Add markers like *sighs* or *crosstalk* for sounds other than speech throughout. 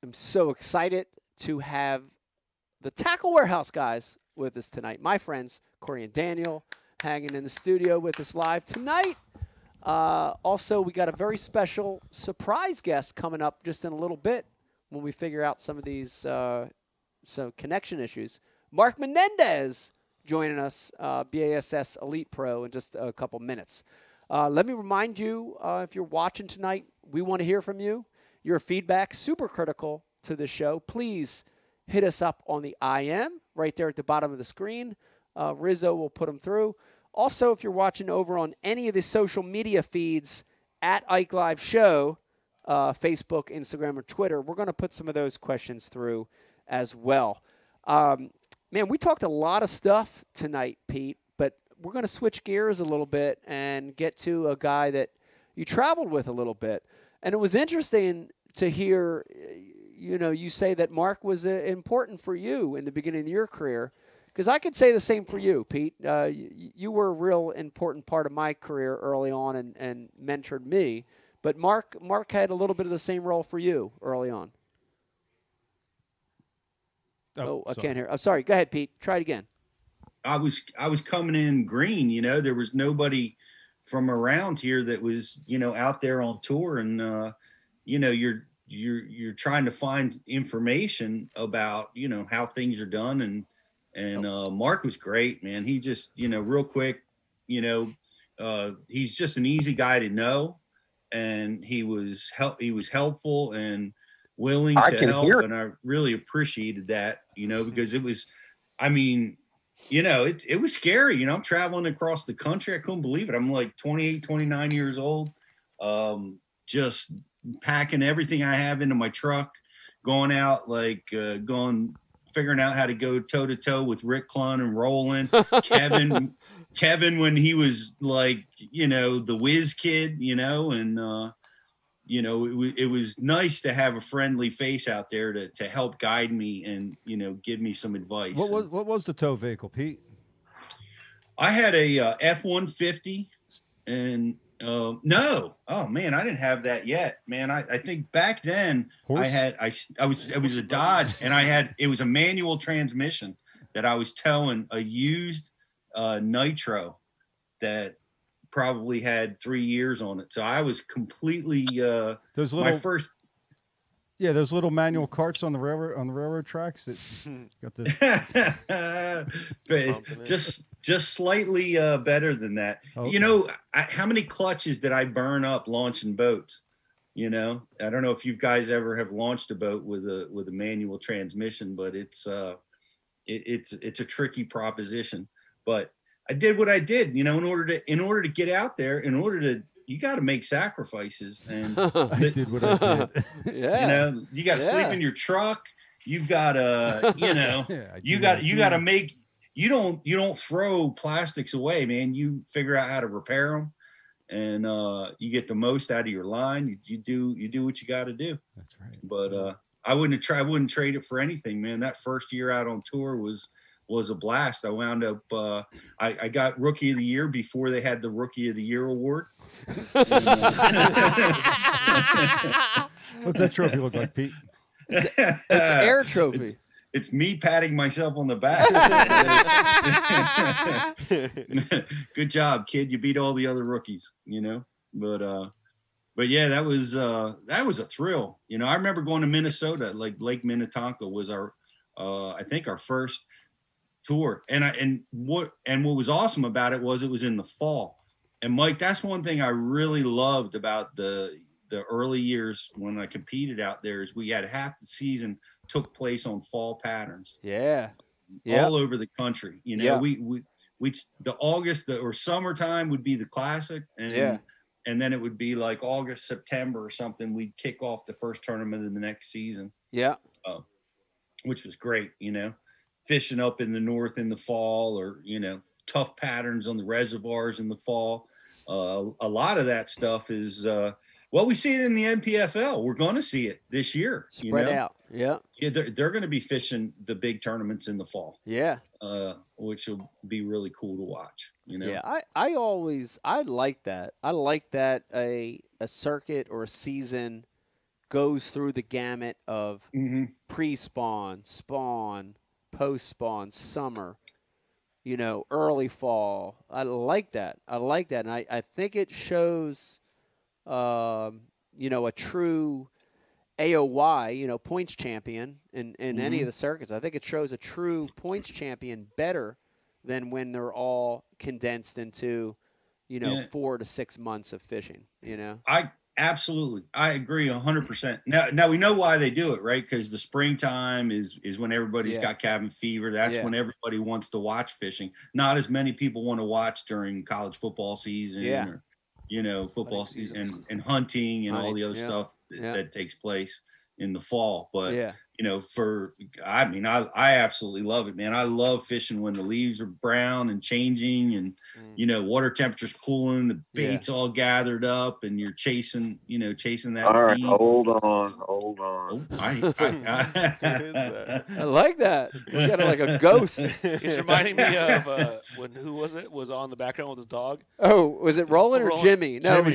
I'm so excited to have the Tackle Warehouse guys with us tonight. My friends, Corey and Daniel, hanging in the studio with us live tonight. Uh, also, we got a very special surprise guest coming up just in a little bit when we figure out some of these uh, some connection issues. Mark Menendez joining us, uh, BASS Elite Pro, in just a couple minutes. Uh, let me remind you uh, if you're watching tonight, we want to hear from you. Your feedback super critical to the show. Please hit us up on the IM right there at the bottom of the screen. Uh, Rizzo will put them through. Also, if you're watching over on any of the social media feeds at Ike Live Show, uh, Facebook, Instagram, or Twitter. We're going to put some of those questions through as well. Um, man, we talked a lot of stuff tonight, Pete, but we're going to switch gears a little bit and get to a guy that you traveled with a little bit. And it was interesting to hear, uh, you know, you say that Mark was uh, important for you in the beginning of your career. Because I could say the same for you, Pete. Uh, you, you were a real important part of my career early on and, and mentored me. But Mark, Mark had a little bit of the same role for you early on. Oh, I can't hear. I'm sorry. Go ahead, Pete. Try it again. I was I was coming in green, you know, there was nobody from around here that was, you know, out there on tour and uh, you know, you're you're you're trying to find information about, you know, how things are done and and Oh. uh Mark was great, man. He just, you know, real quick, you know, uh he's just an easy guy to know and he was help he was helpful and willing I to can help hear it. Mm-hmm. and I really appreciated that, you know, because it was I mean, you know, it, it was scary. You know, I'm traveling across the country. I couldn't believe it. I'm like 28, 29 years old, um, just packing everything I have into my truck, going out, like uh, going, figuring out how to go toe to toe with Rick Klun and Roland, Kevin, Kevin, when he was like, you know, the whiz kid, you know, and, uh, you know, it, wa- it was nice to have a friendly face out there to, to help guide me and, you know, give me some advice. What And- was what was the tow vehicle, Pete? I had a uh, F one fifty, and uh, no, oh man, I didn't have that yet, man. I, I think back then I Horse? had I s- I was it was a Dodge, and I had it was a manual transmission that I was towing a used uh, Nitro that probably had three years on it. So I was completely uh, Those my little first yeah, those little manual carts on the railroad on the railroad tracks *laughs* that got the *laughs* but just just slightly uh, better than that. Okay. You know, I, how many clutches did I burn up launching boats? You know, I don't know if you guys ever have launched a boat with a with a manual transmission, but it's uh, it, it's it's a tricky proposition. But I did what I did. You know, in order to in order to get out there, in order to you got to make sacrifices, and *laughs* I did what I did. *laughs* Yeah. you know, you got to sleep Yeah. in your truck. You've got to, you know. Yeah, I you did what got I you got to did. make you don't you don't throw plastics away man you figure out how to repair them and uh you get the most out of your line you, you do you do what you got to do That's right. but uh i wouldn't try i wouldn't trade it for anything man that first year out on tour was was a blast i wound up uh i, I got rookie of the year before they had the rookie of the year award uh, *laughs* What's that trophy look like, Pete? it's, It's air trophy. it's- it's me patting myself on the back. Good job, kid. You beat all the other rookies, you know. But uh but yeah, that was uh that was a thrill. You know, I remember going to Minnesota, like Lake Minnetonka was our uh I think our first tour. And I and what and what was awesome about it was it was in the fall. And Mike, that's one thing I really loved about the the early years when I competed out there is we had half the season took place on fall patterns yeah. Yeah. all over the country. You know, Yeah. we we we the August the, or summertime would be the classic, and Yeah. and then it would be like August September or something. We'd kick off the first tournament of the next season, *laughs* Yeah. um, which was great, you know, fishing up in the north in the fall or, you know, tough patterns on the reservoirs in the fall. Uh, a lot of that stuff is, uh, well, we see it in the NPFL. We're going to see it this year. you Spread know? out. Yeah. Yeah, they're, they're going to be fishing the big tournaments in the fall, Yeah. uh, which will be really cool to watch, you know? Yeah. I, I always I like that. I like that a a circuit or a season goes through the gamut of Mm-hmm. pre-spawn, spawn, post-spawn, summer, you know, early fall. I like that. I like that, and I, I think it shows, um, you know, a true AOY, you know, points champion in in Mm-hmm. any of the circuits. I think it shows a true points champion better than when they're all condensed into, you know, Yeah. four to six months of fishing. You know, I absolutely I agree hundred percent. Now now we know why they do it, right? Because the springtime is is when everybody's Yeah. got cabin fever. That's Yeah. when everybody wants to watch fishing. Not as many people want to watch during college football season Yeah. or you know, football Hunting season season. and, and hunting and all Hunting, the other yeah. stuff that, Yeah. that takes place in the fall. But yeah, you know, for I mean, I I absolutely love it, man. I love fishing when the leaves are brown and changing, and Mm. you know, water temperature's cooling, the Yeah. bait's all gathered up, and you're chasing, you know, chasing that. All right, feed. hold on, hold on. *laughs* Oh, *laughs* I, I- *laughs* I- I like that. You got like a *laughs* ghost. It's reminding me of uh, when who was it was on the background with his dog. Oh, was it Roland or Roland. Jimmy? No, it was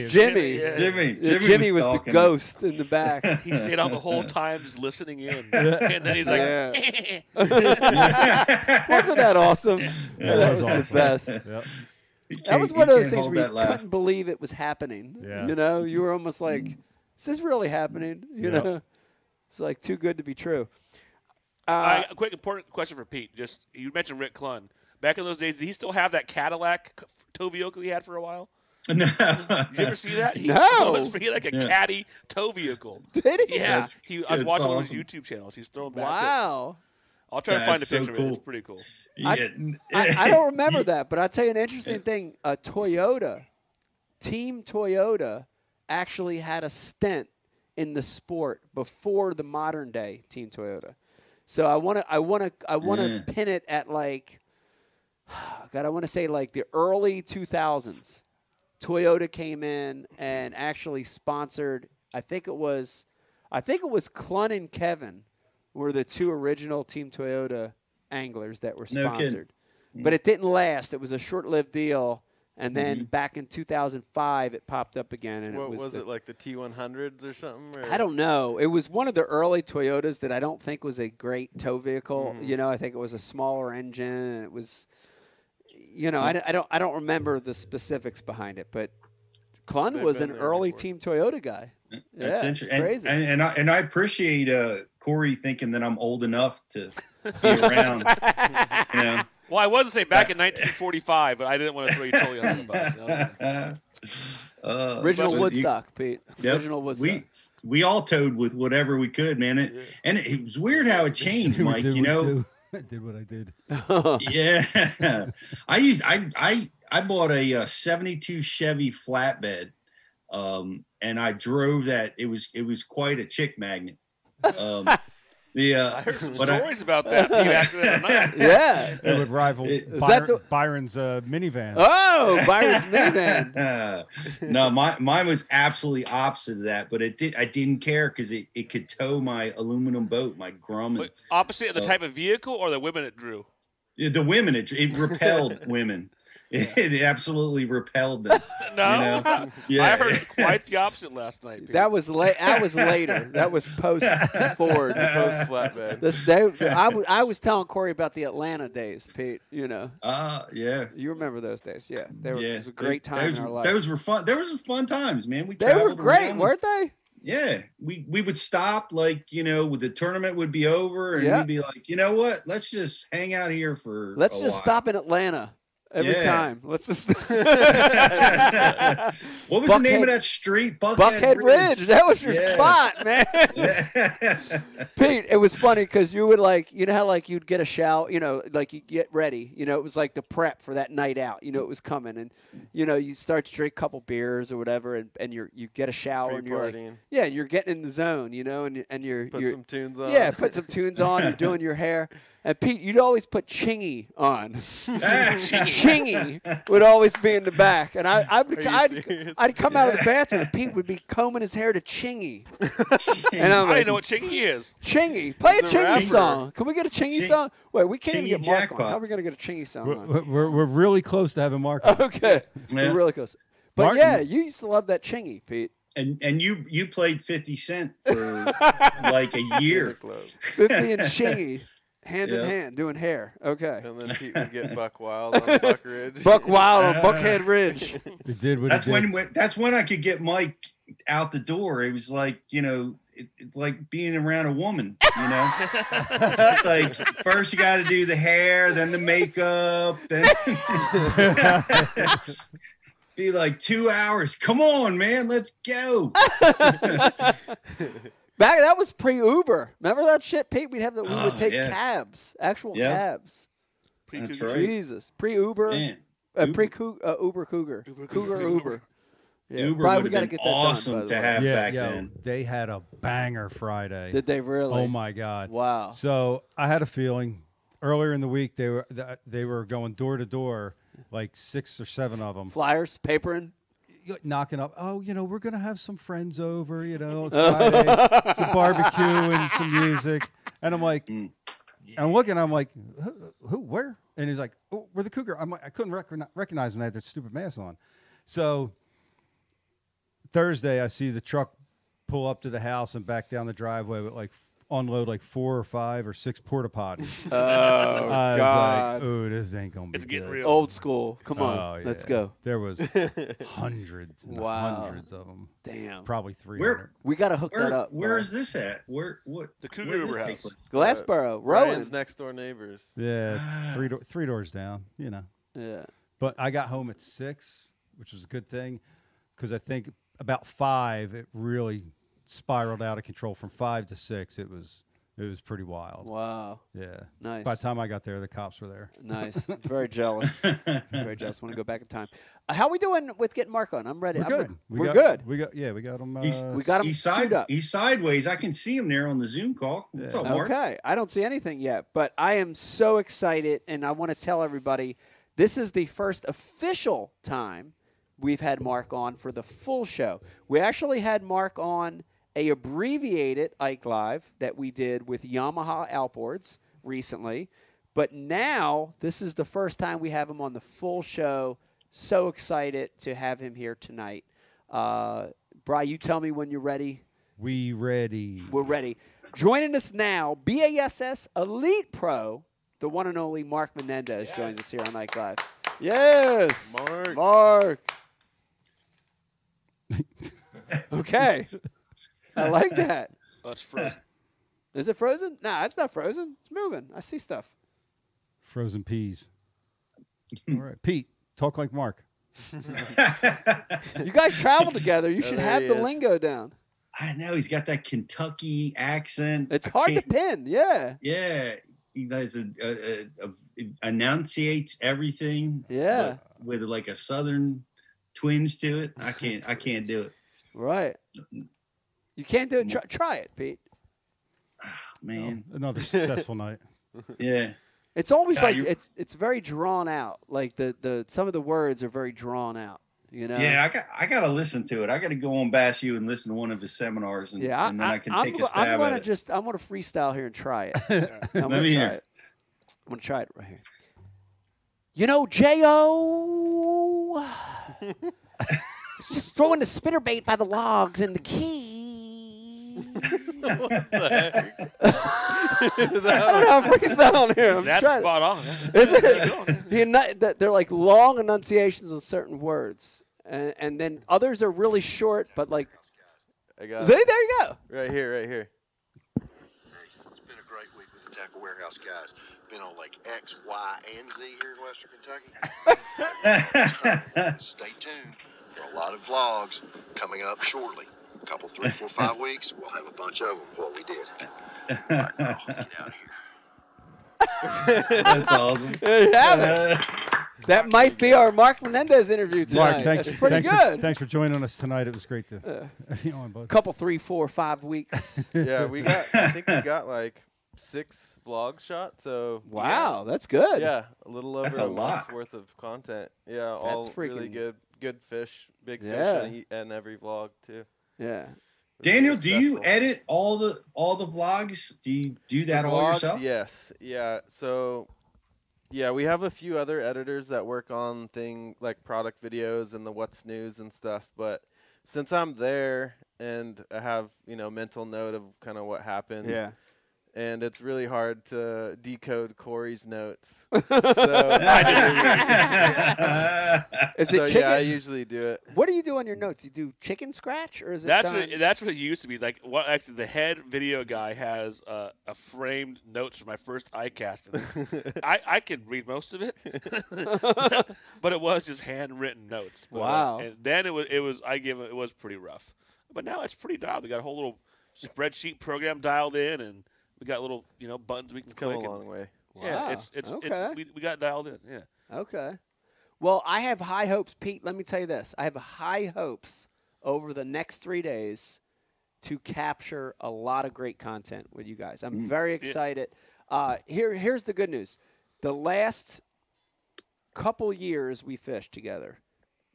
Jimmy, Jimmy. yeah. Jimmy, Yeah, Jimmy, Jimmy, was, the stalking us. ghost in the back. He stayed out the whole time just listening in, *laughs* and then he's like, Yeah. *laughs* Yeah. Wasn't that awesome? Yeah, that that was, was the best. Yep. You That can't- was one you of those can't things hold where that you laugh. couldn't believe it was happening. Yeah. You know, you were almost like, "Is this really happening?" You Yep. know, *laughs* it's like too good to be true. Uh, I, a quick important question for Pete. Just you mentioned Rick Klun. Back in those days, did he still have that Cadillac c- Tovioco he had for a while? *laughs* No. Did you ever see that? He, *laughs* *laughs* No. He had like a Yeah. caddy Tovioco. Did he? Yeah, That's- he, I was that's watching one of awesome. his YouTube channels. He's throwing back. pics. Wow. I'll try to find a That's so picture. of it. cool. It's pretty cool. I- Yeah. *laughs* I, I don't remember that, but I'll tell you an interesting thing. Uh, Toyota, Team Toyota, actually had a stint in the sport before the modern day Team Toyota. So I want to, I want to, I want to Yeah. pin it at like, God, I want to say like the early 2000s. Toyota came in and actually sponsored. I think it was, I think it was Clun and Kevin were the two original Team Toyota anglers that were No kidding. Mm-hmm. sponsored. But it didn't last. It was a short-lived deal, and then back in 2005, it popped up again, and What it was, was. the- it like the T100s or something? Or? I don't know. It was one of the early Toyotas that I don't think was a great tow vehicle. Mm-hmm. You know, I think it was a smaller engine. And it was, you know, Mm-hmm. I, d- I don't I don't remember the specifics behind it, but Klun They've was been an there early before. Team Toyota guy. That's yeah, interesting. It's crazy. And, and I and I appreciate uh, Corey thinking that I'm old enough to be *laughs* *laughs* around. you know? Well, I was to say *laughs* back in 1945, but I didn't want to throw you totally under the bus. you know what I'm saying? *laughs* Uh, Original but you- Woodstock, Pete. Yep. Original Woodstock. We we all towed with whatever we could, man. It, And it, it was weird how it *laughs* changed, We Mike. did You what- know, did what I *laughs* did. yeah. I used I I I bought a uh, 72 Chevy flatbed um and I drove that it was it was quite a chick magnet. *laughs* Um the I uh heard some but I- stories about that. Pete, after that *laughs* *laughs* night. yeah. It would rival Is that Byron, the- Byron's uh, minivan. Oh, *laughs* *laughs* Byron's minivan. no, my, mine was absolutely opposite of that, but it did. I didn't care because it, it could tow my aluminum boat, my Grumman. But opposite of the Oh. type of vehicle or the women it drew. The women, it, it *laughs* repelled women. It, absolutely repelled them. No, *laughs* know? *laughs* I Yeah. heard quite the opposite last night. Pete. That was late. That was later. *laughs* That was post Ford. Post flatbed. This they, *laughs* I, w- I was telling Corey about the Atlanta days, Pete. You know, Uh, yeah. you remember those days? Yeah, they were. yeah. It was a great time those, in our life. Those were fun. Those were fun times, man. We they were traveled great, around. weren't they? Yeah, we we would stop like you know, with the tournament would be over, and Yeah. we'd be like, you know what? Let's just hang out here for. Let's a *laughs* just *laughs* while. stop in Atlanta. every Yeah. time. Let's just *laughs* What was the name Buckhead- of that street? Buckhead Ridge. That was your Yeah. spot, man. *laughs* *laughs* Pete, it was funny because you would like, you know how like you'd get a shower, you know, like you get ready. You know, it was like the prep for that night out. You know, it was coming, and you know, you start to drink a couple beers or whatever, and, and you you get a shower and you're like, Pre-partying. yeah, you're getting in the zone, you know, and you- and you're Put you're, some tunes on. yeah, *laughs* put some tunes on. You're doing your hair, and Pete, you'd always put Chingy on. Ah, Chingy would always be in the back, *laughs* and I I'd, you I'd, serious? I'd come out of *laughs* the bathroom, and Pete would be combing his hair to Chingy, and *laughs* I'm I like, didn't know what Chingy is. Chingy, play a He's a Chingy rapper. song. Can we get a Chingy Ching- song? Wait, we can't even Chingy get Mark on. Jackpot. How are we gonna get a Chingy song We're, on? we're, we're really close to having Mark. on. *laughs* Okay, Yeah. we're really close. But Martin- *laughs* yeah, you used to love that Chingy, Pete. and and you you played Fifty Cent *laughs* for like *laughs* a year. Club. Fifty *laughs* and Chingy, hand in Yeah. hand, doing hair. Okay. And then Pete would get Buck Wild on Buck Ridge. Buck Wild on *laughs* *laughs* Buckhead Ridge. It did what That's it did. when, when that's when I could get Mike out the door. It was like you know, it, it's like being around a woman. You *laughs* know, like first you got to do the hair, then the makeup, then *laughs* be like two hours. Come on, man, let's go. Back that was pre Uber. Remember that shit, Pete? We'd have the we would Oh, take yeah. cabs, actual Yeah. cabs. *laughs* That's Pre- right. Jesus, pre Uber, Man, uh, pre uh, Uber Cougar, Uber Cougar Cougar. Uber. Yeah, Uber Brian, would we have gotta been get that done, by awesome the to way. have yeah, back yo, then. they had a banger Friday. Did they really? Oh my *laughs* god! Wow. So I had a feeling earlier in the week they were th- they were going door to door, like six or seven of them, Flyers, papering. knocking up. Oh, you know, we're gonna have some friends over. You know, it's Friday, some barbecue *laughs* and some music. And I'm like, I'm looking. I'm like, who, who where? And he's like, oh, we're the Cougar. I'm like, I couldn't recogni- recognize him. I had their stupid mask on. So Thursday, I see the truck pull up to the house and back down the driveway with like unload like four or five or six porta potties. *laughs* Oh I was God. like, "Ooh, this ain't gonna be. It's getting good." real. Old school. Come Oh, on, yeah. let's go. There *laughs* was hundreds, and Wow. hundreds of them. Damn. Probably three hundred. We gotta hook that Where up. where bro. is this at? Where what The where Cougar did this House. take place? Glassboro, Rowan? Uh, Ryan's next door neighbors. *laughs* Yeah, it's three do- three doors down. You know, Yeah. but I got home at six, which was a good thing, because I think about five it really spiraled out of control. From five to six, it was it was pretty wild. Wow. Yeah. Nice. By the time I got there, the cops were there. *laughs* Nice. Very jealous. Very jealous. Want to go back in time. Uh, how we doing with getting Mark on? I'm ready. We're I'm good. re- We We're got, good. We got yeah. We got them. Uh, He's- We got him he's, queued side, up. he's sideways. I can see him there on the Zoom call. What's Yeah. up, Mark? Okay. I don't see anything yet, but I am so excited and I want to tell everybody this is the first official time we've had Mark on for the full show. We actually had Mark on a abbreviated Ike Live that we did with Yamaha Outboards recently. But now this is the first time we have him on the full show. So excited to have him here tonight. Uh, Bry, you tell me when you're ready We ready. we're ready. Joining us now, BASS Elite Pro, the one and only Mark Menendez joins us here on Night Live. Yes, Mark. Mark. okay, I like *laughs* that. Oh, That's frozen. Is it frozen? Nah, it's not frozen. It's moving. I *laughs* see stuff. Frozen peas. All right, Pete, talk like Mark. You guys travel together. *laughs* You should there have he the is. lingo down. I know Ah, he's got that Kentucky accent. It's I hard to can't- pin. Yeah, Yeah, he does a, a, a, a- enunciates everything. Yeah. but with like a southern twinge to it. *laughs* I can't. I can't do it. right. You can't do it. Try, try it, Pete. Man, Another *laughs* successful night. yeah, It's always Yeah, like you- it's it's very drawn out. Like the the some of the words are very drawn out. You know. yeah. I got. I got to listen to it. I got to go on Bash U and listen to one of his seminars, and, Yeah. I, and then I, can am take a stab I'm gonna at it. just I'm gonna freestyle here and try *laughs* it. I'm Let gonna me try hear. it. I'm gonna try it right here. You know, J.O. is *laughs* just throwing the spinnerbait by the logs and the key. *laughs* *laughs* I don't know how I'm freestyling here. I'm That's trying- spot on. Is it? *laughs* The enu- that- they're like long enunciations of certain words, and, and then others are really short, but like I got Zay, it. there you go. right here, right here. great week with the Tackle Warehouse guys. Been on like X, Y, and Z here in Western Kentucky. Stay tuned for a lot of vlogs coming up shortly. A couple, three, four, five weeks. We'll have a bunch of them. What we did. *laughs* Get out of here. That's awesome. There you have it. *laughs* That might be our Mark Menendez interview tonight. Mark, thanks, That's pretty thanks, good. Uh, For, thanks for joining us tonight. It was great to *laughs* have you on, bud. Couple, three, four, *laughs* five weeks. yeah, we got. I think we got like six vlog shots. *laughs* So you know, wow, that's good. Yeah, a little over That's a, a month's lot. worth of content. Yeah, all really freaking- good, good fish, big Yeah. fish in, e- in every vlog too. yeah. It was Daniel, do you successful. edit all the all the vlogs? Do you do that The all vlogs, yourself? Yes. Yeah. So, yeah, we have a few other editors that work on thing like product videos and the what's news and stuff. But since I'm there and I have you know mental note of kind of what happened. And it's really hard to decode Corey's *laughs* notes. So, *laughs* *laughs* Is so it chicken? yeah, I usually do it. what do you do on your notes? You do chicken scratch or is it That's done? what, that's what it used to be. Like, what actually, the head video guy has uh, a framed notes for my first iCast. in it. I I could read most of it, *laughs* but it was just handwritten notes. But, uh, Wow. And then it was it was I give it it was pretty rough, but now it's pretty dialed. We got a whole little spreadsheet program dialed in, and we got little you know buttons we can It's come click. a and- long way. Yeah, Wow. it's it's, Okay. it's we, we got dialed in. Yeah. Okay. Well, I have high hopes, Pete. Let me tell you this. I have high hopes over the next three days to capture a lot of great content with you guys. Mm. I'm very excited. Uh, here, here's the good news. The last couple years we fished together,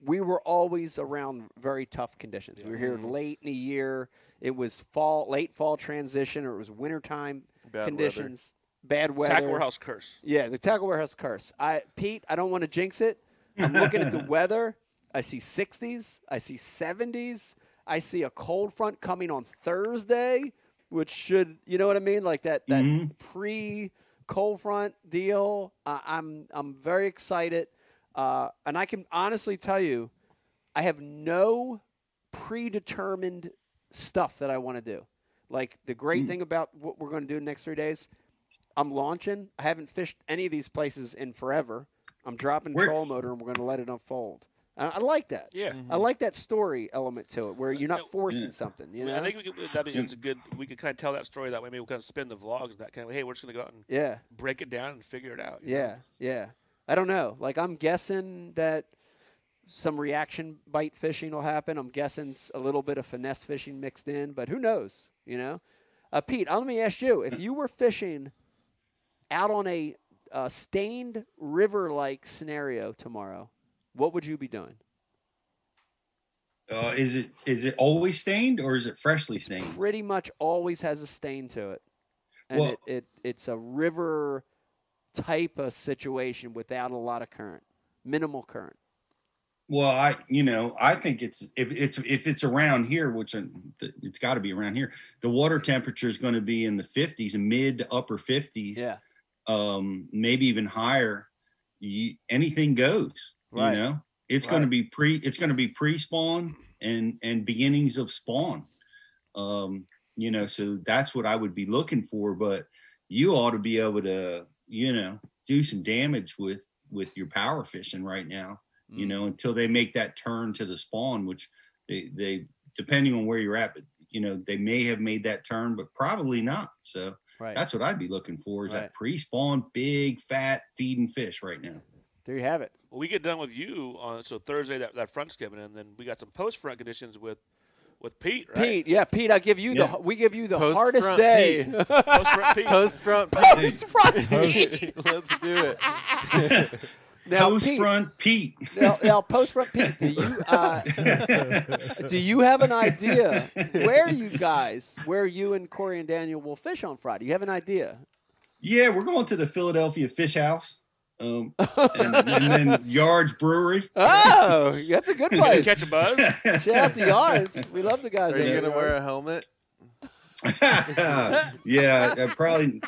we were always around very tough conditions. We were here late in the year. It was fall, late fall transition, or it was wintertime Bad weather. conditions, bad weather. Tackle warehouse curse. Yeah, the tackle warehouse curse. I Pete, I don't want to jinx it. I'm looking *laughs* at the weather. I see 60s. I see 70s. I see a cold front coming on Thursday, which should, you know what I mean, like that that Mm-hmm. pre cold front deal. Uh, I'm I'm very excited, uh, and I can honestly tell you, I have no predetermined stuff that I want to do. Like the great thing about what we're going to do in the next three days, I'm launching. I haven't fished any of these places in forever. I'm dropping Where- troll motor and we're going to let it unfold. I, I like that. Yeah. I like that story element to it where you're not forcing something. You know. I think we could, that'd be, it's a good. We could kind of tell that story that way. Maybe we kind of spin the vlogs and that kind of. Hey, we're just gonna go out and yeah. break it down and figure it out. you know? Yeah. Yeah. I don't know. Like I'm guessing that some reaction bite fishing will happen. I'm guessing s- a little bit of finesse fishing mixed in, but who knows? You know. Uh, Pete, uh, let me ask you: If you were fishing out on a uh, stained river-like scenario tomorrow, what would you be doing? Uh, is it is it always stained or is it freshly stained? pretty much always has a stain to it, and Well- it, it it's a river type of situation without a lot of current, minimal current. Well, I you know I think it's if it's if it's around here, which uh, th- it's got to be around here. The water temperature is going to be in the 50s, mid to upper 50s, um, maybe even higher. You, anything goes. Right. You know, it's going to be pre. It's going to be pre spawn and and beginnings of spawn. Um, you know, so that's what I would be looking for. But you ought to be able to you know do some damage with with your power fishing right now you Mm. know, until they make that turn to the spawn, which they they depending on where you're at, but you know, they may have made that turn, but probably not. So *laughs* right. that's what I'd be looking for is Right. that pre-spawn big fat feeding fish right now. there you have it. Well, we get done with you on so Thursday that that front's coming in, and then we got some post front conditions with with Pete, right? Pete, yeah, Pete, I give you Yeah. the we give you the Post hardest front day. *laughs* Post front Pete. Post front. Post front. *laughs* Pete. Let's do it. Now, Post Pete, front Pete. now, now post front Pete, do you *laughs* uh, do you have *laughs* an idea where you guys, where you and Corey and Daniel will fish on Friday? You have an idea? Yeah, we're going to the Philadelphia Fish House. Um, *laughs* and, and then Yards Brewery. Oh, that's *laughs* a good Gonna place. catch a buzz. Shout out to Yards. We love the guys. Are you over gonna there. wear a helmet? *laughs* yeah, I probably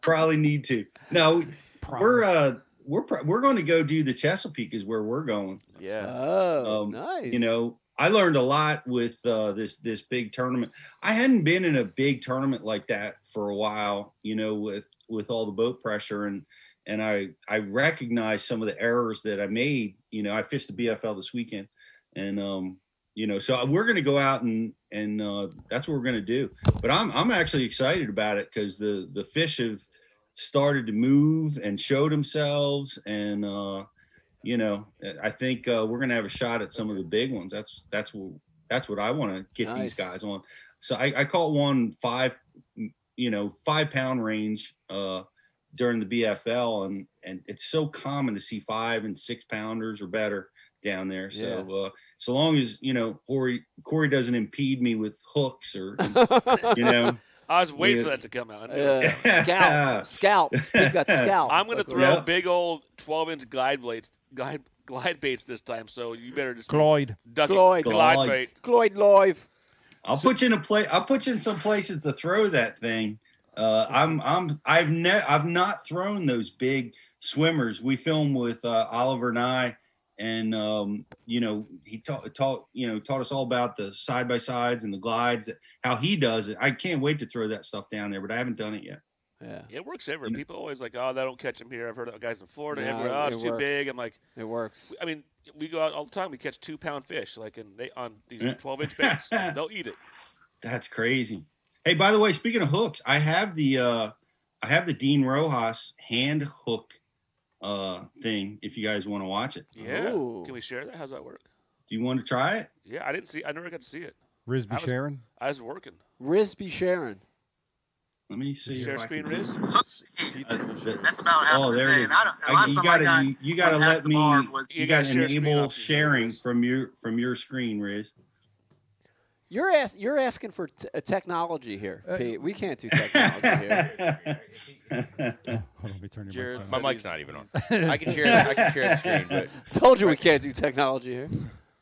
probably need to. No, we're uh we're pro- we're going to go do the Chesapeake is where we're going. Yeah. Oh, Um, nice. You know, I learned a lot with uh, this this big tournament. I hadn't been in a big tournament like that for a while, you know, with with all the boat pressure and and I I recognized some of the errors that I made. You know, I fished the BFL this weekend, and um, you know, so we're gonna go out and and uh, that's what we're gonna do. But I'm I'm actually excited about it because the the fish have started to move and show themselves and uh you know i think uh, we're gonna have a shot at some of the big ones that's that's what that's what i want to get Nice. these guys on so I, I caught one five you know five pound range uh during the bfl and and it's so common to see five and six pounders or better down there so uh so long as you know corey corey doesn't impede me with hooks or you know *laughs* I was waiting for Yeah. that to come out. I knew it was Uh, coming. *laughs* scalp, scalp. You've got scalp. I'm gonna Look throw Yep. big old 12 inch glide blades, glide glide baits this time. So you better just Cloyd. duck Glide. it. glide Glide. bait. Cloyd Live. I'll put you in a place. I'll put you in some places to throw that thing. Uh, I'm I'm I've ne- I've not thrown those big swimmers. We film with uh, Oliver and I, and um, you know he taught taught you know taught us all about the side by sides and the glides, how he does it. I can't wait to throw that stuff down there, but I haven't done it yet. Yeah, It works everywhere. People always like, oh, that don't catch them here. I've heard of guys in Florida. No, everywhere. Oh, it it's too works. big. I'm like, it works. I mean, we go out all the time. We catch two pound fish, like in they on these Yeah. 12 inch *laughs* baits. They'll eat it. That's crazy. Hey, by the way, speaking of hooks, I have the uh I have the Dean Rojas hand hook uh thing if you guys want to watch it. Yeah. Ooh. Can we share that? How's that work? Do you want to try it? Yeah, I didn't see. I never got to see it. Risby I was- Sharon. I was working. Risby Sharon. Let me see. Share if I screen, can- Riz? Pizza machine. That's about how. Oh, there it is. I don't, the I- last you time gotta, I got you, you gotta past let the me. bar was- you gotta share screen enable options, there, sharing Riz. from your from your screen, Riz. You're ask, You're asking for t- uh, technology here, Uh, Pete. We *laughs* can't do technology here. Oh, hold on, let me turn your Jared mic My on. said mic's he's- not even *laughs* on. My I can share. I can share the screen, but *laughs* Told you we can't do technology here.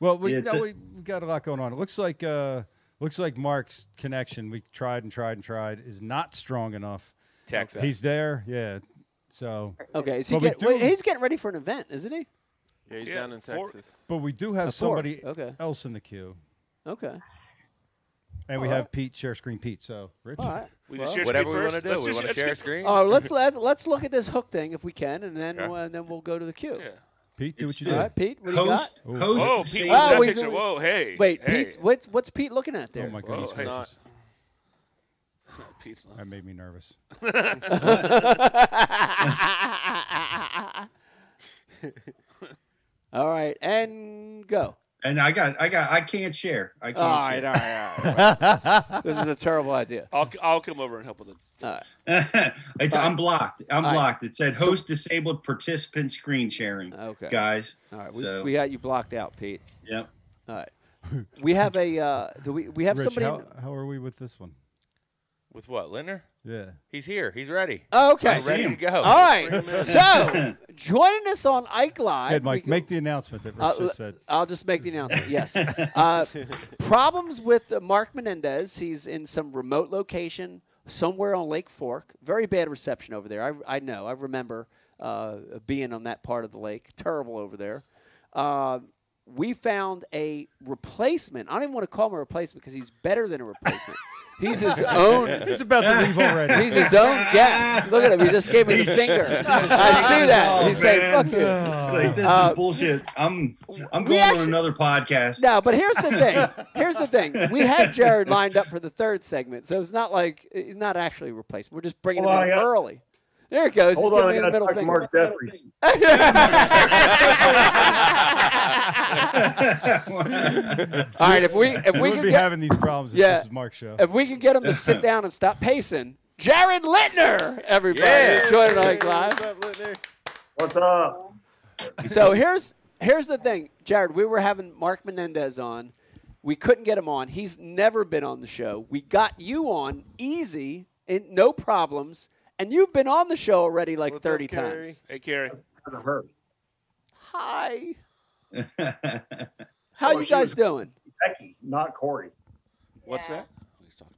Well, we, Yeah, it's no, a- we we got a lot going on. It looks like uh, looks like Mark's connection. We tried and tried and tried is not strong enough. Texas. He's there, yeah. So, Okay, is he But we get, wait, do- he's getting ready for an event, isn't he? Yeah, he's Yeah, down in four- Texas. but we do have Of course, somebody okay. else in the queue, Okay, and we All have Pete share screen Pete. So, Rich, all right. We Well- just share whatever we screen first? want to do, Let's we just- want to let's share get- a screen. Oh, let's let, let's look at this hook thing if we can, and then Yeah. and then we'll go to the queue. Yeah. Pete, do It's what you All do. right, Pete, what do you got? Host, Ooh. host, Oh, the Pete, same- Oh, that we- picture. Whoa, hey. Wait, hey. Pete, what's what's Pete looking at there? Oh my goodness it's not. gracious, Pete's not. that made me nervous. all right, and go. And I got, I got, I can't share. I can't All right, share. all right, all *laughs* right. this is a terrible idea. I'll, I'll come over and help with it. *laughs* it's, I'm blocked. I'm All right. blocked. It said host disabled participant screen sharing. Okay. guys. All right, we, so, we got you blocked out, Pete. yep. All right, *laughs* we have a uh, do we we have Rich, somebody? how, in- how are we with this one? *laughs* With what, Lindner? Yeah, He's here. He's ready. Oh, okay, I see Ready to him. go. all right. *laughs* So joining us on Ike Live, hey, we Mike, can- make the announcement that Rich Uh, l- just said. I'll just make the *laughs* announcement. Yes. Uh, problems with uh, Mark Menendez. He's in some remote location somewhere on Lake Fork. Very bad reception over there. I, I know. I remember uh, being on that part of the lake. Terrible over there. Uh, we found a replacement. I don't even want to call him a replacement because he's better than a replacement. *laughs* he's his own. He's about to leave already. He's his own guest. Look at him. He just gave me the finger. I see that. Oh, He's saying, man. fuck you. It's like this Uh, is bullshit. I'm, I'm we going actually- on another podcast. No, but here's the thing. Here's the thing. We had Jared lined up for the third segment, so it's not like he's not actually replaced. We're just bringing Hold him on, in I got- early. There it goes. Hold he's on, I giving gotta me the middle talk to finger. Mark Jeffries. All right, if *laughs* we if we we would can be get having these problems if Yeah. this is Mark's show. if we can get him to sit down and stop pacing, Jared Littner, everybody, Yeah. joining What's us live. up, Littner? What's up? So here's here's the thing, Jared. We were having Mark Menendez on. We couldn't get him on. He's never been on the show. We got you on easy, and no problems. And you've been on the show already like What's up, 30 Carrie? times. Hey, Carrie. Haven't heard. Hi. No. How Oh, you she guys was- doing? Becky, not Corey. What's that?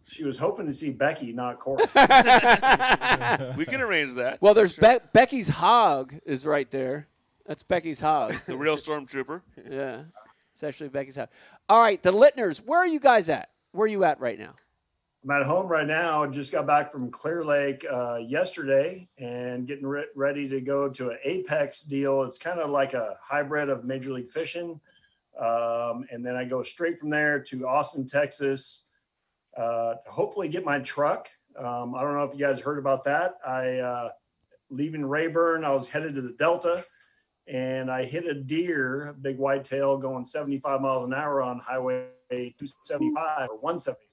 She was hoping to see Becky, not *laughs* Corey. *laughs* We can arrange that. Well, there's Sure. Be- *laughs* Becky's hog is right there. That's Becky's hog. the real stormtrooper. yeah. It's actually Becky's house. All right, the Littners, where are you guys at? Where are you at right now? I'm at home right now. Just got back from Clear Lake uh, yesterday and getting re- ready to go to an Apex deal. It's kind of like a hybrid of Major League Fishing. Um, and then I go straight from there to Austin, Texas, uh, to hopefully get my truck. Um, I don't know if you guys heard about that. I, uh, leaving Rayburn, I was headed to the Delta and I hit a deer, a big whitetail going 75 miles an hour on Highway 275 or 175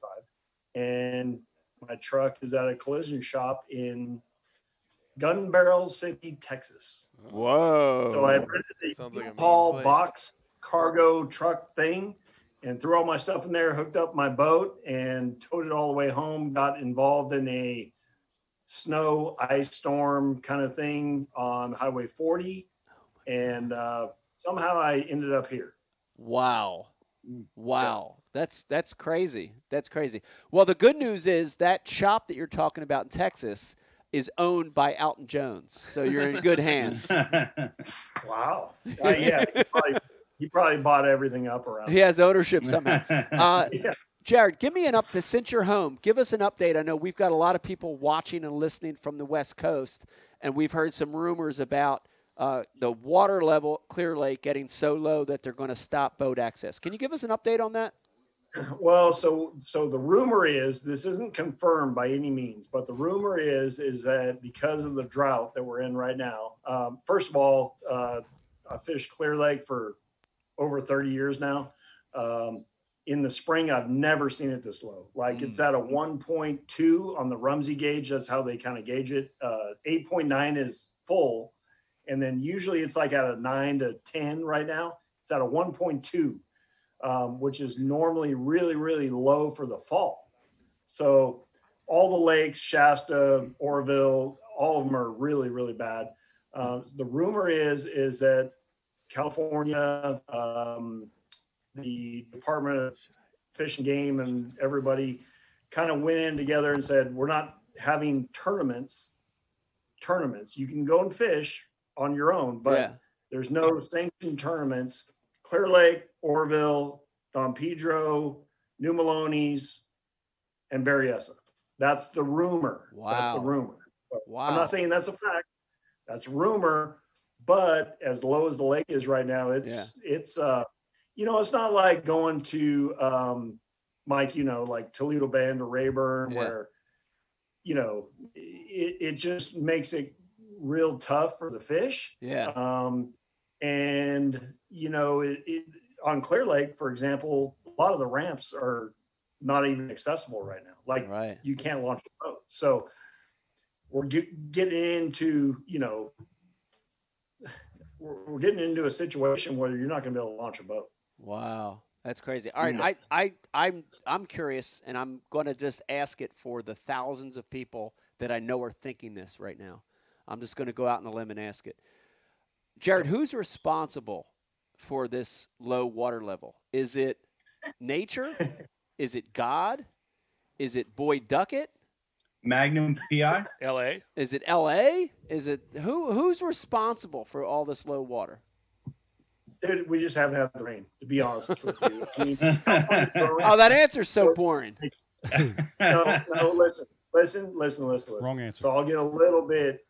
and my truck is at a collision shop in Gun Barrel City, Texas. Whoa. so Oh. I rented sounds like a the mean Paul place. box cargo truck thing and threw all my stuff in there, hooked up my boat, and towed it all the way home. Got involved in a snow ice storm kind of thing on Highway 40, and uh, somehow I ended up here. Mm. Wow. Wow. That's that's crazy. That's crazy. Well, the good news is that shop that you're talking about in Texas is owned by Alton Jones. So you're in good hands. Wow. Uh, yeah, he probably, he probably bought everything up around. He has *laughs* ownership somehow. Uh, Yeah. Jared, give me an update. Since you're home, give us an update. I know we've got a lot of people watching and listening from the West Coast, and we've heard some rumors about uh, the water level at Clear Lake getting so low that they're going to stop boat access. Can you give us an update on that? Well, so so the rumor is this isn't confirmed by any means, but the rumor is is that because of the drought that we're in right now. Um, first of all, uh, I fished Clear Lake for over 30 years now. Um, in the spring, I've never seen it this low. Like it's at a 1.2 on the Rumsey gauge. That's how they kind of gauge it. Uh, 8.9 is full, and then usually it's like at a nine to 10 right now. It's at a 1.2 um, which is normally really, really low for the fall. So all the lakes, Shasta, Oroville, all of them are really, really bad. Um, the rumor is is that California, um, the Department of Fish and Game, and everybody kind of went in together and said, "We're not having tournaments. Tournaments. You can go and fish on your own, but Yeah. there's no sanctioned tournaments. Clear Lake, Orville, Don Pedro, New Maloney's, and Berryessa. That's the rumor. That's the Wow. rumor. Wow. I'm not saying that's a fact. That's rumor, but as low as the lake is right now, it's it's uh you know, it's not like going to um Mike, you know, like Toledo Band or Rayburn Yeah. where you know, it, it just makes it real tough for the fish. yeah. Um, and you know, it, it, on Clear Lake, for example, a lot of the ramps are not even accessible right now. Like Right. you can't launch a boat. So we're get, getting into, you know, we're, we're getting into a situation where you're not going to be able to launch a boat. Wow. That's crazy. All Mm. right, I, I, I'm, I'm curious, and I'm going to just ask it for the thousands of people that I know are thinking this right now. I'm just going to go out on a limb and ask it. Jared, who's responsible for this low water level? Is it nature? Is it God? Is it Boyd Duckett? *laughs* Magnum PI. L.A. Is it L.A.? Is it who? Who's responsible for all this low water? Dude, we just haven't had the rain, to be honest with *laughs* you. I mean, Oh, that answer's so boring. *laughs* no, no, listen, listen, listen, listen, listen. Wrong answer. So I'll get a little bit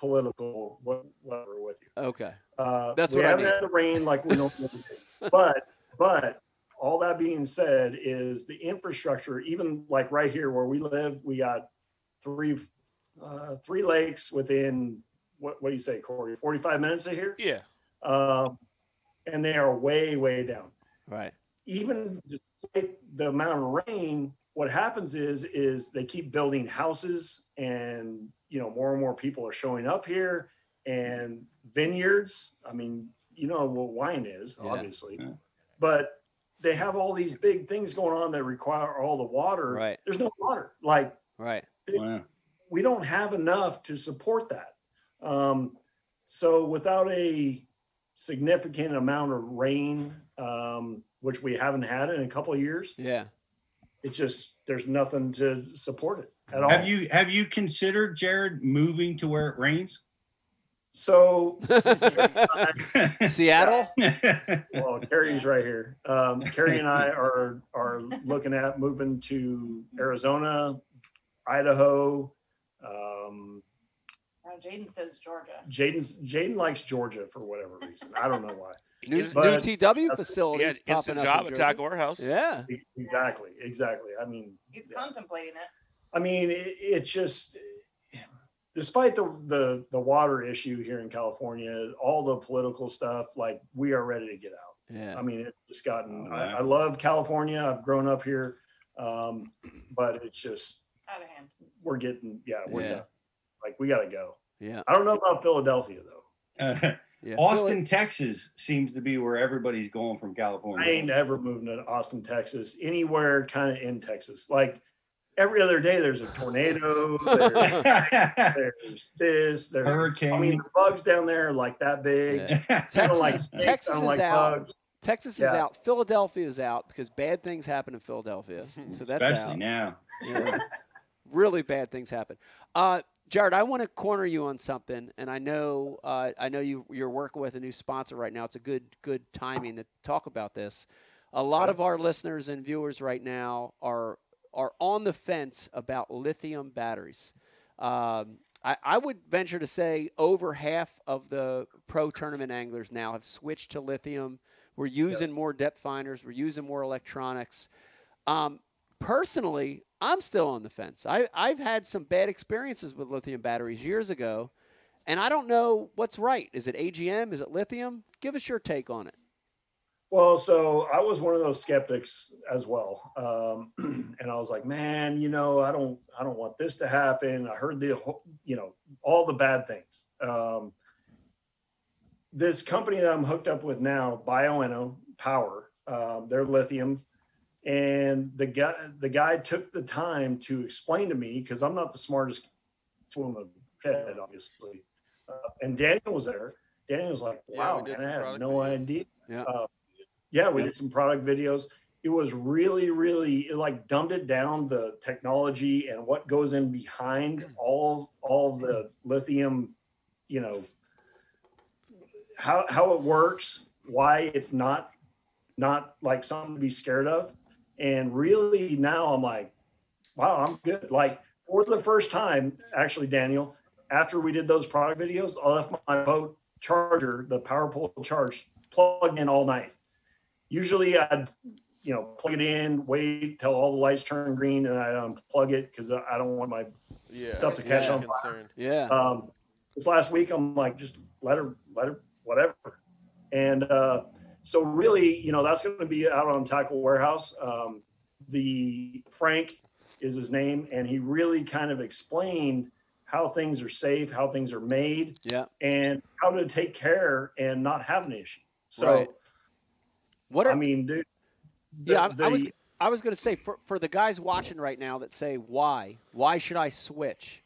political, wha- whatever, with you. Okay. Uh, That's we what I haven't need. had the rain like *laughs* we normally do. But but all that being said, is the infrastructure even like right here where we live, we got three uh, three lakes within what what do you say, Corey? Forty five minutes of here, Yeah. um, and they are way way down Right. even despite the amount of rain, what happens is is they keep building houses, and you know more and more people are showing up here, and vineyards. I mean, you know what wine is, Yeah. obviously, Yeah. but they have all these big things going on that require all the water. Right. There's no water. Like Right. Wow. we don't have enough to support that. Um, so without a significant amount of rain, um, which we haven't had in a couple of years, Yeah. it's just there's nothing to support it at all. Have you have you considered Jared moving to where it rains? So *laughs* *laughs* Seattle. well, Carrie's right here. Um, Carrie *laughs* and I are are looking at moving to Arizona, Idaho. Um, Oh, Jaden says Georgia. Jaden's Jaden likes Georgia for whatever reason. I don't know why. New, new But- TW facility. yeah, popping instant up job in at Georgia. Taco Warehouse. Yeah. Exactly, exactly. I mean, He's yeah. contemplating it. I mean, it, it's just despite the, the the water issue here in California, all the political stuff, like we are ready to get out. Yeah. I mean, it's just gotten. Oh, yeah. I, I love California. I've grown up here, um, but it's just Out of hand. we're getting yeah we're Yeah. done. like we gotta go. Yeah. I don't know about Philadelphia though. *laughs* yeah. Austin, Texas seems to be where everybody's going from California. I ain't ever moving to Austin, Texas. Anywhere kind of in Texas. Like every other day, there's a *laughs* tornado. there's, there's this. There's I mean, Hurricane. the bugs down there are like that big. Yeah. I don't Texas, like snakes, Texas I don't is like out. bugs. Texas is Yeah. out. Philadelphia is out because bad things happen in Philadelphia. So that's Especially out. now. Yeah. really bad things happen. Uh, Jared, I want to corner you on something, and I know uh, I know you you're working with a new sponsor right now. It's a good good timing to talk about this. A lot of our listeners and viewers right now are are on the fence about lithium batteries. Um, I, I would venture to say over half of the pro tournament anglers now have switched to lithium. We're using more depth finders. We're using more electronics. Um, personally, I'm still on the fence. I, I've had some bad experiences with lithium batteries years ago, and I don't know what's right. Is it AGM? Is it lithium? Give us your take on it. Well, so I was one of those skeptics as well, um, *clears throat* and I was like, "Man, you know, I don't, I don't want this to happen." I heard the, whole- you know, all the bad things. Um, this company that I'm hooked up with now, Bioeno Power, um, they're lithium, and the guy, the guy took the time to explain to me because I'm not the smartest swimmer in the head, obviously, uh, and Daniel was there. Daniel was like, Yeah, we "Wow, man, did some I product had no videos. idea." Yeah. Uh, yeah, we did some product videos. It was really, really it like dumbed it down the technology and what goes in behind all all the lithium, you know, how how it works, why it's not not like something to be scared of. And really now I'm like, wow, I'm good. Like for the first time, actually, Daniel, after we did those product videos, I left my boat charger, the power pole charge, plugged in all night. Usually I'd, you know, plug it in, wait till all the lights turn green and I unplug it because I don't want my Yeah. Stuff to catch yeah, on fire. concerned. Yeah. um, this last week i'm like just let her let her whatever and uh, so really you know that's going to be out on tackle warehouse um, the frank is his name and he really kind of explained how things are safe how things are made Yeah. and how to take care and not have an issue so Right. What are, i mean dude the- yeah, I, I was the- I was going to say for, for the guys watching right now that say why why should I switch?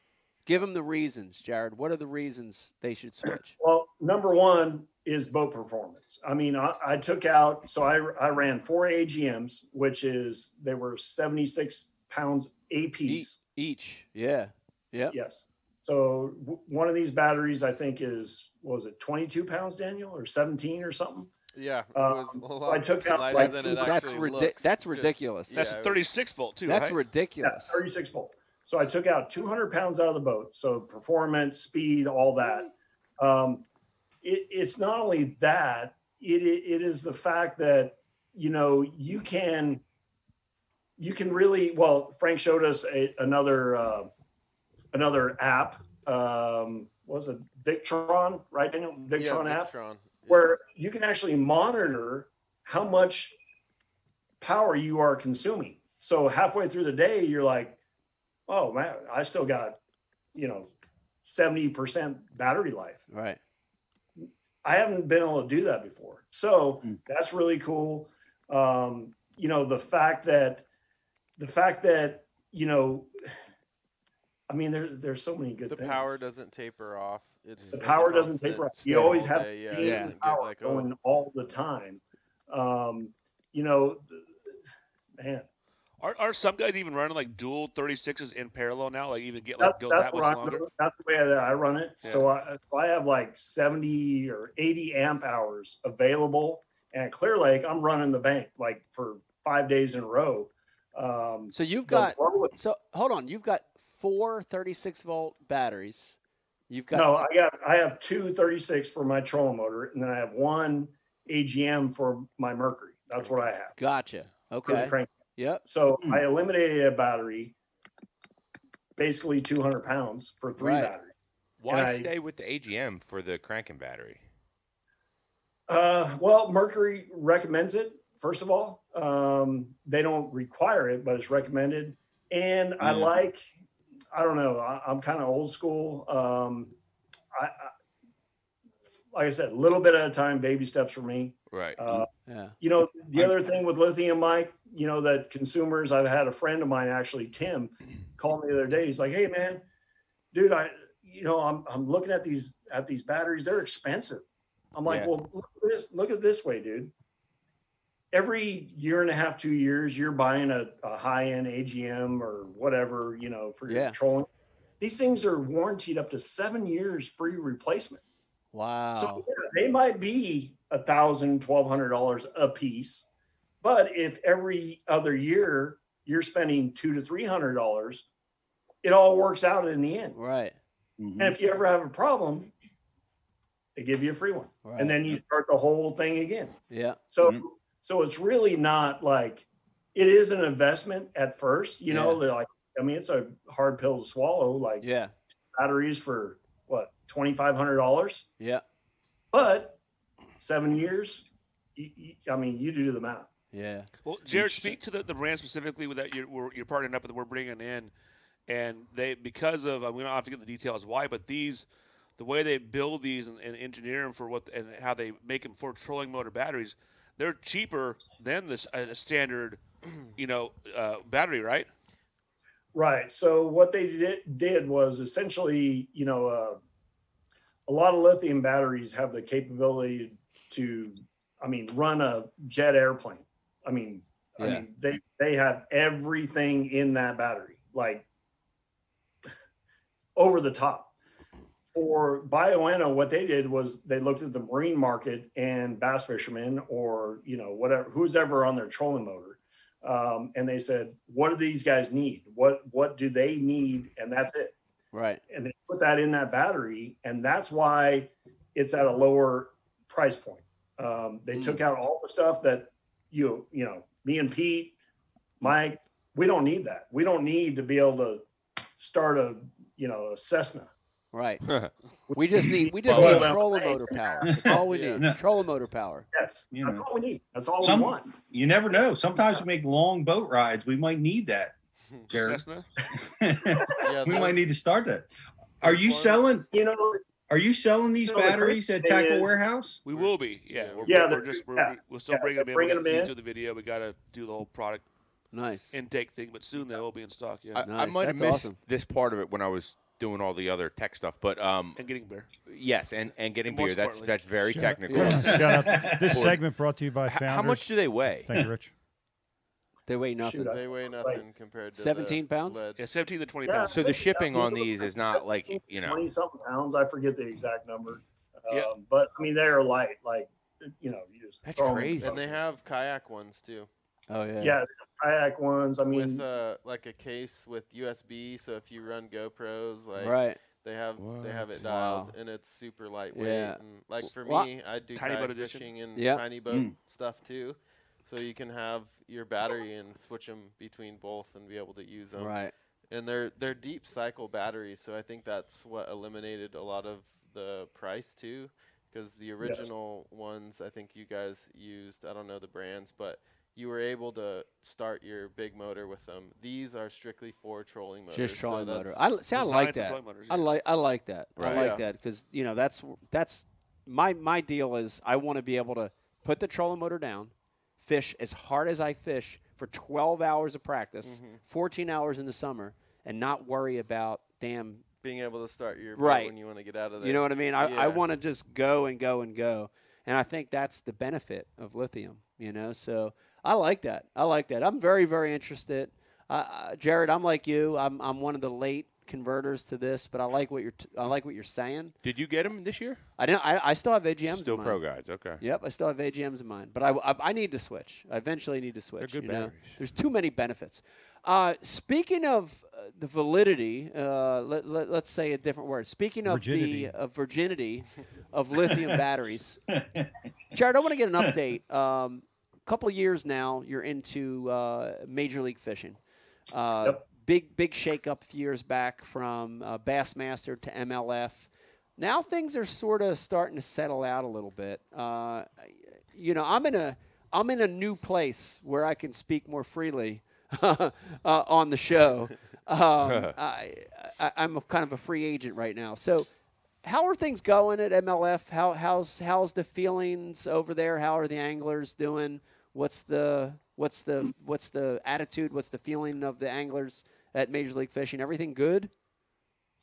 Give them the reasons, Jared. What are the reasons they should switch? Well, number one is boat performance. I mean, I, I took out, so I, I ran four AGMs, which is they were 76 pounds a piece. Each. Yeah. Yep. Yes. So w- one of these batteries, I think, is what was it 22 pounds, Daniel, or 17 or something? Yeah, it Um, was a so I lot took out, lighter like, than see, it that's actually ridi- looks. that's Just- ridiculous. That's yeah, a it 36 volt too. That's right? Yeah, ridiculous. 36 volt. So I took out 200 pounds out of the boat. So performance, speed, all that. Um, it, it's not only that, it, it, it is the fact that, you know, you can, you can really, well, Frank showed us a, another, uh, another app. Um, what was it Victron, right? Daniel? yeah, Victron app Victron, yeah. where you can actually monitor how much power you are consuming. So halfway through the day, you're like, oh man, I still got, you know, 70% battery life. Right. I haven't been able to do that before. So that's really cool. Um, you know, the fact that the fact that, you know, *sighs* I mean, there's there's so many good the things. power doesn't taper off. It's the power doesn't constant. taper off. Stay You always all have day, yeah, it beams doesn't of get power like, oh, going all the time. Um, you know, th- man, Are, are some guys even running like dual 36s in parallel now? Like even get like That's, go that's that what I much longer? run. That's the way that I run it. Yeah. So I so I have like seventy or eighty amp hours available, and at Clear Lake I'm running the bank like for five days in a row. Um, So you've the got lowest- so hold on, you've got four 36 volt batteries. You've got no, I got I have two 36 for my trolling motor, and then I have one AGM for my Mercury. That's what I have. gotcha. for the Okay. crank. Yep. So Hmm. I eliminated a battery, basically 200 pounds for three Right. batteries. Why I- stay with the AGM for the cranking battery? Uh, well, Mercury recommends it. First of all, um, they don't require it, but it's recommended. And I Yeah. like, I don't know, I, I'm kind of old school. Um, I, I, like I said, a little bit at a time, baby steps for me. Right. Uh, Yeah. you know, the other thing with lithium, Mike, you know, that consumers, I've had a friend of mine actually, Tim, called me the other day. He's like, Hey man, dude, I, you know, I'm, I'm looking at these, at these batteries. They're expensive. I'm like, Yeah. well, look at this, look at it this way, dude. Every year and a half, two years, you're buying a, a high end AGM or whatever, you know, for your Yeah. trolling. These things are warranted up to seven years free replacement. Wow. So yeah, they might be a thousand, twelve hundred dollars a piece, but if every other year you're spending two to three hundred dollars, it all works out in the end. right. Mhm. And if you ever have a problem, they give you a free one, Right. and then you start the whole thing again. yeah. So, Mhm. so it's really not like it is an investment at first. You know, Yeah. they're like I mean, it's a hard pill to swallow. Like Yeah. batteries for what twenty five hundred dollars. Yeah. But seven years, you, you, I mean, you do the math. Yeah. Well, Jared, Interesting. speak to the, the brand specifically with that you're, we're- you're partnering up with. We're bringing in, and they because of uh, we don't have to get the details why, but these, the way they build these and, and engineer them for what and how they make them for trolling motor batteries, they're cheaper than this a standard, *clears throat* you know, uh, battery, right? Right. So what they did, did was essentially, you know, uh, a lot of lithium batteries have the capability to, I mean, run a jet airplane. I mean, *laughs* I Yeah. mean, they they have everything in that battery, like *laughs* over the top. For Bioena, what they did was they looked at the marine market and bass fishermen, or you know, whatever, who's ever on their trolling motor, um, and they said, "What do these guys need? What what do they need?" And that's it. Right. And they put that in that battery, and that's why it's at a lower price point. Um, they Mm. took out all the stuff that you you know me and Pete, Mike, we don't need that. We don't need to be able to start a you know a Cessna. Right. we just need we just Well, need well, trolling hey. motor power. *laughs* That's all we Yeah. need. Trolling motor power. Yes, You that's know. all we need. That's all Some- we want. You never know. Sometimes we make long boat rides. We might need that. *laughs* Jared. Cessna. Yeah, we those- might need to start that. Are you Those selling? You know, Are you selling these No, the crazy batteries at thing Tackle is- *laughs* Warehouse? We will be, yeah. Yeah. We're, Yeah, we're they're- just we're, yeah, we'll still yeah, bring they're them in. bringing we them in. do the video. We got to do the whole product Nice. intake thing, but soon they will be in stock, yeah. I, I Nice, might have that's missed awesome. this part of it when I was doing all the other tech stuff, but um, and getting beer. yes, and, and getting And more beer. That's smartly. that's very Shut up. technical. Yeah. H- Shut *laughs* up. This Boy. segment brought to you by Founders. How much do they weigh? Thank you, Rich. They weigh nothing. Shoot, They weigh nothing compared to the 17 pounds? lead. Yeah, 17 to 20 Yeah. pounds. So the shipping on these is not like you know. 20 something pounds. I forget the exact number. Um, Yeah. But I mean, they are light. Like, you know, you just. That's throw 'em crazy. And they have kayak ones too, Oh yeah. Yeah. Kayak ones. I mean, with uh, like a case with USB. So if you run GoPros, like Right. they have they have it What? dialed, Wow. and it's super lightweight. Yeah. And like for Well, me, I do Tiny boat kayak edition. fishing and Yeah. tiny boat Mm. stuff too. So you can have your battery and switch them between both and be able to use them. Right. and they're they're deep cycle batteries so i think that's what eliminated a lot of the price too because the original ones i think you guys used i don't know the brands but you were able to start your big motor with them these are strictly for trolling motors Just trolling so motor. uh, that's- I see. I Designed like for that. trolling motors, I yeah. like. I like that. Right. I like Yeah. that because you know that's that's my my deal is I want to be able to put the trolling motor down, fish as hard as I fish for 12 hours of practice, 14 hours in the summer, and not worry about damn. being able to start your boat Right. when you want to get out of there You know what I mean? I, Yeah. I want to just go and go and go, and I think that's the benefit of lithium. You know, so. I- I like that. I like that. I'm very, very interested. Uh, Uh, Jared, I'm like you. I'm, I'm one of the late converters to this, but I like what you're t- I like what you're saying. Did you get him this year? I didn't. I, I still have AGMs. Still in pro mine. guys. Okay. Yep, I still have AGMs in mind, but I, I, I need to switch. I eventually need to switch. good you know? batteries. There's too many benefits. Uh, speaking of uh, the validity, uh, let, let, us say a different word. Speaking of Virginity. the uh, virginity of lithium *laughs* batteries, Jared, I want to get an update. *laughs* Um, a couple of years now, you're into uh, major league fishing. Uh, Yep. Big big shakeup a few years back from uh, Bassmaster to MLF. Now things are sort of starting to settle out a little bit. Uh, you know, I'm in a I'm in a new place where I can speak more freely *laughs* uh, on the show. Um, I, I, I'm a kind of a free agent right now, so how are things going at MLF? How how's how's the feelings over there? How are the anglers doing? What's the what's the what's the attitude? What's the feeling of the anglers at Major League Fishing? Everything good?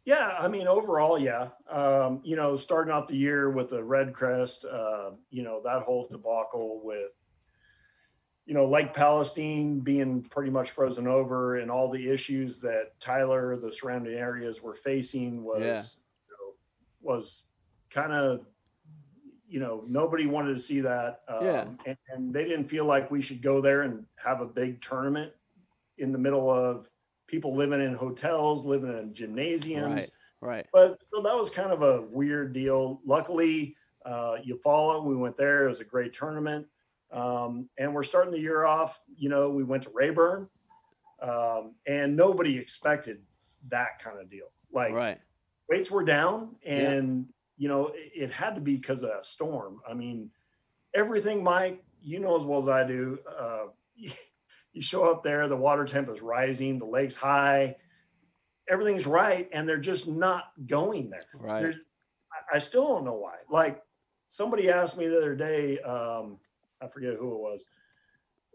Yeah, I mean overall, yeah. Um, you know, starting off the year with the Red Crest, uh, you know that whole debacle with, you know, Lake Palestine being pretty much frozen over, and all the issues that Tyler, the surrounding areas were facing was Yeah. you know, was kind of, you know, nobody wanted to see that, um, Yeah. and, and they didn't feel like we should go there and have a big tournament in the middle of people living in hotels, living in gymnasiums. Right, right. But so that was kind of a weird deal. Luckily, uh, you follow. We went there. It was a great tournament, um, and we're starting the year off. You know, we went to Rayburn, um, and nobody expected that kind of deal. Like right. rates were down, Yeah. and you know it, it had to be because of a storm. I mean, everything, Mike. You know as well as I do. Uh, *laughs* you show up there, the water temp is rising, the lake's high, everything's right, and they're just not going there. Right. There's- I- I still don't know why. Like somebody asked me the other day, um, I forget who it was,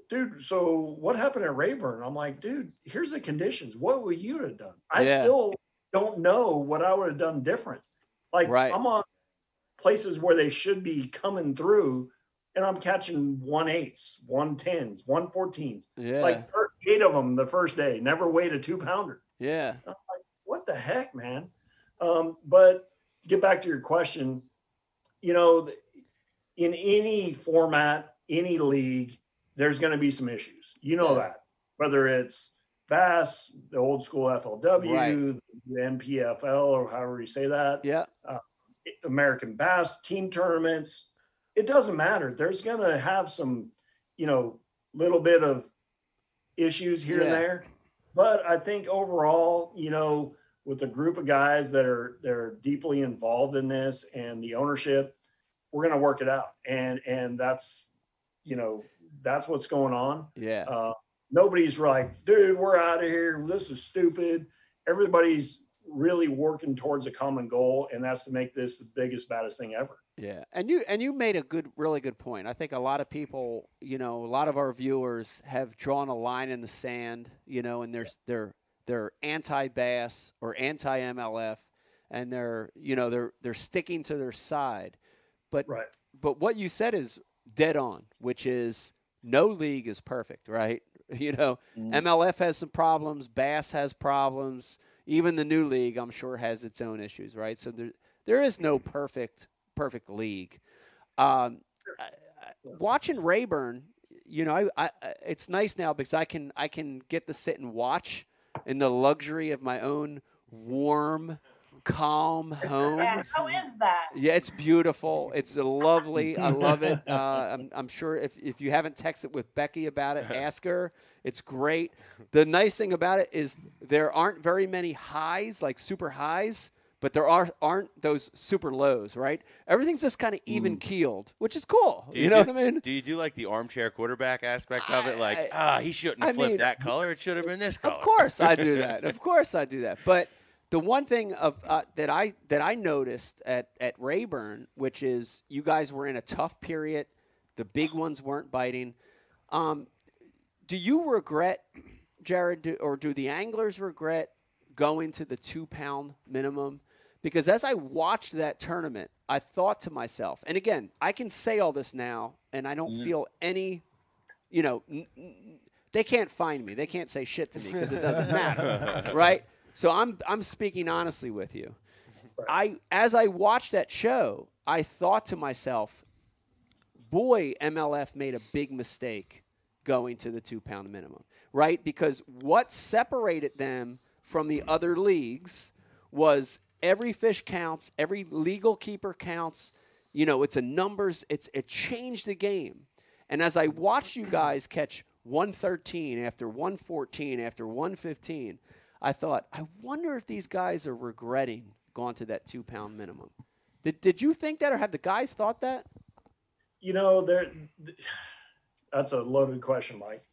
dude. So what happened at Rayburn? I'm like, dude, here's the conditions. What would you have done? I Yeah. still don't know what I would have done different. Like Right. I'm on places where they should be coming through, and I'm catching one eights, one tens, one fourteens Yeah. like 38 of them the first day never weighed a two pounder yeah. what the heck man um, but to get back to your question you know th- in any format any league there's going to be some issues you know Yeah. that whether it's bass the old school flw Right. the npfl or however you say that uh, Yeah. American Bass team tournaments. It doesn't matter. There's going to have some, you know, little bit of issues here and Yeah. there, but I think overall, you know, with a group of guys that are they're deeply involved in this and the ownership, we're going to work it out. And and that's, you know, that's what's going on. Yeah. Uh, nobody's like, dude, we're out of here. This is stupid. Everybody's really working towards a common goal, and that's to make this the biggest, baddest thing ever. Yeah, and you and you made a good, really good point. I think a lot of people, you know, a lot of our viewers have drawn a line in the sand, you know, and they're s- they're they're anti bass or anti MLF, and they're you know they're they're sticking to their side. But Right. but what you said is dead on, which is no league is perfect, right? *laughs* You know, MLF has some problems, Bass has problems, even the new league, I'm sure, has its own issues, right? So there, there is no perfect, perfect league. Um, I- I- watching Rayburn, you know, I, I, I- it's nice now because I can, I can get to sit and watch in the luxury of my own warm, calm home. Yeah, how is that? Yeah, it's beautiful. It's lovely. I *laughs* love it. Uh, I'm, I'm sure if, if you haven't texted with Becky *laughs* about it, ask her. It's great. The nice thing about it is there aren't very many highs, like super highs, but there are, aren't those super lows, right? Everything's just kind of even keeled, which is cool. Mm. Do Oh, You, know do- what I mean? Do you do like the armchair quarterback aspect of it? Like, I- ah, he shouldn't I have flipped mean, that color. It should have been this color. Of course I *laughs* do that. Of course I do that. But the one thing of uh, that I that I noticed at at Rayburn, which is you guys were in a tough period, the big ones weren't biting. Um, do you regret, Jared, do, or do the anglers regret going to the two pound minimum? Because as I watched that tournament, I thought to myself, and again, I can say all this now, and I don't feel any you know, n- n- they can't find me. They can't say shit to me because it doesn't matter, right? So I'm I'm speaking honestly with you. I as I watched that show, I thought to myself, boy, MLF made a big mistake going to the two pound minimum, right? Because what separated them from the other leagues was every fish counts, every legal keeper counts. You know, it's a numbers. It's it changed the game. And as I watched you guys catch 113 after 114 after 115, I thought, I wonder if these guys are regretting going to that two pound minimum. Did, did you think that, or have the guys thought that? You know, there. That's a loaded question, Mike.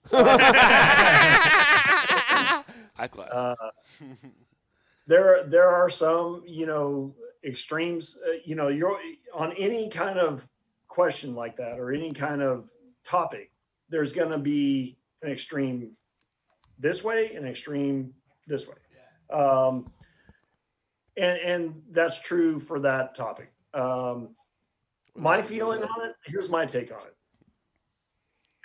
I clap. Uh, there, there are some, you know, extremes. Uh, you know, you're on any kind of question like that or any kind of topic. There's going to be an extreme this way, an extreme this way, um, and and that's true for that topic. Um, my feeling on it. Here's my take on it.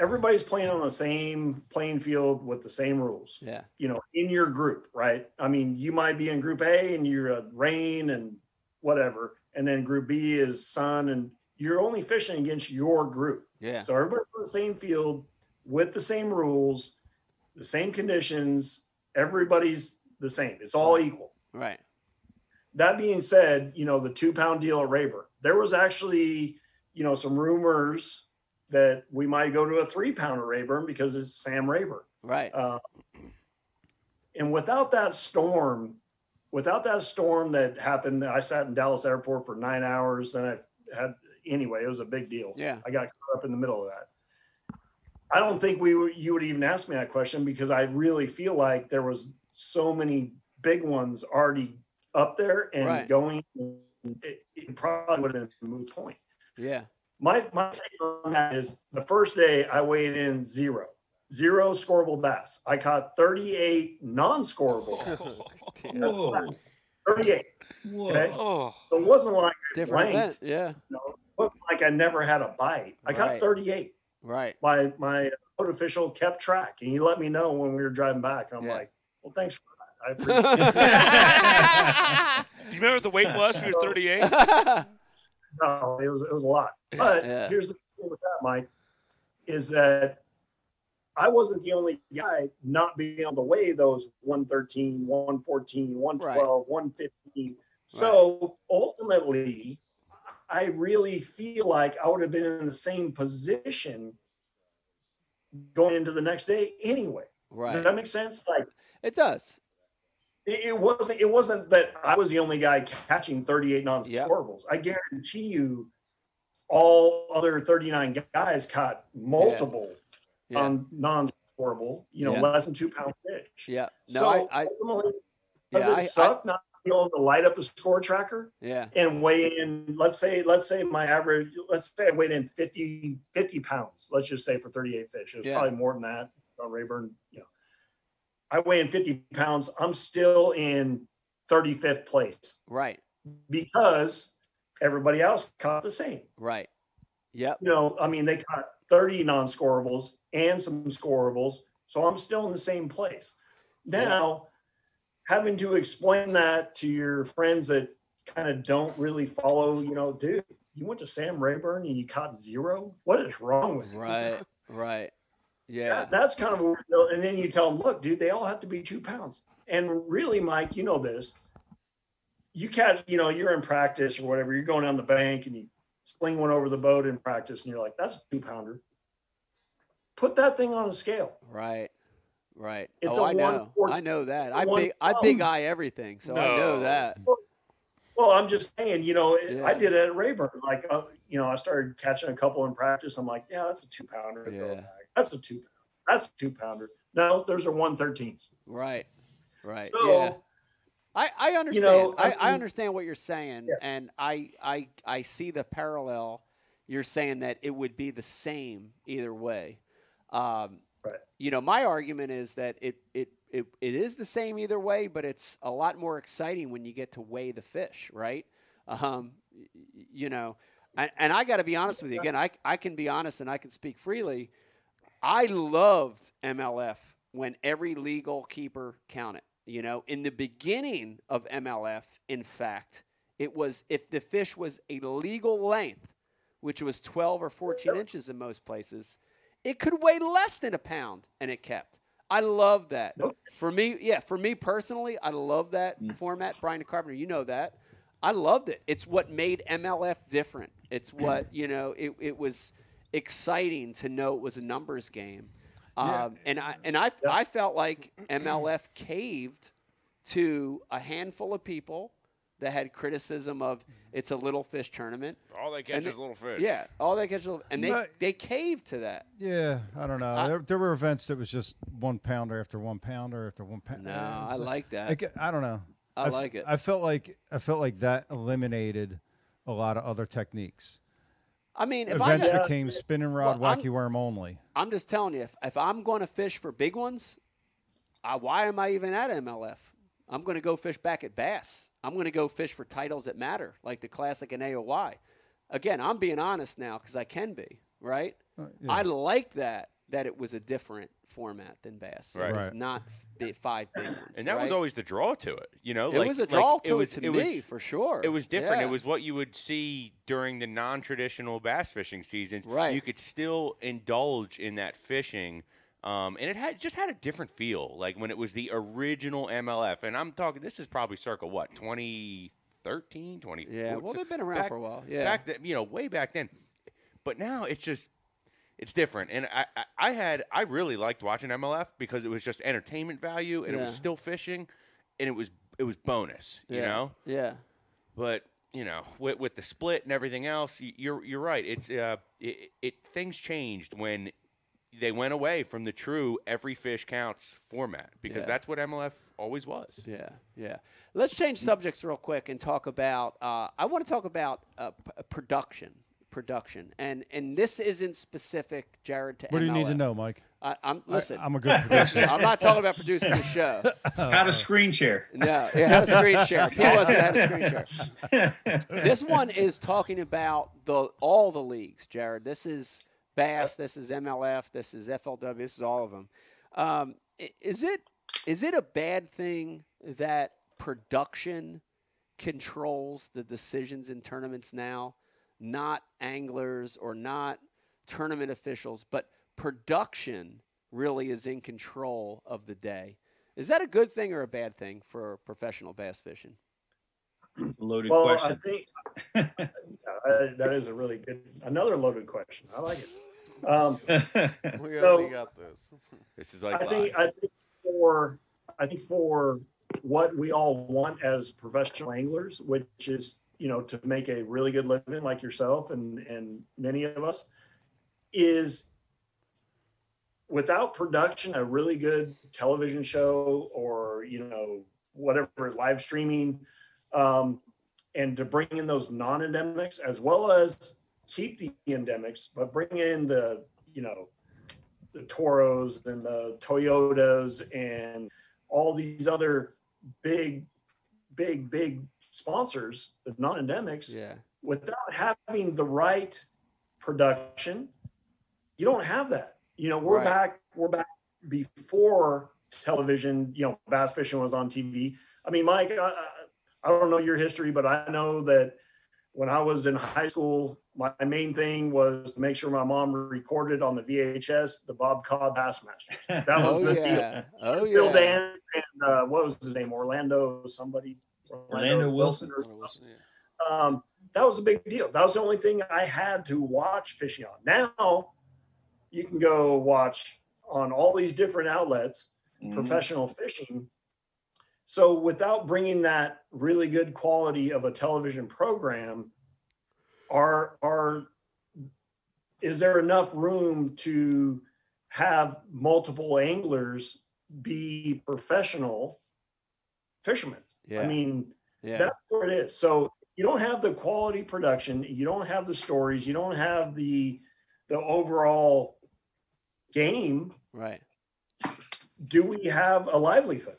Everybody's playing on the same playing field with the same rules Yeah. you know, in your group, right? I mean, you might be in group A and you're a rain and whatever, and then group B is sun, and you're only fishing against your group. Yeah. So everybody's on the same field with the same rules, the same conditions, everybody's the same. It's all equal. Right. That being said, you know, the two pound deal at Rayburn, there was actually, you know, some rumors that we might go to a three pound at Rayburn because it's Sam Rayburn. Right. Uh, and without that storm, without that storm that happened, I sat in Dallas airport for nine hours. and I had anyway. It was a big deal. Yeah. I got caught up in the middle of that. I don't think we would you would even ask me that question because I really feel like there was so many big ones already up there and Right. going. It, it probably would have been a moot point. Yeah. My my take on that is the first day I weighed in zero, zero scoreable bass. I caught 38 *laughs* non-scoreable. Whoa. 38. Okay. oh, So it wasn't like I Different event. blanked. Yeah. You know, it wasn't like I never had a bite. I caught Right. 38. Right. My my boat official kept track and he let me know when we were driving back. And I'm Yeah. like, well, thanks for *laughs* that. I appreciate it. *laughs* do you remember what the weight was for your 38? *laughs* No, it was it was a lot. But Yeah. here's the thing with that, Mike, is that I wasn't the only guy not being able to weigh those 113, 114, 112, 115. So ultimately, I really feel like I would have been in the same position going into the next day anyway. Does right. that make sense? Like It does. it, it wasn't. It wasn't that I was the only guy catching 38 non-scorables. I guarantee you, all other 39 guys caught multiple Yeah. um, non-scorable. You know, Yeah. less than two pound fish. Yeah. No, so I, I, ultimately, does yeah, it I- I- suck not being able to light up the score tracker yeah. and weigh in? Let's say, let's say my average. Let's say I weighed in 50 50 pounds. Let's just say for 38 fish. It was Yeah. probably more than that on Rayburn. You know, I weigh in 50 pounds. I'm still in 35th place Right. because everybody else caught the same. Right. Yep. You know, I mean, they caught 30 non scorables and some scorables. So I'm still in the same place. Now, having to explain that to your friends that kind of don't really follow, you know, dude, you went to Sam Rayburn and you caught zero? What is wrong with you? Right. Right. Yeah. That- That's kind of a weird deal. And then you tell them, look, dude, they all have to be two pounds. And really, Mike, you know this. You catch, you know, you're in practice or whatever, you're going down the bank and you sling one over the boat in practice and you're like, that's a two pounder. Put that thing on a scale. Right. Right. It's oh, a I know. I 114 know that. I one big I big thumb. eye everything, so I know No. that. Well, I'm just saying, you know, it I Yeah. did it at Rayburn. Like, uh, you know, I started catching a couple in practice. I'm like, yeah, that's a two pounder. Yeah. That's a two. That's a two pounder. No, there's a 113s. Right. Right. So, yeah. I, I understand. know, I, I I mean- understand what you're saying, Yeah. and I, I I see the parallel. You're saying that it would be the same either way. Um, Right. You know, my argument is that it, it it it is the same either way, but it's a lot more exciting when you get to weigh the fish, right? Um, y- y- you know, and, and I got to be honest with you again. I I can be honest and I can speak freely. I loved MLF when every lead goalkeeper counted. You know, in the beginning of MLF, in fact, it was if the fish was a legal length, which was 12 or 14 inches in most places, it could weigh less than a pound and it kept. I love that. For me, yeah, for me personally, I love that format. Brian Carpenter, you know that. I loved it. It's what made MLF different. It's what, you know, it, it was exciting to know it was a numbers game. Um, and I and I, I felt like MLF caved to a handful of people that had criticism of it's a little fish tournament. Mm-hmm. All they catch And is little fish. Yeah, all they catch is little, and they But- they caved to that. Yeah, I don't know. I- there, there were events that was just one pounder after one pounder after one pounder. No, I like that. I, ge- I don't know. I f- like it. I felt like I felt like that eliminated a lot of other techniques. I mean, if I Events had, became spinning rod, Well, I'm- wacky worm only. I'm just telling you, if, if I'm going to fish for big ones, I, why am I even at MLF? I'm going to go fish back at Bass. I'm going to go fish for titles that matter, like the Classic and AOY. Again, I'm being honest now because I can be, right? Uh, I like that, that it was a different format than Bass. Right. It was Right. not f- big- five big ones. And that was right? always the draw to it, you know. It like- was a like, draw to it, was- to it was- me, for sure. It was different. Yeah. It was what you would see during the non-traditional bass fishing seasons. Right. You could still indulge in that fishing, um, and it had just had a different feel. Like when it was the original MLF, and I'm talking. This is probably circa what 2013, 2014. Yeah, well, they've been around back- for a while. Yeah. back then, you know, way back then. But now it's just it's different. And I, I, I had I really liked watching MLF because it was just entertainment value and it was Yeah. still fishing and it was it was bonus, you Yeah. know? Yeah. But you know, with, with the split and everything else, y- you're you're right. It's uh, it, it things changed when they went away from the true every fish counts format because Yeah. that's what MLF always was. Yeah, yeah. Let's change subjects real quick and talk about. Uh, I want to talk about uh, p- production, production, and and this isn't specific, Jared. To What do you need to MLF. know, Mike? I, I'm listen. I, I, am a good *laughs* producer. am not talking about producing the show. Uh, How to screen share. No, it had a screen share. He wasn't had a screen *laughs* share. This one is talking about the all the leagues, Jared. This is Bass. This is MLF. This is FLW. This is all of them. Um, i- is it is it a bad thing that production controls the decisions in tournaments now, not anglers or not tournament officials, but production really is in control of the day. Is that a good thing or a bad thing for professional bass fishing? Loaded Well, question. I *laughs* think I, that is a really good, another loaded question. I like it. *laughs* Um, *laughs* *laughs* We So- already got this. *laughs* This is like I think, live. I think for I think for what we all want as professional anglers, which is you know to make a really good living, like yourself and and many of us, is without production, a really good television show or you know whatever live streaming, um, and to bring in those non-endemics as well as keep the endemics, but bring in the you know the Toros and the Toyotas and all these other big, big, big sponsors, the non-endemics, Yeah. without having the right production, you don't have that. You know, we're Right. back, we're back before television, you know, bass fishing was on TV. I mean, Mike, I, I- I don't know your history, but I know that when I was in high school, my main thing was to make sure my mom recorded on the VHS the Bob Cobb *laughs* Bassmasters. That was Oh the yeah. Oh deal. Bill yeah. Dan and uh, what was his name? Orlando somebody. Orlando Wilson. or something Yeah. *laughs* um, that was a big deal. That was the only thing I had to watch fishing on. Now you can go watch on all these different outlets *laughs* Mm-hmm. professional fishing. So without bringing that really good quality of a television program, are are is there enough room to have multiple anglers be professional fishermen? Yeah. I mean, yeah. that's where it is. So you don't have the quality production, you don't have the stories, you don't have the the overall game. Right. Do we have a livelihood?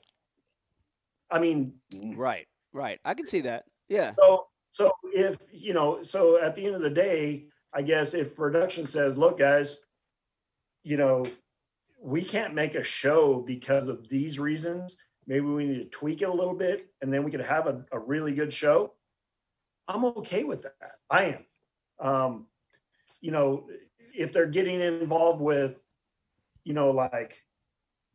I mean, Right. Right. I can see that. Yeah. so so if you know, so at the end of the day, I guess if production says, "Look, guys, you know, we can't make a show because of these reasons. Maybe we need to tweak it a little bit and then we could have a, a really good show. I'm okay with that. I am. Um, you know, if they're getting involved with, you know, like,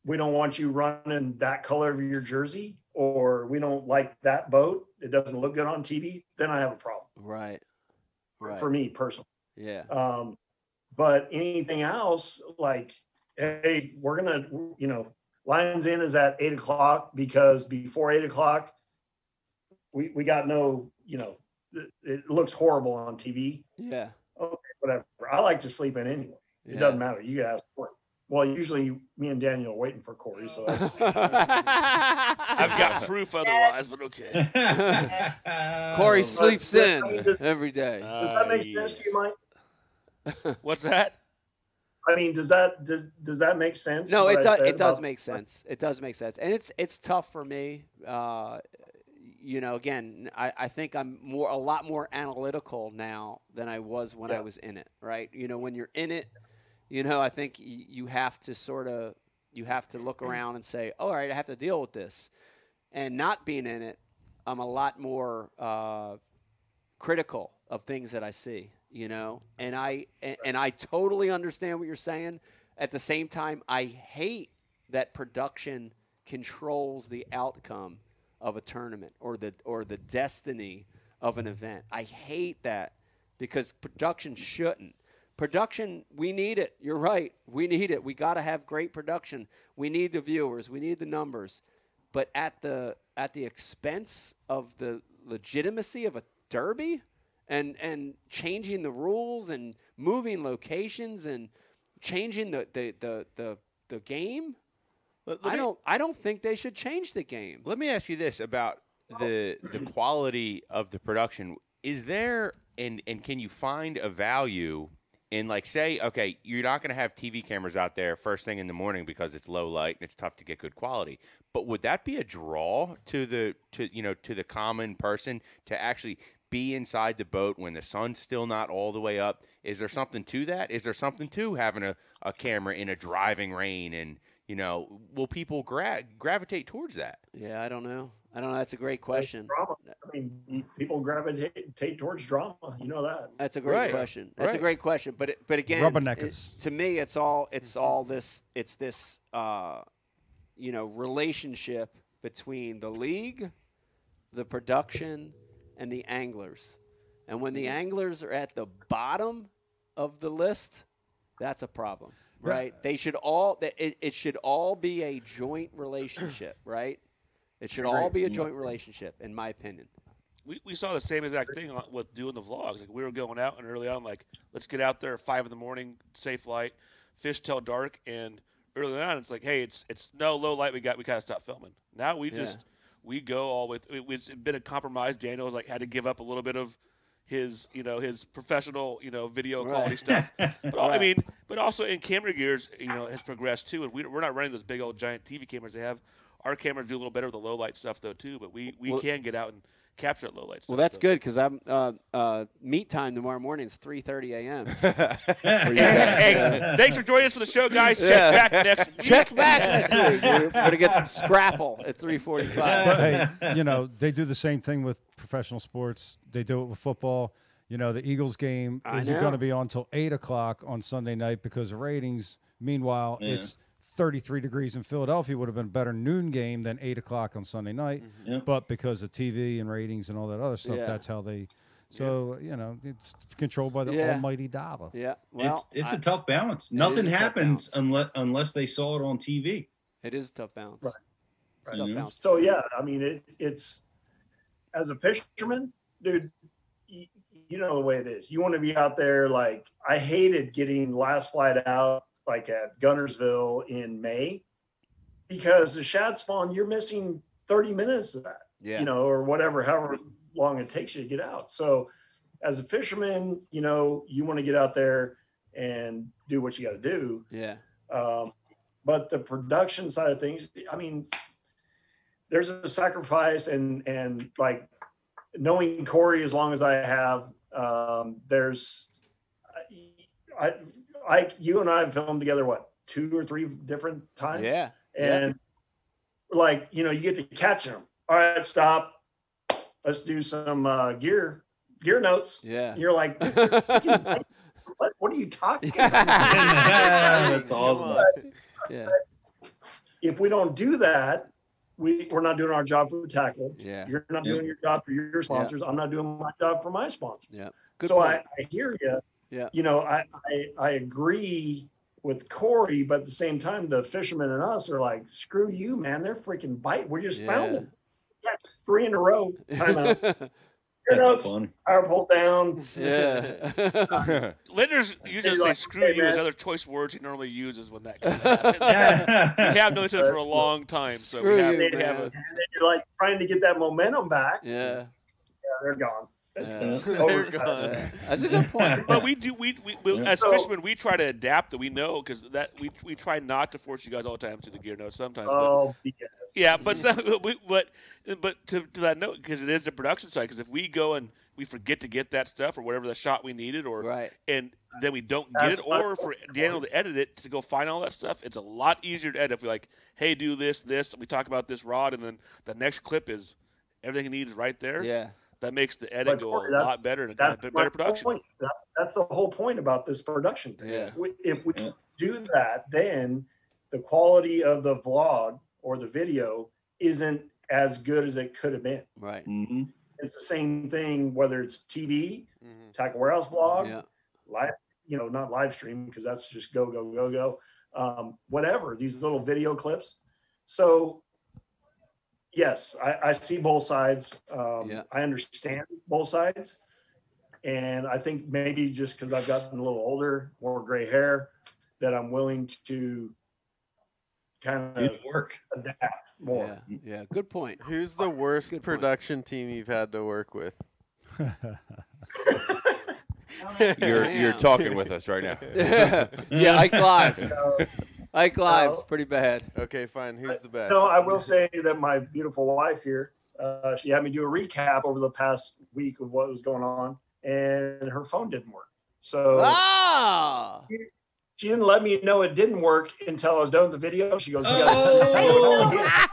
we don't want you running that color of your jersey, or we don't like that boat. It doesn't look good on TV. Then I have a problem Right. Right. for me personally. Yeah. Um, but anything else, like, hey, we're gonna, you know, Lions Inn is at eight o'clock because before eight o'clock, we we got no, you know, it, it looks horrible on TV. Yeah. Whatever. I like to sleep in anyway. It Yeah. doesn't matter. You ask Corey. Well, usually me and Daniel are waiting for Corey, so that's, *laughs* I've *laughs* got proof otherwise, but okay. Corey Corey sleeps in every day. does that make sense to you, Mike? *laughs* What's that? I mean, does that does, does that make sense? No, what it I does. said It does about- make sense. It does make sense, and it's it's tough for me. Uh, you know, again, I, I think I'm more a lot more analytical now than I was when I Yeah. was in it. Right? You know, when you're in it, you know, I think y- you have to sort of you have to look around and say, all right, I have to deal with this. And not being in it, I'm a lot more uh, critical of things that I see, you know, and I and, and I totally understand what you're saying. At the same time, I hate that production controls the outcome of a tournament or the or the destiny of an event. I hate that because production shouldn't. Production, we need it. You're right. We need it. We got to have great production. We need the viewers. We need the numbers but at the at the expense of the legitimacy of a derby and and changing the rules and moving locations and changing the the the, the, the game Let- let i me- don't i don't think they should change the game Let me ask you this about the the quality of the production. Is there and and can you find a value in like say okay, you're not going to have TV cameras out there first thing in the morning because it's low light and it's tough to get good quality. But would that be a draw to the to you know to the common person to actually be inside the boat when the sun's still not all the way up? Is there something to that? Is there something to having a, a camera in a driving rain and you know, will people gra- gravitate towards that? yeah i don't know i don't know that's a great question drama. I mean, people gravitate towards drama. You know that. That's a great Right. question. That's a Right. great question. But it, but again, it, Rubberneckers. to me, it's all it's all this it's this uh, you know relationship between the league, the production, and the anglers. And when the anglers are at the bottom of the list, that's a problem, right? They should all that it, it should all be a joint relationship, right? It should all be a joint relationship, in my opinion. We, we saw the same exact thing on, with doing the vlogs. Like we were going out and early on, like let's get out there at five in the morning, safe light, fish till dark, and early on it's like, hey, it's it's no low light. We got we gotta stop filming. Now we Yeah. just we go all with it, it's been a compromise. Daniel's like had to give up a little bit of his you know his professional you know video quality Right. *laughs* stuff. But al- I Right. mean, but also in camera gears, you know, has progressed too, and we, we're not running those big old giant TV cameras they have. Our cameras do a little better with the low light stuff though too, but we, we Well- can get out and capture that low light stuff. Well, that's so. good because I'm uh, uh, meet time tomorrow morning is 3:30 a.m. Hey, hey, thanks for joining us for the show, guys. Check Yeah. back next week. Check back next week. We're gonna get some scrapple at 3:45. hey, you know, they do the same thing with professional sports. They do it with football. You know, the Eagles game I isn't know. going to be on till eight o'clock on Sunday night because of ratings. Meanwhile, Yeah. it's 33 degrees in Philadelphia. Would have been a better noon game than eight o'clock on Sunday night, Yep. but because of TV and ratings and all that other stuff, Mm-hmm. Yeah. that's how they. So you know, it's controlled by the Yeah. almighty dollar. Yeah, well, it's it's I- a tough balance. is Nothing a tough happens balance. unless unless they saw it on TV. it is a tough balance. Right. It's a Right. tough balance. So yeah, I mean, it, it's as a fisherman, dude. You, you know the way it is. You want to be out there. Like I hated getting last flight out, like at Gunnersville in May, because the shad spawn. You're missing thirty minutes of that, Yeah, you know, or whatever, however long it takes you to get out. So, as a fisherman, you know, you want to get out there and do what you got to do. yeah, Um, but the production side of things, I mean, there's a sacrifice and and like knowing Corey as long as I have, um, there's I, I Ike, you and I have filmed together what two or three different times. Yeah. and like you know, you get to catching them. All right, stop. Let's do some uh, gear gear notes. Yeah. And you're like, *laughs* what, what are you talking? about? *laughs* That's awesome. Yeah. If we don't do that, we we're not doing our job for tackle. Yeah. You're not Yep. doing your job for your sponsors. I'm not doing my job for my sponsors. Yeah. so I, I hear you. Yeah. You know, I, I I agree with Corey, but at the same time, the fishermen and us are like, screw you, man. They're freaking bite. We're just Yeah. found them. Yeah, three in a row. *laughs* Timeout. Your That's notes, fun. power pull down. Yeah. *laughs* Lenders usually You're say like, "screw "Hey, you" as man." *laughs* other *laughs* choice words he normally uses when that. Comes up. *laughs* we have known each other for a long time, so Screw we have, you, we have a. man. And then you're like trying to get that momentum back. Yeah, yeah. they're gone. *laughs* That's Yeah. over. They're gone. That's a good *laughs* point. But we do we, we, we as So- fishermen we try to adapt that we know because that we we try not to force you guys all the time to the gear notes sometimes. but- Oh, yeah. Yeah, but some, *laughs* we, but but to, to that note, because it is a production side. Because if we go and we forget to get that stuff or whatever the shot we needed, or Right. and then we don't get That's it, my or for Daniel to edit it to go find all that stuff, it's a lot easier to edit if we like, hey, do this, this. and we talk about this rod, and then the next clip is everything you need is right there. Yeah. that makes the But edit go Corey, a that's- lot better and a that's bit my better production. Point. That's that's the whole point about this production. thing. Yeah. We- If we Yeah. do that, then the quality of the vlog or the video isn't as good as it could have been. Right. Mm-hmm. hmm It's the same thing whether it's TV, Mm-hmm. Mhm. Tackle Warehouse vlog, Yeah. live, you know, not live stream because that's just go go go go. Um, whatever these little video clips. So yes, I, I see both sides. Um, Yeah. I understand both sides, and I think maybe just because I've gotten a little older, more gray hair, that I'm willing to kind Do of the work. adapt more. Yeah. Yeah. Good point. Who's the worst Good point. production team you've had to work *laughs* with? Don't You're you're Damn. talking with us right now. yeah. *laughs* Yeah. *laughs* Ike Live. So, Ike Live's No. pretty bad. Okay, fine. Who's the best? No, I will say that my beautiful wife here, uh, she had me do a recap over the past week of what was going on, and her phone didn't work. So Ah. she didn't let me know it didn't work until I was done with the video. She goes, "You gotta-" Oh,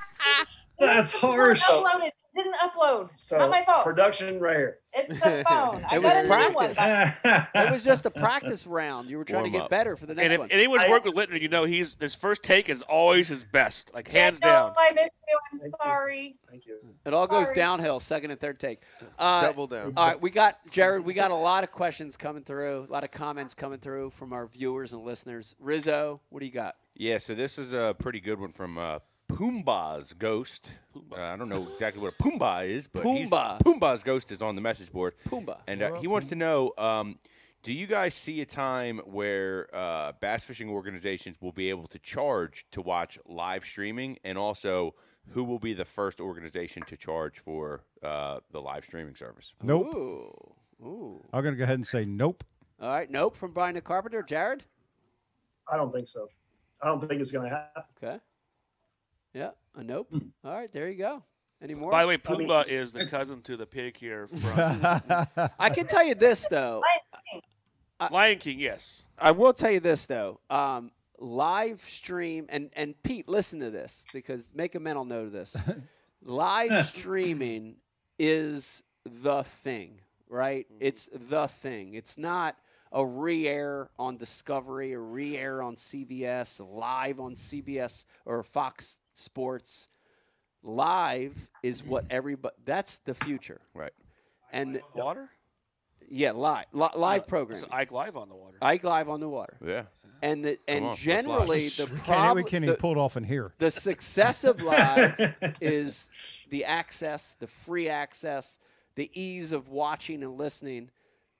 *laughs* that's harsh. Uploaded. Didn't upload. So Not my fault. production right here. It's the phone. *laughs* I It was got a new one. practice. It was just a practice round. You were trying to Warm get up. better for the next And if one. anyone's I- worked with Littner, you know he's his first take is always his best, like hands I know, down. I missed you. I'm Thank you. sorry. Thank you. It all goes Sorry. downhill, second and third take. Uh, Double down. all right, we got Jared. We got a lot of questions coming through, a lot of comments coming through from our viewers and listeners. Rizzo, what do you got? Yeah, so this is a pretty good one from uh, Pumbaa's Ghost. Uh, I don't know exactly what a Pumbaa is, but he's- Pumbaa. Pumbaa's Ghost is on the message board. Pumbaa. And uh, he wants to know um, do you guys see a time where uh, bass fishing organizations will be able to charge to watch live streaming? And also, who will be the first organization to charge for uh, the live streaming service? nope. Ooh. Ooh. I'm gonna go ahead and say nope. All right, nope from Brian the Carpenter. Jared? I don't think so. I don't think it's going to happen. Hmm. Okay. Yeah, a nope. All right, there *laughs* you go. Any more? By the way, I mean- Pumbaa is the cousin to the pig *laughs* here from I can tell you this, though. Lion King. Yes. I will tell you this though. Um, live stream and and Pete, listen to this because make a mental note *laughs* of this. live streaming is the thing, right? Mm-hmm. It's the thing. It's not a re-air on Discovery, a re-air on CBS, live on CBS or Fox Sports. Live is what everybody. That's the future. Right. And Water? yeah, live li- live It's programming. Ike Live on the water. Ike live on the water Yeah. and the, and on, let's live. generally the Can't, we problem can't the, even pull it off in here. the success of live *laughs* is the access, the free access, the ease of watching and listening.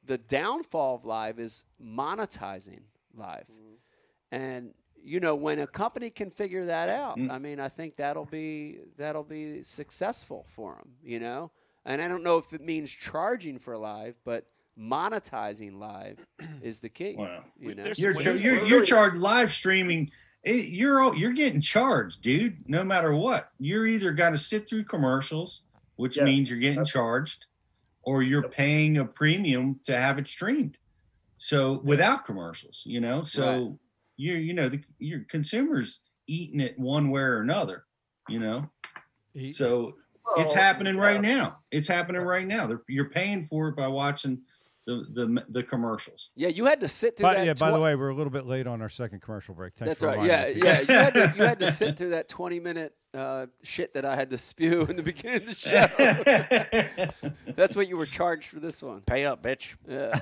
The downfall of live is monetizing live, Mm-hmm. and you know when a company can figure that out. Mm. I mean, I think that'll be that'll be successful for them. You know, and I don't know if it means charging for live, but *clears throat* monetizing live is the key. Wow. You know, There's You're, some char- ways- you're, you're charged live streaming. It, you're all, you're getting charged, dude. No matter what, you're either got to sit through commercials, which Yes, means you're getting that's- charged, or you're Yep. paying a premium to have it streamed. So without commercials, you know, so you you know the, your consumers eating it one way or another, you know. So it's Oh, Well, happening right now. It's happening right now. They're, you're paying for it by watching the the the commercials. Yeah, you had to sit through But that. yeah, by twi- the way, we're a little bit late on our second commercial break. Thanks That's for right. Yeah, reminding me. yeah. You had, to, *laughs* you had to sit through that 20 minute uh, shit that I had to spew in *laughs* the beginning of the show. That's what you were charged for this one. Pay up, bitch. *laughs* Yeah.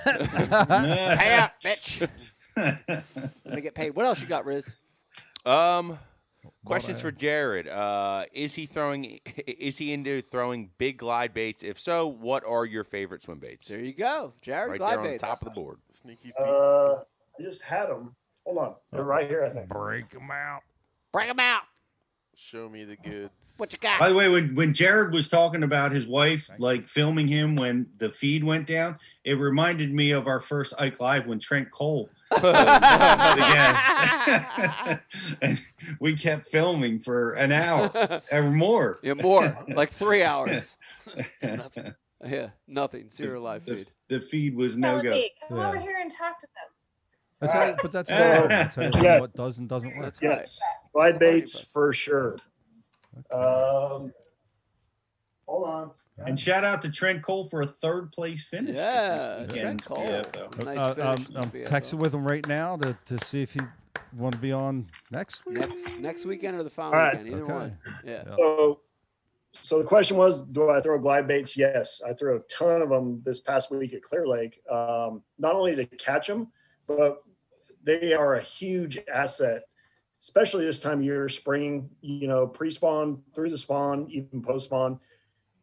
Pay up, bitch. Let me get paid. What else you got, Riz? Um, questions for Jared. Uh, is he throwing? *laughs* Is he into throwing big glide baits? If so, what are your favorite swim baits? There you go, Jared. right glide there on baits. the top of the *laughs* board. Sneaky Uh, I just had them. Hold on, they're right here. I think. Break them out. Bring them out. Show me the goods. What you got? By the way, when, when Jared was talking about his wife, like filming him when the feed went down, it reminded me of our first Ike Live when Trent *laughs* Cole. *laughs* was the guest. *laughs* and we kept filming for an *laughs* hour or more. Yeah, more *laughs* like three hours. the, *laughs* Yeah, nothing. Zero live feed. the feed was no Telling go. me, come Yeah. over here and talk to them. That's All how, right. but *laughs* that's Yeah. how I tell you Yeah. what does and doesn't work. That's right. Yes, glide baits for sure. Um, hold on. And shout out to Trent Cole for a third place finish. Yeah, this Trent weekend's Cole. PFO. Nice Uh, finish, I'm, I'm BFO. texting with him right now to, to see if he want to be on next week. Next next weekend or the following All right. weekend, Okay. either one. Yeah. So, so the question was, do I throw glide baits? Yes, I threw a ton of them this past week at Clear Lake. Um, not only to catch them, but they are a huge asset, especially this time of year, spring. You know, pre-spawn through the spawn, even post-spawn,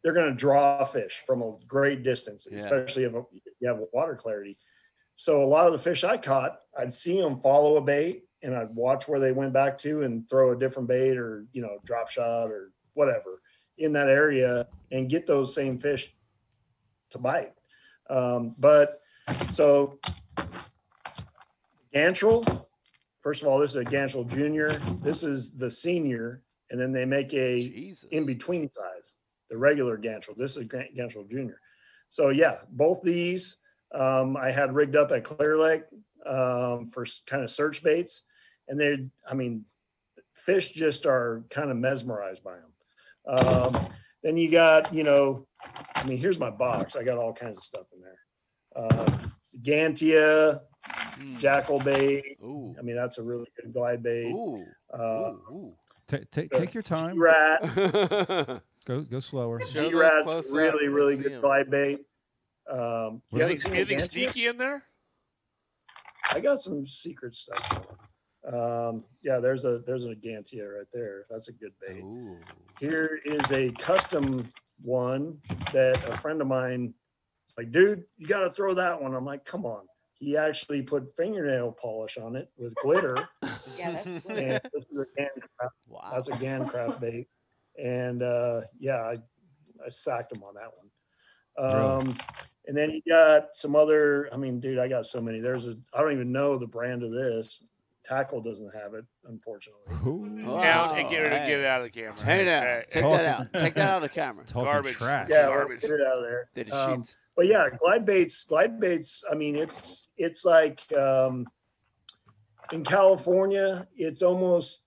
they're going to draw fish from a great distance, Yeah. especially if you have water clarity. So a lot of the fish I caught, I'd see them follow a bait and I'd watch where they went back to and throw a different bait or, you know, drop shot or whatever in that area and get those same fish to bite. Um, but so Gantrel, first of all, this is a Gantrel junior. This is the senior. And then they make a Jesus. in between size, the regular Gantrel. This is Grant Gantrel Jr. So yeah, both these um, I had rigged up at Clear Lake um, for kind of search baits, and they, I mean, fish just are kind of mesmerized by them. Um, then you got, you know, I mean, here's my box. I got all kinds of stuff in there. Uh, Gantia, Jackal bait. Ooh. I mean, that's a really good glide bait. Ooh. Uh, Ooh. Ta take, take your time. Rat, Ooh. Go go slower. Show those G-Rat's close up. really, Let's really see good 'em. glide bait. Um, you *laughs* What haven't is Anything, seen it anything yet? sneaky in there? I got some secret stuff. Um, yeah, there's a there's an Agantia right there. That's a good bait. Here is a custom one that a friend of mine was like, dude, you got to throw that one. I'm like, come on. He actually put fingernail polish on it with glitter. *laughs* Yeah, *laughs* that's good. and this is a Gancraft. Wow. That's a *laughs* Gancraft bait. And uh, yeah, I, I sacked him on that one. Um, And then you got some other, I mean, dude, I got so many. There's a, I don't even know the brand of this. Tackle doesn't have it, unfortunately. Ooh, Down and get, rid of, Wow. get it out of the camera. Oh, Take that out. Hey, Take that out. Take that out of the camera. *laughs* talking Garbage. trash. Yeah, we'll Garbage. get it out of there. Did a Um, sheet. but yeah, glide baits, glide baits. I mean, it's it's like um, in California, it's almost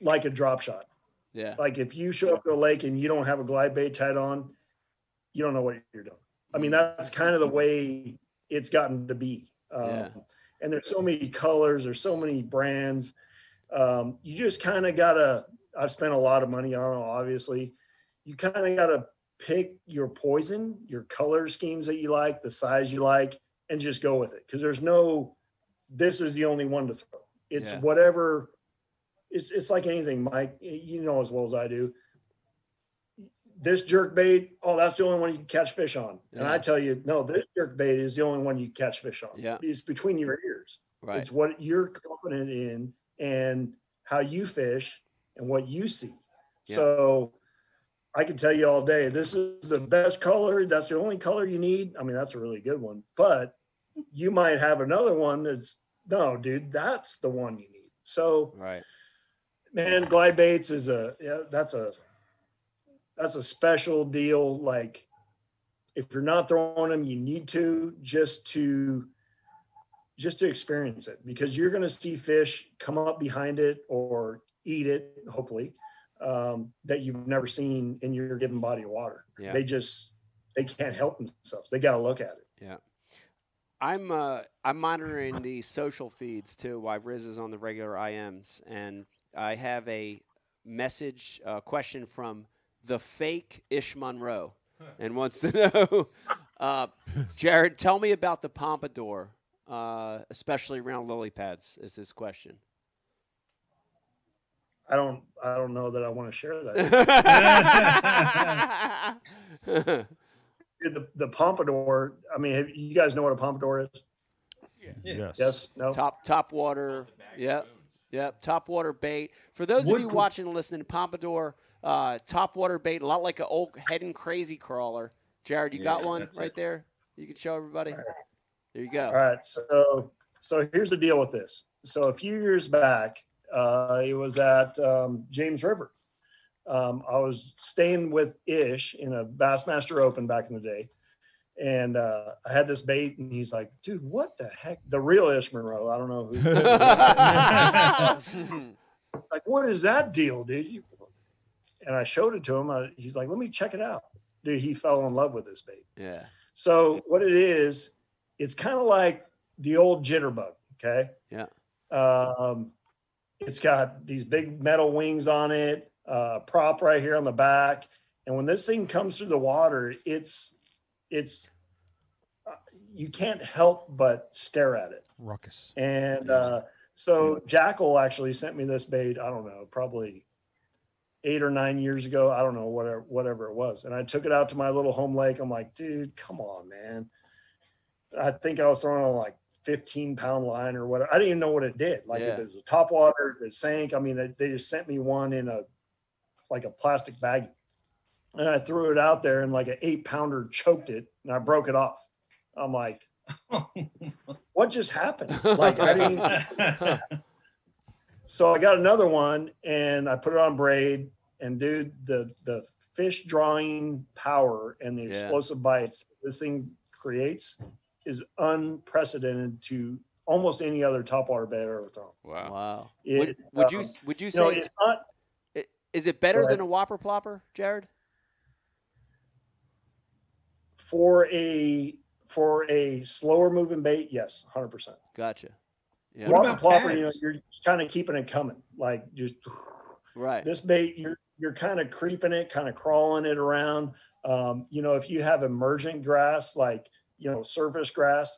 like a drop shot. Yeah. Like if you show up to a lake and you don't have a glide bait tied on, you don't know what you're doing. I mean, that's kind of the way it's gotten to be. Um, Yeah. And there's so many colors, there's so many brands. Um, you just kind of gotta. I've spent a lot of money on them, obviously. You kind of gotta pick your poison, your color schemes that you like, the size you like, and just go with it. Because there's no, this is the only one to throw. It's Yeah. whatever. It's it's like anything, Mike. You know as well as I do. This jerk bait, oh, that's the only one you can catch fish on. And I Yeah. tell you, no, this jerk bait is the only one you can catch fish on. Yeah. It's between your ears. Right. It's what you're confident in and how you fish and what you see. Yeah. So I can tell you all day, this is the best color. That's the only color you need. I mean, that's a really good one, but you might have another one that's no, dude, that's the one you need. So Right. *laughs* man, glide baits is a yeah, that's a that's a special deal. Like if you're not throwing them, you need to just to just to experience it because you're going to see fish come up behind it or eat it, hopefully, um, that you've never seen in your given body of water. Yeah. They just they can't help themselves. They got to look at it. Yeah. I'm uh, I'm monitoring the social feeds too while Riz is on the regular IMs, and I have a message uh, question from the fake Ish Monroe, and wants to know, uh, Jared, tell me about the pompadour, uh, especially around lily pads, is his question. I don't I don't know that I want to share *laughs* that. the, the pompadour. I mean, have, you guys know what a pompadour is? Yes. Yes. No. Top top water. Yep. Yep. Top water bait. For those of you watching and listening, pompadour, uh, top water bait, a lot like an old head and crazy crawler. Jared, you got Yeah, one that's right it. there. You can show everybody. There you All go. right. So, so here's the deal with this. So a few years back, uh, it was at um, James River. Um, I was staying with Ish in a Bassmaster Open back in the day, and uh, I had this bait, and he's like, "Dude, what the heck?" The real Ish Monroe. I don't know *laughs* who. *laughs* like, what is that deal, dude? You- And I showed it to him. I, he's like, "Let me check it out." Dude, he fell in love with this bait. Yeah. So what it is, it's kind of like the old jitterbug. Okay. Yeah. Um, it's got these big metal wings on it, uh, prop right here on the back, and when this thing comes through the water, it's it's uh, you can't help but stare at it. Ruckus. And uh, so Jackal actually sent me this bait. I don't know, probably eight or nine years ago. I don't know whatever whatever it was. And I took it out to my little home lake. I'm like, dude, come on, man. I think I was throwing on like 15 pound line or whatever. I didn't even know what it did. Like Yeah. if it was a top water, if it sank. I mean, they, they just sent me one in a like a plastic baggie. And I threw it out there and like an eight pounder choked it and I broke it off. I'm like, what just happened? Like I didn't. so I got another one and I put it on braid and dude, the the fish drawing power and the Yeah. explosive bites this thing creates is unprecedented to almost any other topwater bait I've ever thrown. Wow. Wow. It, would, would you um, would you you say know, it's, it's not- i- is it better Go than ahead. a whopper plopper, Jared? For a for a slower moving bait, yes, hundred percent. Gotcha. Yeah. What about plopper, you know, pads? you're kind of keeping it coming, like just Right. this bait. You're you're kind of creeping it, kind of crawling it around. Um, you know, if you have emergent grass, like you know, surface grass,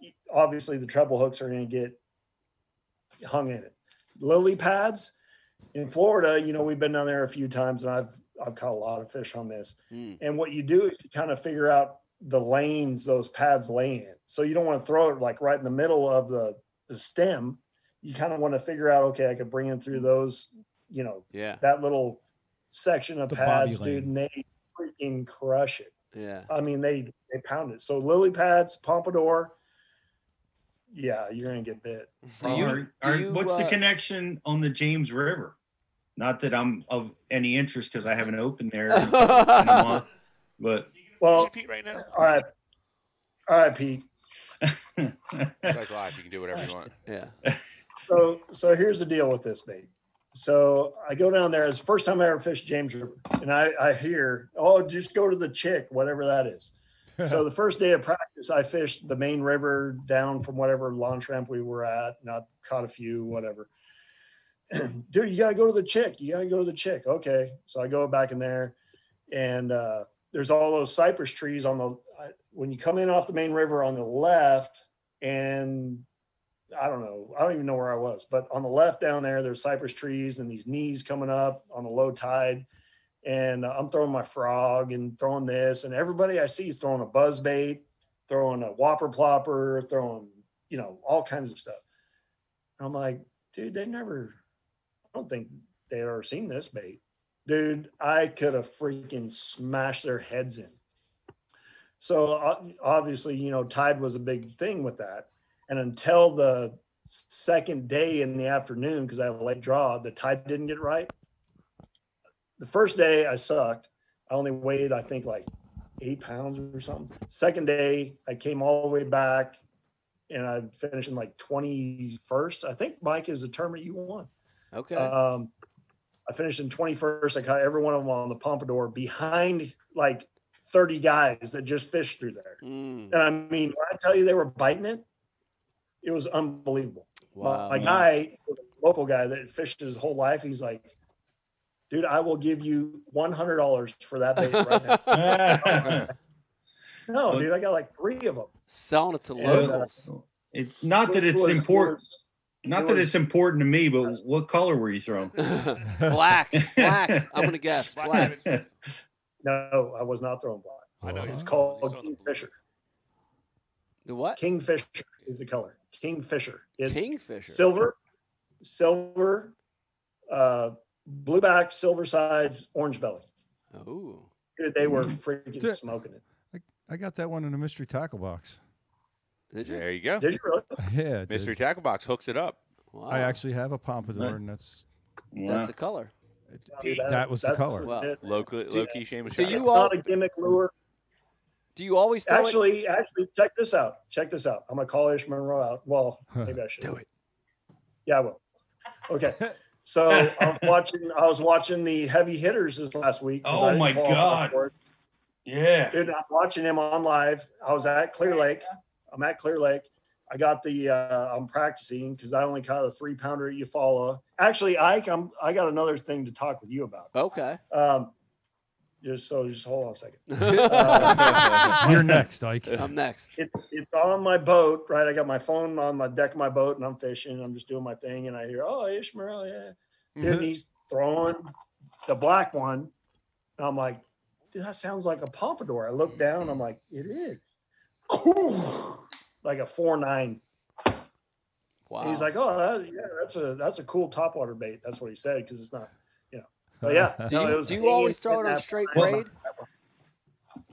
y- obviously the treble hooks are going to get hung in it. Lily pads in Florida, you know, we've been down there a few times, and I've I've caught a lot of fish on this. Hmm. Mm. And what you do is you kind of figure out the lanes those pads lay in. So you don't want to throw it like right in the middle of the, the stem. You kind of want to figure out, okay, I could bring in through those, you know, Yeah. that little section of The bobby pads, dude, lane. and they freaking crush it. Yeah. I mean, they they pound it. So lily pads, pompadour, yeah, you're gonna get bit. Do you- Or- do or you, what's the uh, connection on the James River? Not that I'm of any interest because I haven't opened there in a *laughs* yeah. month, but Well, Pete right now? all right, all right, Pete. It's like life. You can do whatever you want. so so here's the deal with this bait. So I go down there. It's the first time I ever fished James River, and I, I hear, oh, just go to the chick, whatever that is. so the first day of practice, I fished the main river down from whatever launch ramp we were at, and I caught a few, whatever. *clears throat* Dude, you gotta go to the chick. You gotta go to the chick. Okay, so I go back in there, and uh, there's all those cypress trees on the I- when you come in off the main river on the left, and I don't know. I don't even know where I was, but on the left down there, there's cypress trees and these knees coming up on the low tide. And I'm throwing my frog and throwing this, and everybody I see is throwing a buzz bait, throwing a whopper plopper, throwing, you know, all kinds of stuff. I'm like, dude, they never, I don't think they ever seen this bait. Dude, I could have freaking smashed their heads in. So o- obviously, you know, tide was a big thing with that and until the second day in the afternoon because i had a late draw the tide didn't get right the first day i sucked i only weighed i think like eight pounds or something. Second day, I came all the way back and I finished in like 21st. I think, Mike, is the tournament you won. Okay. Um, I finished in 21st. I caught every one of them on the Pompadour behind like 30 guys that just fished through there. Mm. And I mean, when I tell you they were biting it, it was unbelievable. Wow. My, my guy, local guy that fished his whole life, he's like, dude, I will give you $100 for that bait right now. *laughs* no, dude, I got like three of them. Selling it to Yeah. locals. It, not that Which it's was- important. Not that yours- it's important to me, but what color were you throwing? black, *laughs* black. I'm gonna guess black. No, I was not throwing black. I know It's he's called Kingfisher. The what? Kingfisher is the color. Kingfisher. It's Kingfisher. silver, silver, uh, blue back, silver sides, orange belly. Oh. Dude, they were freaking Dude. smoking it. I got that one in a mystery tackle box. Did you? There you go. Did you really? Yeah, I did. Mystery tackle box hooks it up. Wow. I actually have a pompadour, and that's That's the color. Dude, That was the that's color. Wow. legit. Low, key- low key shame. Do you all Not a gimmick lure. do you always throw it? Actually, actually, check this out. Check this out. I'm gonna call Ish Monroe out. Well, maybe I should Do it. Yeah, I will. *laughs* Okay. So I was watching. I was watching the heavy hitters this last week. 'cause Oh I didn't my qualify God. for it. yeah. Dude, I'm watching him on live. I was at Clear Lake. I'm at Clear Lake. I got the. Uh, I'm practicing because I only caught a three pounder at Eufaula. Actually, Ike, I'm. I got another thing to talk with you about. Okay. Um, just so, just hold on a *laughs* second. Uh, You're next, Ike. I'm next. it's it's on my boat, right? I got my phone on my deck of my boat, and I'm fishing. and I'm just doing my thing, and I hear, "Oh, Ishmael, yeah," Mm-hmm. and he's throwing the black one, and I'm like, "Dude, "That sounds like a pompadour." I look down, and I'm like, "It is," *laughs* like a four nine. Wow. He's like, "Oh, that, yeah, that's a that's a cool topwater bait." That's what he said because it's not, you know. But *laughs* yeah, do no, you, it was do you hanging always throw in it on that straight line. braid?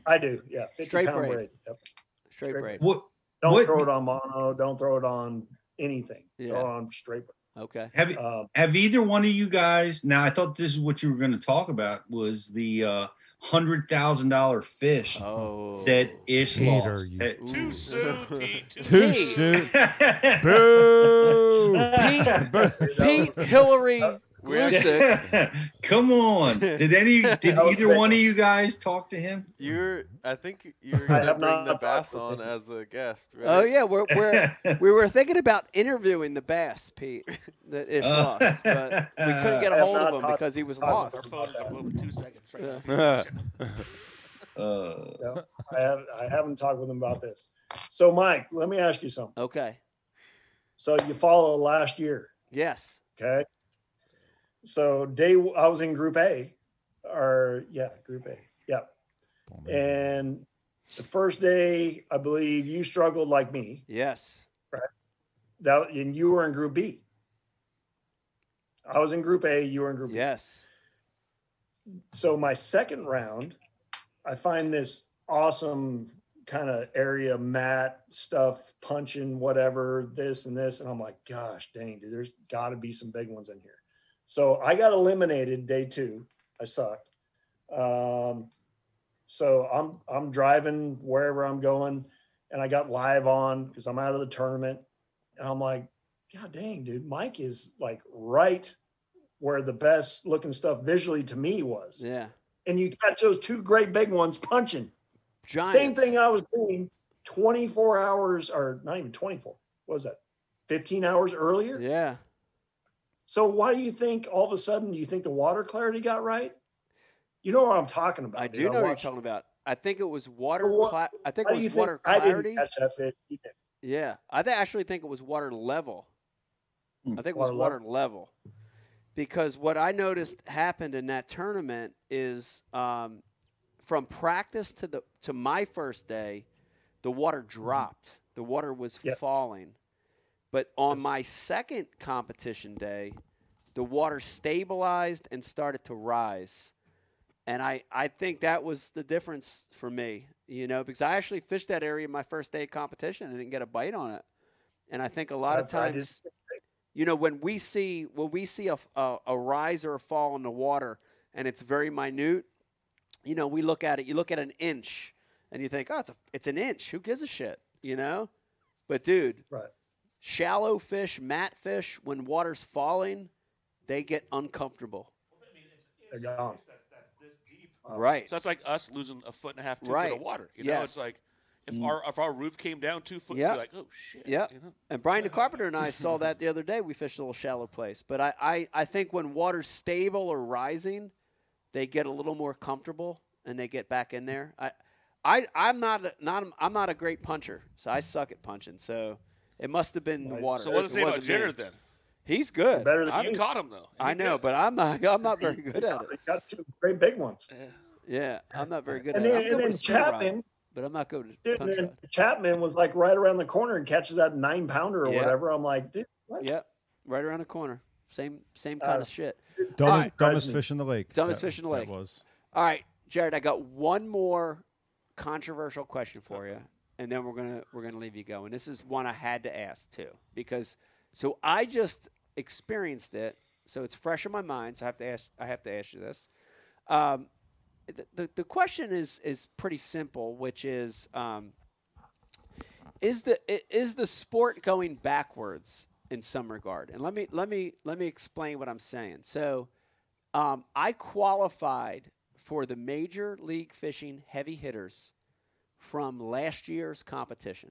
I do, yeah, fifty Straight pound braid. braid. Yep. Straight braid. What Don't What- throw it on mono. Don't throw it on anything. Yeah. Throw it on straight. Okay. have Um, have either one of you guys? Now I thought this is what you were going to talk about was the uh, hundred thousand dollar fish Oh. that Ish Peter, lost. you- That- Too *laughs* soon, Pete. Too soon. Too Pete. soon. *laughs* Boo. Pete, Boo. Pete Hillary Uh, *laughs* *laughs* Glusick. *laughs* Come on! Did *laughs* *laughs* any? Did was either great. one of you guys talk to him? You're. I *laughs* think you're gonna have bring not the talked bass with on him. as a guest, right? Oh yeah, we're, *laughs* *laughs* we're we were thinking about interviewing the bass Pete *laughs* that Ish Oh. lost, but we couldn't get I a have hold not of him talked- because he was talked with lost. Our phone is gonna blow up in two seconds. Right now. *laughs* Uh, I, have, I haven't talked with him about this. So, Mike, let me ask you something. Okay. So, you follow last year, Yes. okay? So, day I was in Group A, or yeah, Group A, yeah. And the first day, I believe you struggled like me. Yes. That and you were in Group B. I was in Group A. You were in Group B. Yes. so my second round, I find this awesome kind of area mat stuff, punching whatever, this and this. And I'm like, gosh dang, dude, there's got to be some big ones in here. So I got eliminated day two. I sucked. Um, so I'm I'm driving wherever I'm going, and I got live on because I'm out of the tournament, and I'm like, God dang, dude, Mike is like right where the best looking stuff visually to me was Yeah. and you catch those two great big ones punching. Giants. Same thing I was doing 24 hours or not even 24. What was that? 15 hours earlier. Yeah. So why do you think all of a sudden you think the water clarity got right? You know what I'm talking about. I dude. do know what you're watched- talking about. I think it was water. what- cla- I think Why it do you was think water I clarity. didn't catch that fish. You did. Yeah, I th- actually think it was water level. Hmm. I think it was Water water level. level. because what I noticed happened in that tournament is um, from practice to the to my first day, the water dropped. The water was Mm-hmm. Yes. falling, but on my second competition day, the water stabilized and started to rise. And I, I think that was the difference for me, you know, because I actually fished that area my first day of competition and didn't get a bite on it. And I think a lot of That's- I times, you know, when we see when we see a, f- a, a rise or a fall in the water and it's very minute, you know, we look at it, you look at an inch and you think, oh, it's a, it's an inch. Who gives a shit? You know? But dude, right. shallow fish, mat fish, when water's falling, they get uncomfortable. They're gone. *laughs* Right. Uh, So that's like us losing a foot and a half, two Right. foot of water. You know, Yes. it's like if Mm. our if our roof came down two foot, Yeah. you're like, oh shit. Yeah. You know? And Brian the Carpenter and *laughs* I saw that the other day. We fished a little shallow place. But I, I, I think when water's stable or rising, they get a little more comfortable and they get back in there. I, I, I'm not a, not a- I'm not a great puncher, so I suck at punching. So it must have been the water. So what does it say about wasn't me. Jenner then? He's good. Better than I'm- you caught him though. I know, but I'm not I'm not *laughs* very good at it. Got two great big ones. Yeah, I'm not very good And at then- it. and I'm good then with a spin rod, Chapman- but I'm not good at Dude, punch and rod. Chapman was like right around the corner and catches that nine pounder or Yeah. whatever. I'm like, dude, what? Yep, right around the corner. Same same kind Uh, of shit. Dumbest, All right. dumbest fish in the lake. Dumbest That- fish in the that lake. was. All right, Jared, I got one more controversial question for you, and then we're gonna we're gonna leave you go. And this is one I had to ask too, because so I just experienced it, so it's fresh in my mind. So I have to ask I have to ask you this. Um, the, the the question is is pretty simple, which is um, is the i- is the sport going backwards in some regard? And let me let me let me explain what I'm saying. So. Um, I qualified for the Major League Fishing Heavy Hitters from last year's competition.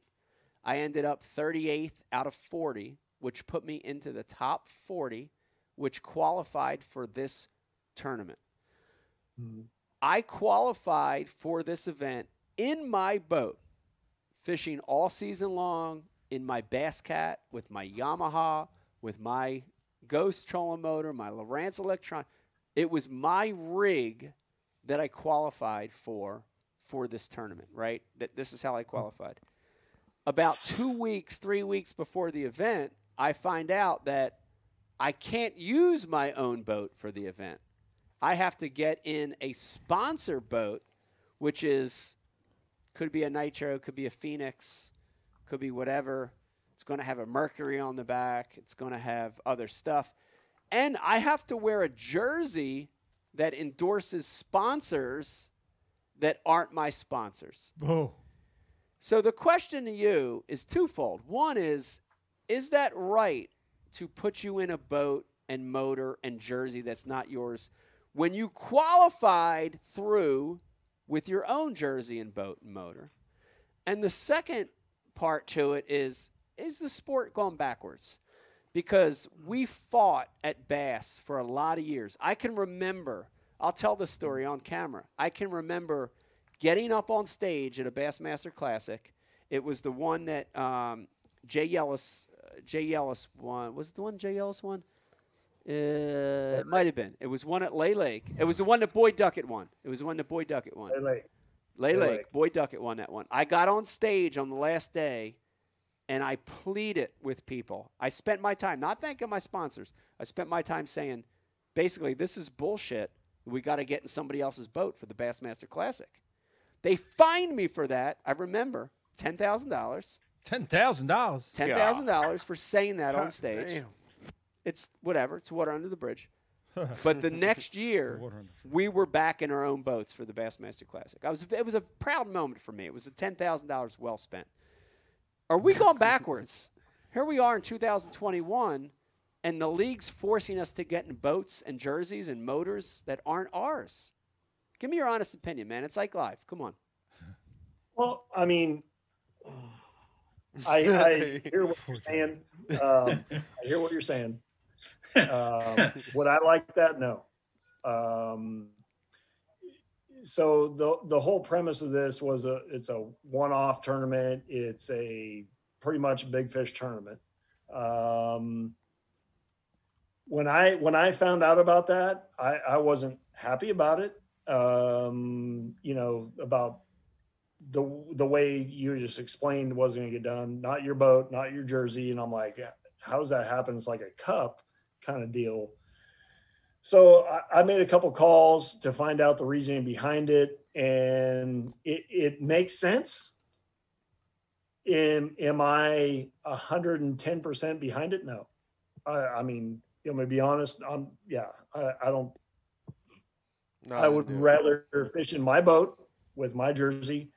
I ended up 38th out of 40, which put me into the top 40, which qualified for this tournament. I qualified for this event in my boat, fishing all season long in my bass cat with my Yamaha, with my Ghost trolling motor, my Lowrance Electron. It was my rig that I qualified for for this tournament, right? That this is how I qualified. About two weeks, three weeks before the event, I find out that I can't use my own boat for the event. I have to get in a sponsor boat, which is could be a Nitro, could be a Phoenix, could be whatever. It's going to have a Mercury on the back. It's going to have other stuff. And I have to wear a jersey that endorses sponsors that aren't my sponsors. Oh. So the question to you is twofold. One is, is that right to put you in a boat and motor and jersey that's not yours when you qualified through with your own jersey and boat and motor? And the second part to it is, is the sport gone backwards? Because we fought at Bass for a lot of years. I can remember, I'll tell the story on camera. I can remember getting up on stage at a Bassmaster Classic. It was the one that um, Jay Yellis, uh, Jay Yellis won. Was it the one Jay Yellis won? Uh, it might have been. It was one at Lay Lake. It was the one that Boyd Duckett won. It was the one that Boyd Duckett won. Lay Lake. Lay Lay Lake. Lake. Boyd Duckett won that one. I got on stage on the last day and I pleaded with people. I spent my time not thanking my sponsors. I spent my time saying, basically, this is bullshit. We got to get in somebody else's boat for the Bassmaster Classic. They fined me for that. I remember ten thousand dollars. Ten thousand dollars. Ten thousand dollars for saying that on God stage. damn. It's whatever. It's water under *laughs* the bridge. but the next year, we were back in our own boats for the Bassmaster Classic. I was. It was a proud moment for me. It was a ten thousand dollars well spent. Are *laughs* we going backwards? Here we are in 2021, and the league's forcing us to get in boats and jerseys and motors that aren't ours. Give me your honest opinion, man. It's like live. Come on. Well, I mean, I, I hear what you're saying. Um, I hear what you're saying. Um, would I like that? No. Um, so the the whole premise of this was a it's a one off tournament. It's a pretty much a big fish tournament. Um, when I when I found out about that, I, I wasn't happy about it. Um, you know about the the way you just explained wasn't going to get done. Not your boat, not your jersey, and I'm like, how does that happen? It's like a cup kind of deal. So I, I made a couple calls to find out the reasoning behind it, and it, it makes sense. Am am I 110 percent behind it? No, I, I mean, you know, to be honest, I'm yeah, I, I don't No, I would do it. rather fish in my boat with my jersey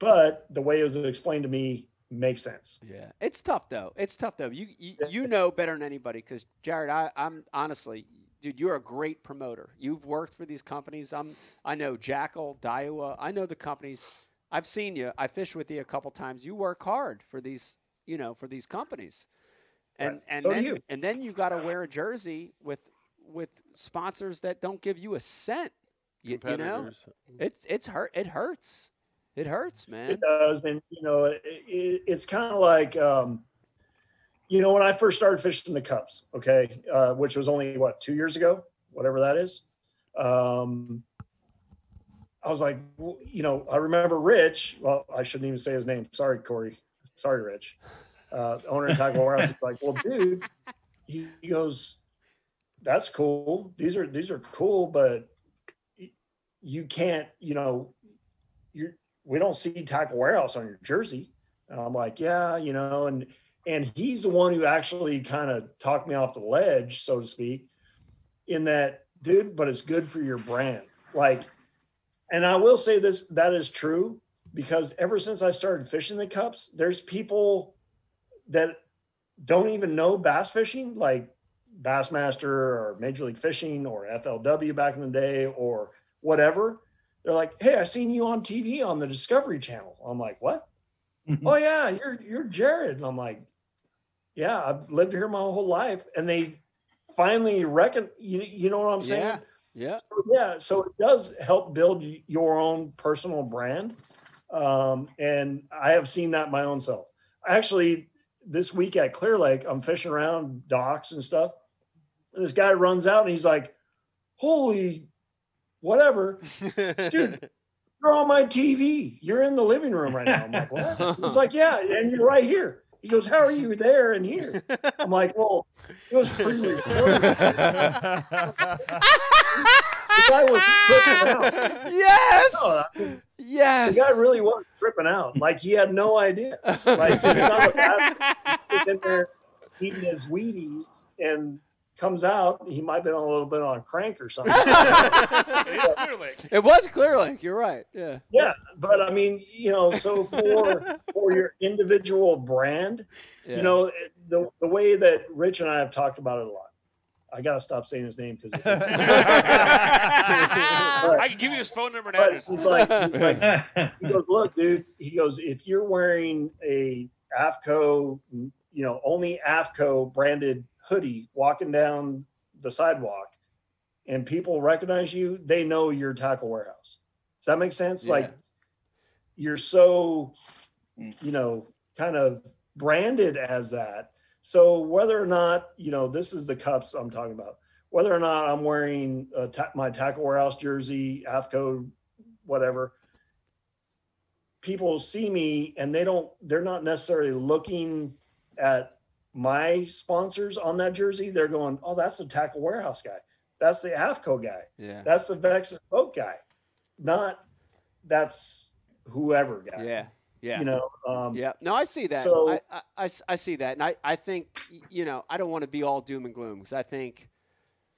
but the way it was explained to me makes sense. Yeah, it's tough though. It's tough though. You you, you know better than anybody because Jared, I, I'm honestly, dude, you're a great promoter. You've worked for these companies. I'm I know Jackal, Daiwa. I know the companies. I've seen you. I fished with you a couple times. You work hard for these, you know, for these companies. And Right. and So do then you. and then you got to wear a jersey with with sponsors that don't give you a cent. You, you know, Competitors. it's it's hurt. It hurts. It hurts, man. It does, and you know, it, it, it's kind of like, um, you know, when I first started fishing the cups, okay, uh, which was only what two years ago, whatever that is. Um, I was like, w- you know, I remember Rich. Well, I shouldn't even say his name. Sorry, Corey. Sorry, Rich. Uh, owner of Taco Warehouse is like, well, dude, he, he goes, that's cool. These are these are cool, but y- you can't, you know, you're we don't see tackle warehouse on your jersey. And I'm like, yeah, you know, and and he's the one who actually kind of talked me off the ledge, so to speak, in that, dude, but it's good for your brand. Like, and I will say this, that is true because ever since I started fishing the cups, there's people that don't even know bass fishing, like Bassmaster or Major League Fishing or FLW back in the day or whatever they're like, "Hey, I seen you on TV on the Discovery Channel." I'm like, "What? oh yeah, you're you're Jared." And I'm like, "Yeah, I've lived here my whole life." And they finally reckon you you know what I'm saying? Yeah. Yeah. So, yeah, so it does help build y- your own personal brand. Um, and I have seen that my own self. Actually, this week at Clear Lake, I'm fishing around docks and stuff. And this guy runs out and he's like, Holy whatever, dude, you're on my TV. You're in the living room right now. I'm like, *laughs* What? He's like, Yeah, and you're right here. He goes, How are you there and here? I'm like, Well, it was pre recorded. The guy was tripping *laughs* out. No, Yes. I mean, the Yes. guy really was tripping out. Like he had no idea. Like it's not like I was in there eating his Wheaties and comes out. He might have been a little bit on crank or something. It is Clear Lake. It was clear link. You're right. Yeah. yeah, but I mean, you know, so for for your individual brand, Yeah. you know, the the way that Rich and I have talked about it a lot. I gotta stop saying his name because. I can give you his phone number and But address. he's like, *laughs* he's like, he goes, look, dude. He goes, if you're wearing a AFCO, you know, only AFCO branded hoodie walking down the sidewalk, and people recognize you, they know you're Tackle Warehouse. Does that make sense? Yeah. Like, you're so, Mm. you know, kind of branded as that. So whether or not you know, this is the cups I'm talking about. Whether or not I'm wearing a ta- my Tackle Warehouse jersey, AFCO, whatever, people see me and they don't they're not necessarily looking at my sponsors on that jersey they're going oh that's the tackle warehouse guy that's the afco guy Yeah. that's the vexus boat guy not that's whoever guy Yeah. Yeah. you know um yeah. No, I see that. So- I, I- I s- I see that. And I, I think, y- you know, I don't want to be all doom and gloom because I think,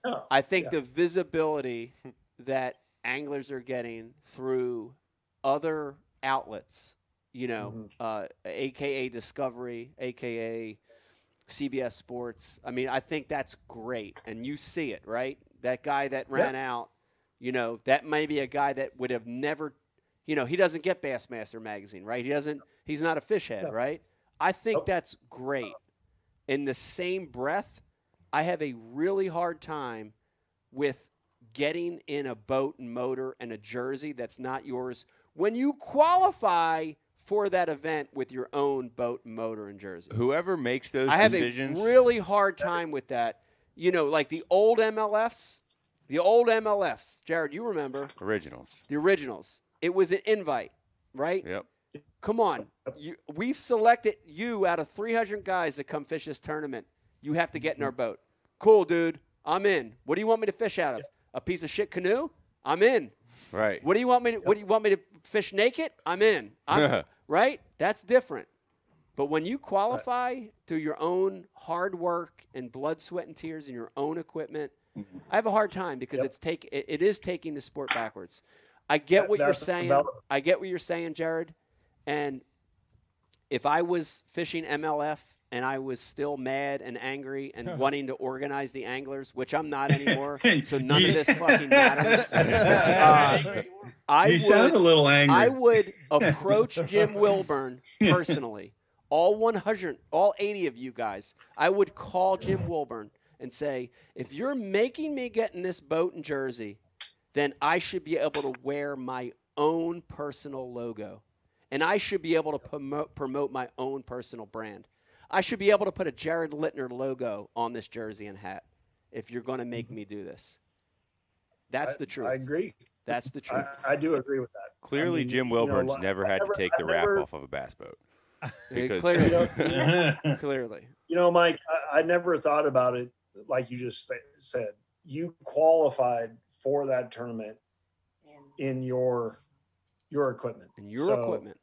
no, I think Oh, Yeah. the visibility that anglers are getting through other outlets, you know, Mhm. uh, AKA Discovery, AKA CBS Sports. I mean, I think that's great. And you see it, right? That guy that ran out, you know, that may be a guy that would have never, you know, he doesn't get Bassmaster magazine, right? He doesn't, he's not a fish head, No. right? I think Nope. that's great. In the same breath, I have a really hard time with getting in a boat and motor and a jersey that's not yours when you qualify for that event with your own boat and motor and jersey. Whoever makes those I have decisions, a really hard time with that. You know, like the old MLFs, the old MLFs. Jared, you remember originals. the originals. It was an invite, right? Yep. Come on. You, we've selected you out of 300 guys to come fish this tournament. You have to get in our boat. Cool, dude. I'm in. What do you want me to fish out of? A piece of shit canoe? I'm in. Right. What do you want me to what do you want me to fish naked? I'm in. *laughs* I'm, right? That's different. But when Uh, you qualify through your own hard work and blood, sweat, and tears and your own equipment, Mm-hmm. I have a hard time because it's take it, it is taking the sport backwards. I get That- what you're that's saying. about- I get what you're saying, Jared. And if I was fishing MLF and I was still mad and angry *laughs* and wanting to organize the anglers, which I'm not anymore, so none of this *laughs* fucking matters. Uh, I You would, sound a little angry. *laughs* I would approach Jim Wilburn personally, all 100, all 80 of you guys. I would call Jim Wilburn and say, if you're making me get in this boat in Jersey, then I should be able to wear my own personal logo. And I should be able to promote, promote my own personal brand. I should be able to put a Jared Littner logo on this jersey and hat if you're going to make me do this. That's I- the truth. I agree. That's the truth. I, I do agree with that. Clearly, I mean, Jim you know, Wilburn's li- never I had never- to take I the wrap never- off of a bass *laughs* boat. *laughs* clearly. clearly. You know, Mike, I, I never thought about it like you just say, said. You qualified for that tournament in your your equipment. And your So, equipment.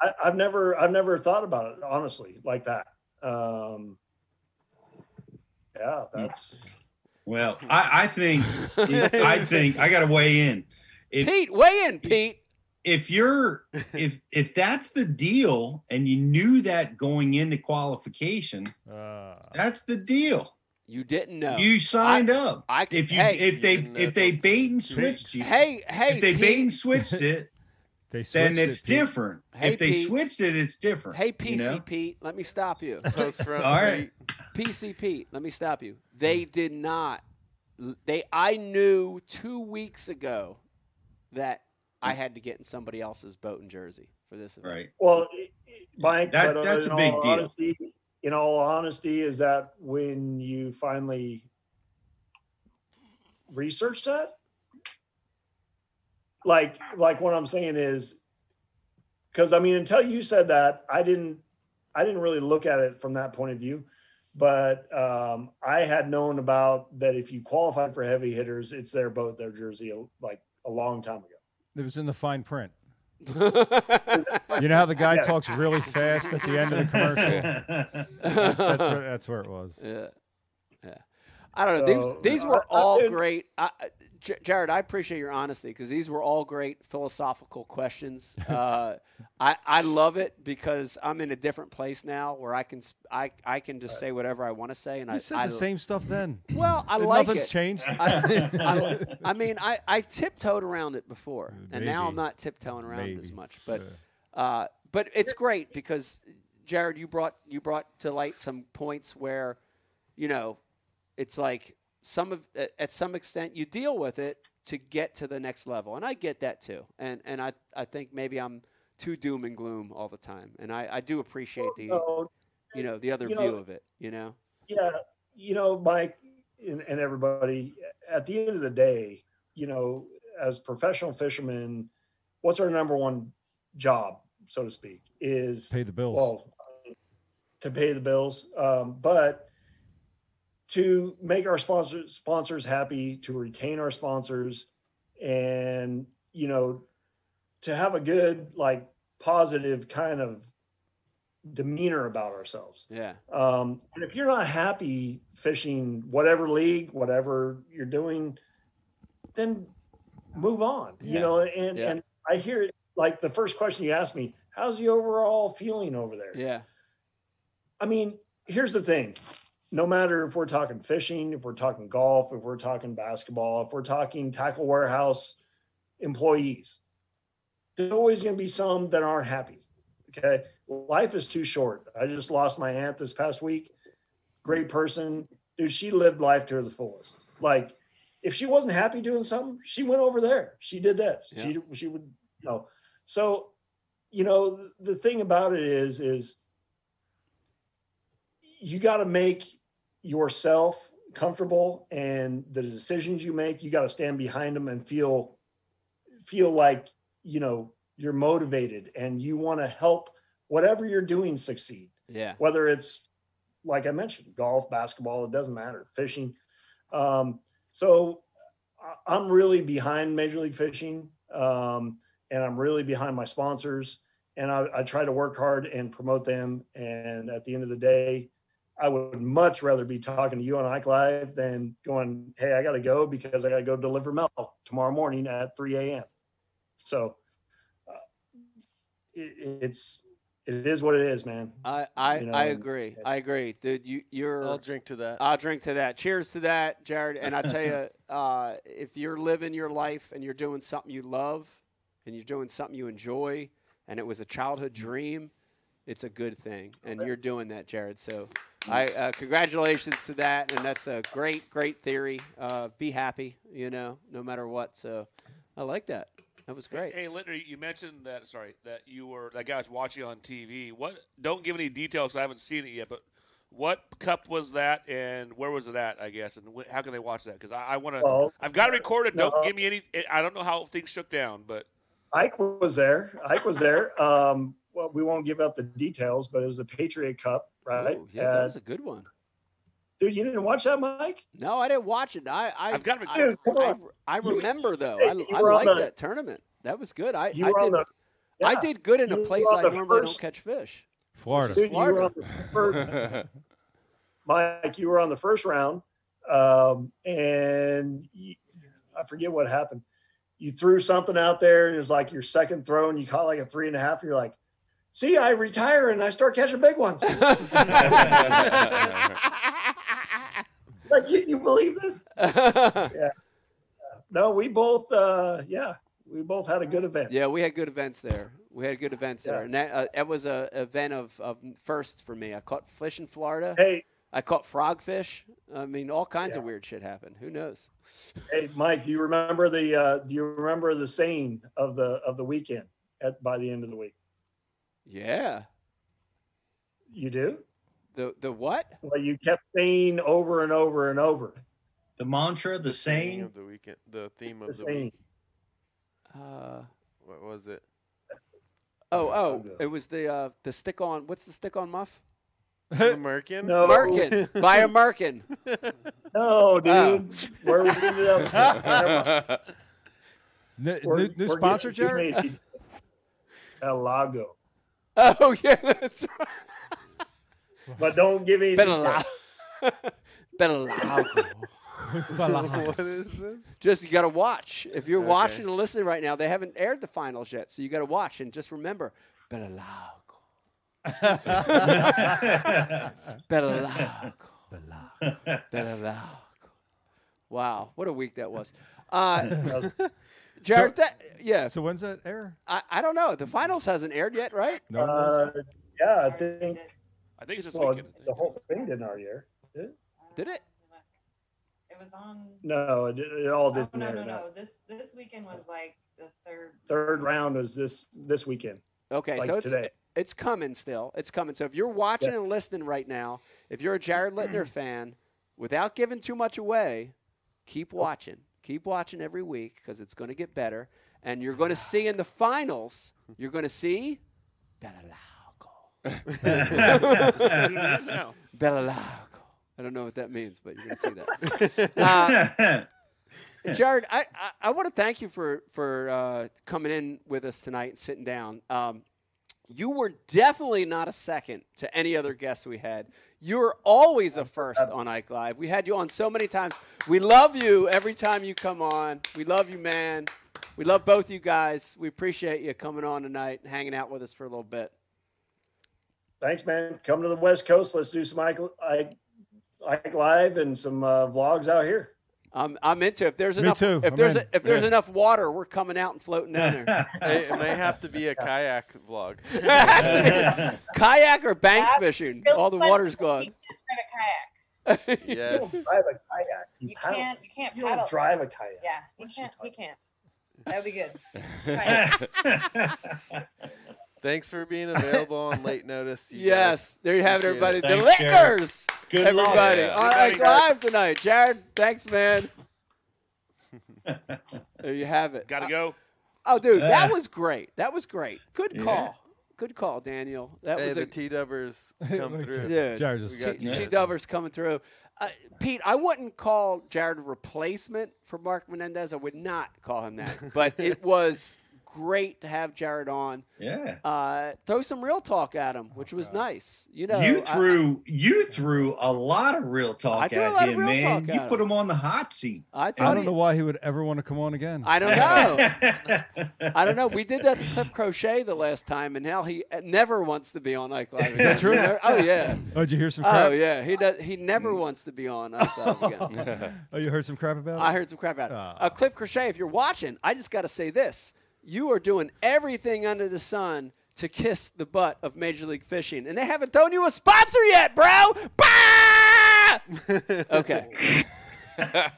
I, I've never I've never thought about it honestly like that. Um, yeah, that's Well, I, I think *laughs* I think I got to weigh in. If, Pete, weigh in, Pete. If you're if if that's the deal, and you knew that going into qualification, Ah. that's the deal. You didn't know. You signed up. I if you hey. if they You didn't know if they bait and switched you, Hey, hey, if they Pete. bait *laughs* and switched it, They then switched it, it's Pete. different. Hey, if they Pete. switched it, it's different. Hey, you PC know? Pete, let me stop you. Close friend. All right. PC Pete, let me stop you. They did not. They, I knew two weeks ago that I had to get in somebody else's boat in Jersey for this event. Right. Well, i- i- Mike, That- but uh, that's in a big all deal. honesty- in all honesty, is that when you finally researched that? Like, like what I'm saying is, because I mean, until you said that, I didn't, I didn't really look at it from that point of view. But um, I had known about that if you qualify for heavy hitters, it's their boat, their jersey, like a long time ago. It was in the fine *laughs* print. You know how the guy Yes. talks really fast at the end of the commercial? that's, where, that's where it was. Yeah. I don't know. So, these, these uh, were I- all it- great. I, I- J- Jared, I appreciate your honesty because these were all great *laughs* philosophical questions. Uh, I I love it because I'm in a different place now where I can sp- I, I can just say whatever I want to say and I You said I the same stuff then. Well, I And like nothing's it. changed. I, *laughs* I- I mean, I, I tiptoed around it before, and now I'm Maybe. not tiptoeing around it as Maybe. much. But uh, but it's great because Jared, you brought you brought to light some points where, you know, it's like some of at- at some extent you deal with it to get to the next level, and I get that too. And and I I think maybe I'm too doom and gloom all the time, and I, I do appreciate the no. you know the other You know, view of it. You know. yeah you know mike and, and everybody at the end of the day you know as professional fishermen what's our number one job so to speak is Pay the bills. well to pay the bills um, but to make our sponsors sponsors happy to retain our sponsors and you know to have a good like positive kind of demeanor about ourselves Yeah. um, and if you're not happy fishing whatever league, whatever you're doing, then move on. Yeah. You know, and Yeah. and I hear it like the first question you asked me, how's the overall feeling over there? Yeah. I mean, here's the thing. No matter if we're talking fishing, if we're talking golf, if we're talking basketball, if we're talking tackle warehouse employees, there's always going to be some that aren't happy. Okay. Life is too short. I just lost my aunt this past week. Great person. Dude, she lived life to the fullest. Like, if she wasn't happy doing something, she went over there. She did that. She she would you know. So, you know, the thing about it is, is you got to make yourself comfortable and the decisions you make you got to stand behind them and feel feel like you know you're motivated and you want to help whatever you're doing succeed Yeah. whether it's like i mentioned golf basketball it doesn't matter fishing um, so I- i'm really behind major league fishing um, and i'm really behind my sponsors and I, I try to work hard and promote them and at the end of the day i would much rather be talking to you on ike live than going hey i gotta go because i gotta go deliver milk tomorrow morning at 3 a.m so uh, it, it's it is what it is, man. I I, You know, I and- agree. I agree, dude. You you're. I'll drink to that. I'll drink to that. Cheers to that, Jared. And I *laughs* tell you, uh, if you're living your life and you're doing something you love, and you're doing something you enjoy, and it was a childhood dream, it's a good thing. And you're doing that, Jared. So, I uh, congratulations to that. And that's a great, great theory. Uh, be happy, you know, no matter what. So, I like that. That was great. Hey, Littner, you mentioned that. Sorry, that you were that guy was watching on TV. What? Don't give any details. 'cause I haven't seen it yet. But what cup was that, and where was it at? I guess, and wh- how can they watch that? Because I, I want to. Well, I've got it recorded. no. Don't give me any. I don't know how things shook down, but Ike was there. Ike was there. Um, well, we won't give up the details, but it was the Patriot Cup, right? Ooh, yeah, that Uh, was a good one. dude, you didn't watch that, Mike? No, I didn't watch it. I, I I've got it I, recorded. I, I remember though. you I, I were on liked the- that tournament. That was good. I, You I were did. on the. I yeah. did good in a You were place on I the normally do don't first- catch fish. Florida. Dude, you were *laughs* on the first, Mike, you were on the first round, um, and you, I forget what happened. You threw something out there, and it was like your second throw, and you caught like a three and a half. And you're like, "See, I retire and I start catching big ones." like, can you believe this? No, we both, uh, yeah, we both had a good event. yeah, we had good events there. We had good events there, Yeah. and that uh, that was a event of, of first for me. I caught fish in Florida. Hey, I caught frogfish. I mean, all kinds of Yeah. weird shit happened. Who knows? hey, Mike, do you remember the? Uh, do you remember the saying of the of the weekend at by the end of the week? Yeah. You do? The the what? Well, you kept saying over and over and over The mantra, the Theme saying. of the weekend. The theme the of the saying. week. Uh, What *laughs* was it? oh oh, good. it was the uh, the stick on. What's the stick on muff? Merkin. No, Merkin. *laughs* Buy a Merkin. no, dude. Oh. Where we ended *laughs* *laughs* up? N- We're- new new we're sponsor, getting too Jared? many- El Lago. *laughs* Oh yeah, that's right. But don't give me. Bella *laughs* Bella *laughs* It's Balajas. what is this? Just you got to watch. If you're Okay. watching and listening right now, they haven't aired the finals yet, so you got to watch and just remember Bella Bella Wow, what a week that was. Uh, Jared, that, yeah, So when's that air? I, I don't know. The finals hasn't aired yet, right? No one knows? Uh, yeah, I think I think it's this well, weekend. I think. the whole thing didn't already air. did it? Did it? It was on. No, it, it all Oh, didn't no, air. no, no. no. This this weekend was like the third. *laughs* Third round was this this weekend, Okay, like so it's today. it's coming still. It's coming. So if you're watching and listening right now, if you're a *clears throat* Jared Littner fan, without giving too much away, Oh. keep watching. Keep watching every week because it's going to get better. And you're going to see in the finals, you're going to see Bellalaco. *laughs* That's what it is now. Bellalaco. I don't know what that means, but you're going to see that. Uh, Jared, I, I, I want to thank you for for uh, coming in with us tonight and sitting down. Um, you were definitely not a second to any other guests we had. You're always a first on Ike Live. We had you on so many times. We love you every time you come on. We love you, man. We love both you guys. We appreciate you coming on tonight and hanging out with us for a little bit. Thanks, man. Come to the West Coast. Let's do some Ike, Ike, Ike live and some uh, vlogs out here. I'm, I'm into it. if there's Me enough too. if I'm there's in. if there's enough water, we're coming out and floating down there. *laughs* it *laughs* may have to be a kayak vlog. kayak or bank That's fishing. really All the fun. water's You gone. can't drive a kayak. Yes. You don't drive a kayak. You, You paddle. can't. You can't You paddle. don't drive a kayak. Yeah, he What's she can't. He talking can't. That would be good. *laughs* Right. *laughs* Thanks for being available on late notice. you guys. Yes, there you have it, Appreciate everybody. it. the Thanks, Jared. Lickers, Good everybody. luck. All Everybody, right, live tonight. Jared, thanks, man. *laughs* there you have it. Gotta go. Oh, dude, that Yeah. was great. That was great. Good Yeah. call. Good call, Daniel. That Hey, was the a T *laughs* Dubbers come Look, through. Yeah. Jared We just got T Yes. Dubbers coming through. Uh, Pete, I *laughs* wouldn't call Jared a replacement for Mark Menendez. I would not call him that. But it was great to have Jared on. Yeah. Uh, throw some real talk at him, which was nice. You know, you I- threw you threw a lot of real I talk threw a at lot of him, real man. talk You at put him on the hot seat. I I thought don't he- know why he would ever want to come on again. I don't *laughs* know. *laughs* I don't know. We did that to Cliff Crochet the last time, and now he uh, never wants to be on Ike Live. Again. true? You know? Oh yeah. Oh, did you hear some crap? Oh yeah. He does. He never wants to be on Ike Live again. *laughs* Oh, you heard some crap about it? I heard some crap out. Ah. Uh, Cliff Crochet, if you're watching, I just got to say this: you are doing everything under the sun to kiss the butt of Major League Fishing, and they haven't thrown you a sponsor yet, bro. Uh, Bah! *laughs* okay. All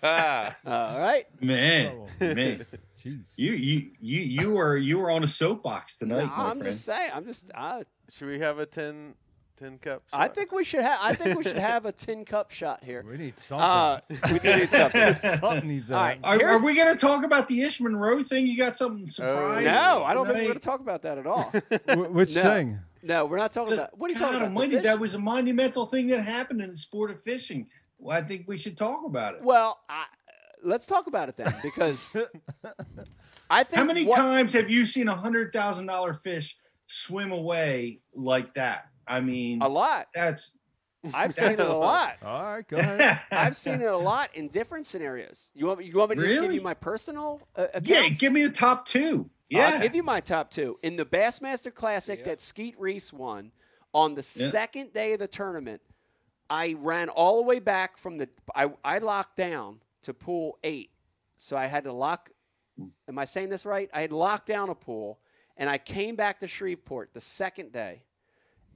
right. man, man. Jeez. You you you you were you were on a soapbox tonight, my I'm friend. just saying. I'm just. I, Should we have a tin tin cup? I shot? think we should have. I think we should have a tin cup shot here. We need something. Uh, we do need *laughs* something. something needs uh, to all happen. right. Are, Here's- Oh, are we gonna talk about the Ish Monroe thing? You got something surprise? No, I don't think we're going to tonight? talk about that at all. Wh- *laughs* Which No. thing? No, we're not talking about. What are you talking God about? The Almighty, fish? that was a monumental thing that happened in the sport of fishing. Well, I think we should talk about it. Well, I, let's talk about it then, *laughs* because I think How many what- times have you seen a hundred thousand dollar fish swim away like that? I mean, A lot. that's I've seen it a lot. All right, go ahead. *laughs* I've seen it a lot in different scenarios. You want me, you want me to just give Really? you my personal uh, accounts? yeah. Give me the top two. Yeah, I'll give you my top two. In the Bassmaster Classic that Skeet Reese won on the Yeah. second day of the tournament, I ran all the way back from the. I, I locked down to pool eight. So I had to lock. Am I saying this right? I had locked down a pool and I came back to Shreveport the second day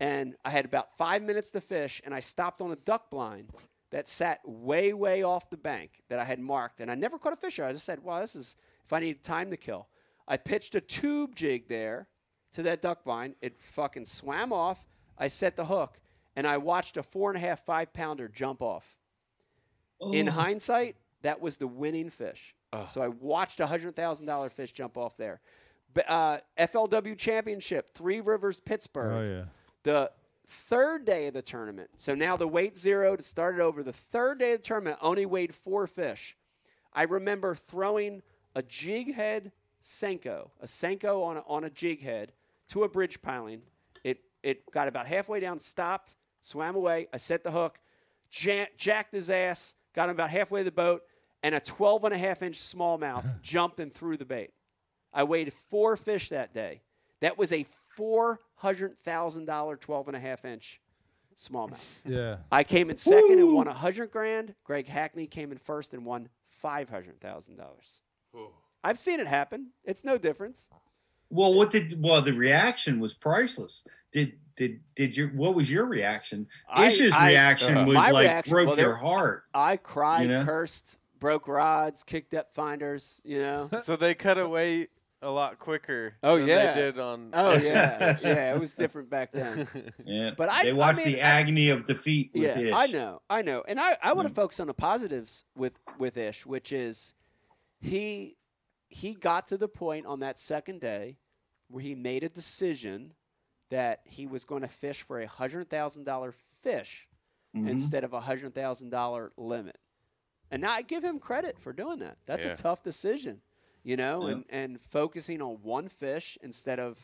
and I had about five minutes to fish, and I stopped on a duck blind that sat way, way off the bank that I had marked, and I never caught a fish. there. I just said, "Wow, this is if I need time to kill." I pitched a tube jig there to that duck blind. It fucking swam off. I set the hook, and I watched a four and a half, five pounder jump off. In hindsight, that was the winning fish. So I watched a hundred thousand dollar fish jump off there. B- Uh, FLW Championship, Three Rivers, Pittsburgh Oh yeah. the third day of the tournament. So now the weight zero to start it over. The third day of the tournament I only weighed four fish. I remember throwing a jig head senko, a senko on a, on a jig head to a bridge piling. It it got about halfway down, stopped, swam away. I set the hook, ja- jacked his ass, got him about halfway to the boat, and a 12 and a half inch smallmouth jumped and threw the bait. I weighed four fish that day. That was a four hundred thousand dollar twelve and a half inch smallmouth. Yeah. I came in second and won a hundred grand. Greg Hackney came in first and won five hundred thousand dollars. I've seen it happen. It's no difference. Well, what did well the reaction was priceless. Did did did your what was your reaction? I- Ish's I- uh, reaction uh, was my like reaction- broke well, there- your heart. *laughs* I cried, You know? cursed, broke rods, kicked up finders. You know. *laughs* so they cut away a lot quicker. Oh, than yeah. they did on. *laughs* Oh yeah, yeah. It was different back then. *laughs* Yeah, But I- they I watched mean, the I- agony of defeat. With yeah, Ish. Mm. I know, I know, and I, I want to focus on the positives with with Ish, which is he he got to the point on that second day where he made a decision that he was going to fish for a hundred thousand dollar fish Mm-hmm. instead of a hundred thousand dollar limit, and now I give him credit for doing that. That's Yeah. a tough decision, you know, Yeah. and and focusing on one fish instead of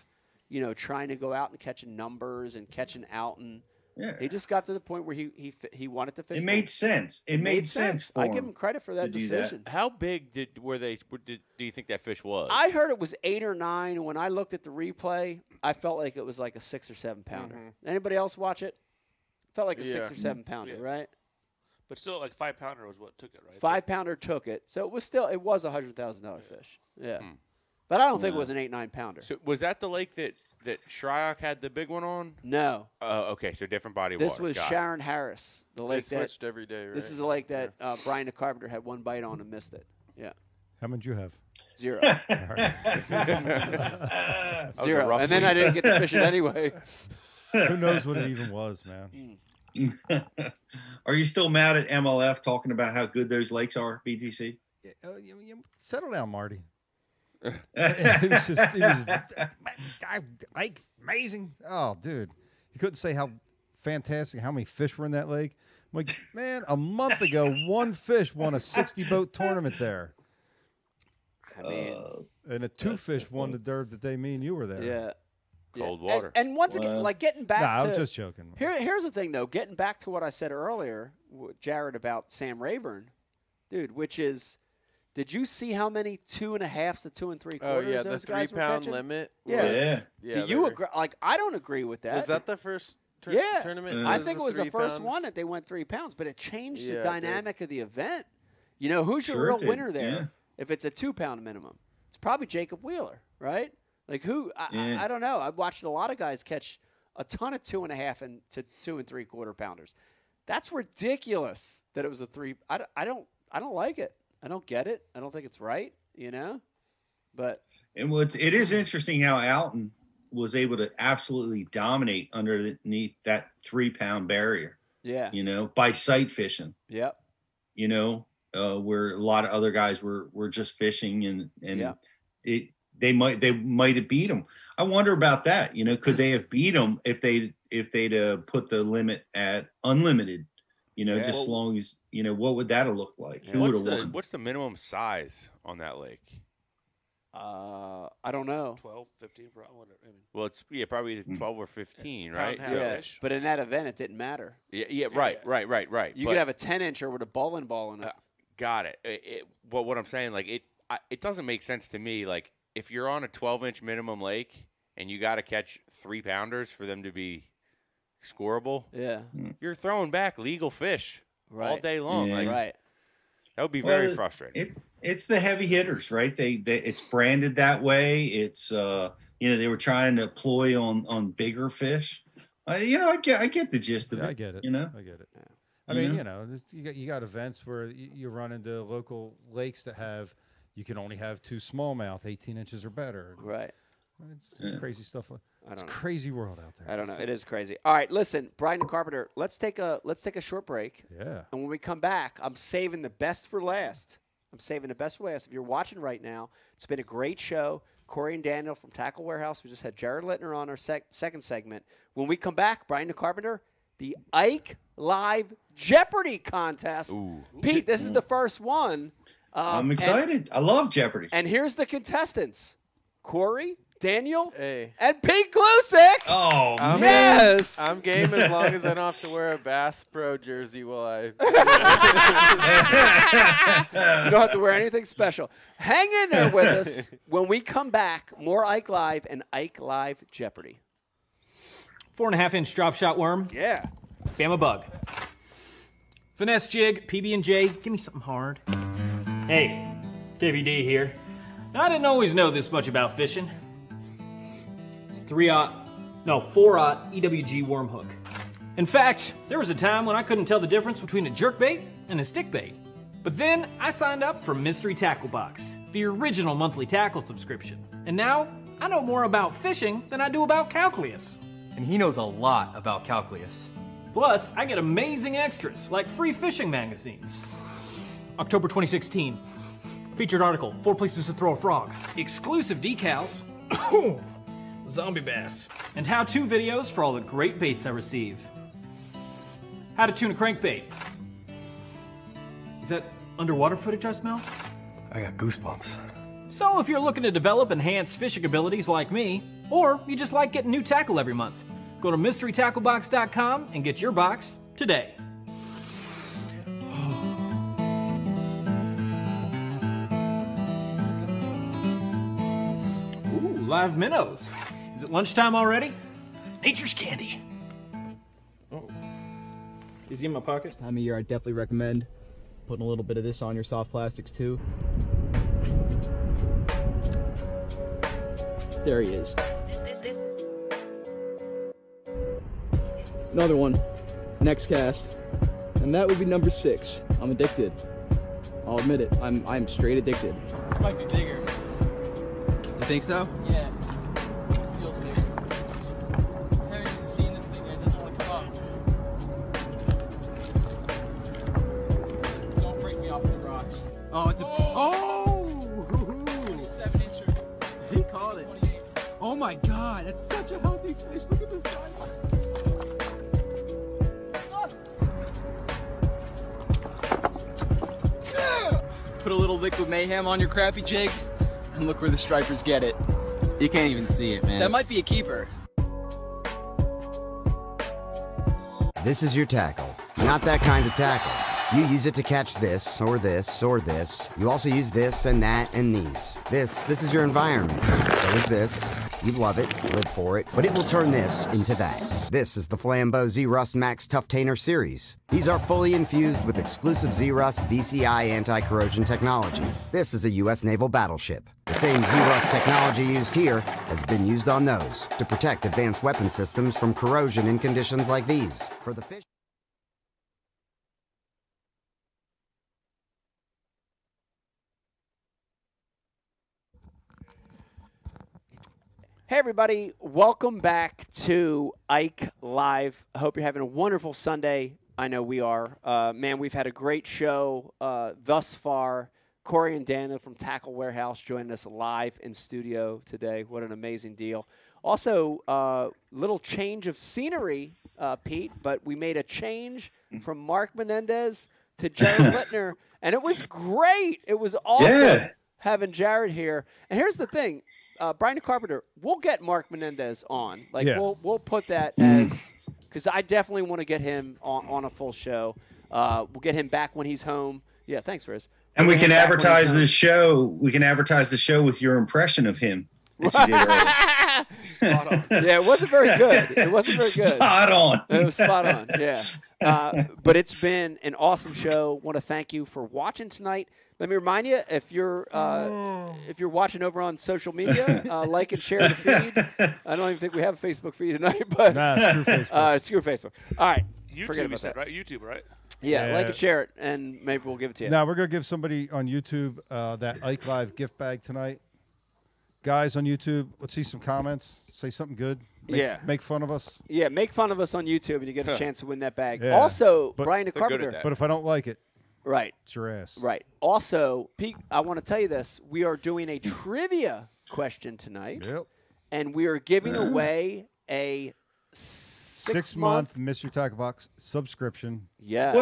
you know trying to go out and catching numbers and catching out and Yeah. he just got to the point where he he fi- he wanted to fish. It more. made sense. It, made, sense. for I give him him. credit for that do that. decision. How big did were they? were- Did, do you think that fish was? I heard it was eight or nine. When I looked at the replay, I felt like it was like a six or seven pounder. Mm-hmm. Anybody else watch it? Felt like a six Yeah. or seven pounder, Yeah. right? But still, like five pounder was what took it, right? Five pounder took it, so it was still it was a hundred thousand dollar fish. Yeah, Hmm. but I don't think it was an eight nine pounder. so was that the lake that that Shryock had the big one on? no, Oh, okay. So different body. of this water. was Got it. Sharon Harris, the They lake that switched every day. Right? this is a lake that uh, Brian the Carpenter had one bite on and missed it. Yeah, How many do you have? zero. That was a zero. rough And then I week. didn't get to fish *laughs* *laughs* it anyway. Hmm. Who knows *laughs* what it even was, man? Are you still mad at MLF talking about how good those lakes are, BTC? Yeah, uh, you- you- Settle down, Marty. *laughs* it was just, it was, *laughs* *laughs* I, Ike's amazing. Oh, dude, you couldn't say how fantastic, how many fish were in that lake. I'm like, man, a month ago, one fish won a 60 boat tournament there. I mean, Oh, Uh, And the two fish won the derb the day me and you were there. Yeah. Yeah. Cold And- water. And, once again, Wow. like getting back Nah, to I'm just joking. Here, here's the thing though. Getting back to what I said earlier, w- Jared about Sam Rayburn, dude. Which is, did you see how many two and a half to two and three Oh quarters yeah, the those three guys were pound catching? limit. Yeah. was- Yeah. yeah, Do you they agree? Like I don't agree with that. Was that the first tur- yeah tournament? I was think a it was the three first pound? one that they went three pounds, but it changed Yeah, it the did. dynamic of the event. You know, who's your Sure it real did, winner there? yeah. If it's a two pound minimum, it's probably Jacob Wheeler, right? Like who? I, Yeah. I, I don't know. I've watched a lot of guys catch a ton of two and a half and to two and three quarter pounders. That's ridiculous that it was a three. I, d- I don't I don't like it. I don't get it. I don't think it's right. You know, but And what's it is interesting how Alton was able to absolutely dominate underneath that three pound barrier, yeah, you know, by sight fishing, yep, you know, uh, where a lot of other guys were were just fishing and and Yeah. it they might they might have beat him. I wonder about that. You know, could they have beat him if they if they'd uh, put the limit at unlimited? You know, Yeah. just as Well- long as you know what would that have looked like? Who would What's have the won? what's the minimum size on that lake? uh, I don't know. 12, 15, probably. whatever, I mean, Well, it's yeah, probably Mm. twelve or fifteen, Pound right? and a half So- Yeah, fish. but in that event, it didn't matter. yeah, yeah, right, Yeah. right, right, right. You But- could have a ten incher with a bowling ball in it. Uh, Got it. It- it- But what I'm saying, like it, I, it doesn't make sense to me. Like if you're on a 12 inch minimum lake and you got to catch three pounders for them to be scoreable, yeah, you're throwing back legal fish all Right. day long. Yeah. Like right. that would be very Well, frustrating. it it's the heavy hitters right they, they it's branded that way it's uh you know they were trying to ploy on on bigger fish uh, you know i get i get the gist of Yeah, it I get it. you know I get it. I You mean, know? you know, there's- you got you got events where you, you run into local lakes that have you can only have two smallmouth, 18 inches or better. Right. It's Yeah. crazy stuff. like- I It's don't know. crazy world out I there. don't know. It is crazy. All right, listen, Brian Carpenter, let's take a let's take a short break. Yeah. And when we come back, I'm saving the best for last. I'm saving the best for last. If you're watching right now, it's been a great show. Corey and Daniel from Tackle Warehouse. We just had Jared Littner on our sec- second segment. When we come back, Brian the Carpenter, the Ike Live Jeopardy contest. Pete, this is the first one. Um, i'm and- excited i love jeopardy And here's the contestants: Corey, Daniel, Hey. and Pete Glusick. oh I'm yes. I'm game as long as I *laughs* don't have to wear a Bass Pro jersey while *laughs* I you *laughs* don't have to wear anything special. Hang in there with us when we come back. More Ike Live and Ike Live Jeopardy. Four and a half inch drop shot worm. Yeah. Bama bug. Finesse jig, PB and J. Give me something hard. Hey, KVD here. Now, I didn't always know this much about fishing. Three aught, no E four aught EWG worm hook. In fact, there was a time when I couldn't tell the difference between a jerk bait and a stick bait. But then I signed up for Mystery Tackle Box, the original monthly tackle subscription. And now I know more about fishing than I do about calculus. And he knows a lot about calculus. Plus, I get amazing extras like free fishing magazines. October 2016. Featured article Four Places to Throw a Frog. Exclusive decals. *coughs* Zombie bass. And how to videos for all the great baits I receive. How to tune a crankbait. Is that underwater footage I smell? I got goosebumps. So, if you're looking to develop enhanced fishing abilities like me, or you just like getting new tackle every month, go to mysterytacklebox.com and get your box today. Ooh, live minnows. Is it lunchtime already? Nature's candy. Oh. Is he in my pocket? Time of year, I definitely recommend putting a little bit of this on your soft plastics too. There he is. Another one. Next cast. And that would be number six. I'm addicted. I'll admit it. I'm I'm straight addicted. Might be bigger. You think so? Yeah. Feels bigger. I haven't even seen this thing yet. It doesn't want to come up. Don't break me off the rocks. Oh, it's a oh! Seven incher. He called it. Oh my god, that's such a healthy fish. Look at the size. Put a little liquid mayhem on your crappy jig. And look where the stripers get it. You can't even see it, man. That might be a keeper. This is your tackle. Not that kind of tackle. You use it to catch this, or this, or this. You also use this and that and these. This, this is your environment. So is this. You love it, live for it, but it will turn this into that. This is the Flambeau Z Rust Max Tough Tainer series. These are fully infused with exclusive Z Rust VCI anti corrosion technology. This is a U.S. naval battleship. The same Z Rust technology used here has been used on those to protect advanced weapon systems from corrosion in conditions like these. For the fish. Hey, everybody. Welcome back to Ike Live. I hope you're having a wonderful Sunday. I know we are. Uh, man, we've had a great show uh, thus far. Corey and Dana from Tackle Warehouse joined us live in studio today. What an amazing deal. Also, uh, little change of scenery, uh, Pete, but we made a change from Mark Menendez to Jared Littner, and it was great. It was awesome Yeah. having Jared here. And here's the thing, uh, Brian Carpenter, we'll get Mark Menendez on. Like Yeah. we'll we'll put that as because I definitely want to get him on, on a full show. Uh, we'll get him back when he's home. Yeah, thanks, Riz. And we We'll get can him back when he's advertise home. this show. We can advertise the show with your impression of him. *laughs* that you did earlier. yeah, it *laughs* wasn't very good. It wasn't very good. Spot on. It was spot *laughs* on. Yeah. Uh, but it's been an awesome show. Want to thank you for watching tonight. Let me remind you, if you're Oh. uh, if you're watching over on social media, uh, like *laughs* and share the feed. I don't even think we have a Facebook feed tonight, *laughs* but Nah, screw Facebook. Uh, screw Facebook. All right, forget YouTube, you about said, that. right? YouTube, right? Yeah, Yeah. like and share it, and maybe we'll give it to you. Now we're gonna give somebody on YouTube uh, that Ike Live gift bag tonight. Guys on YouTube, let's see some comments. Say something good. Make, Yeah. Make fun of us. Yeah, make fun of us on YouTube, and you get a chance to win that bag. Yeah. Also, But- Brian DeCarpenter. But if I don't like it, Right. it's your ass. Right. Also, Pete, I want to tell you this. We are doing a trivia question tonight. Yep. And we are giving Yeah. away a Six, six, month Mr. Tackle Box subscription. Yes.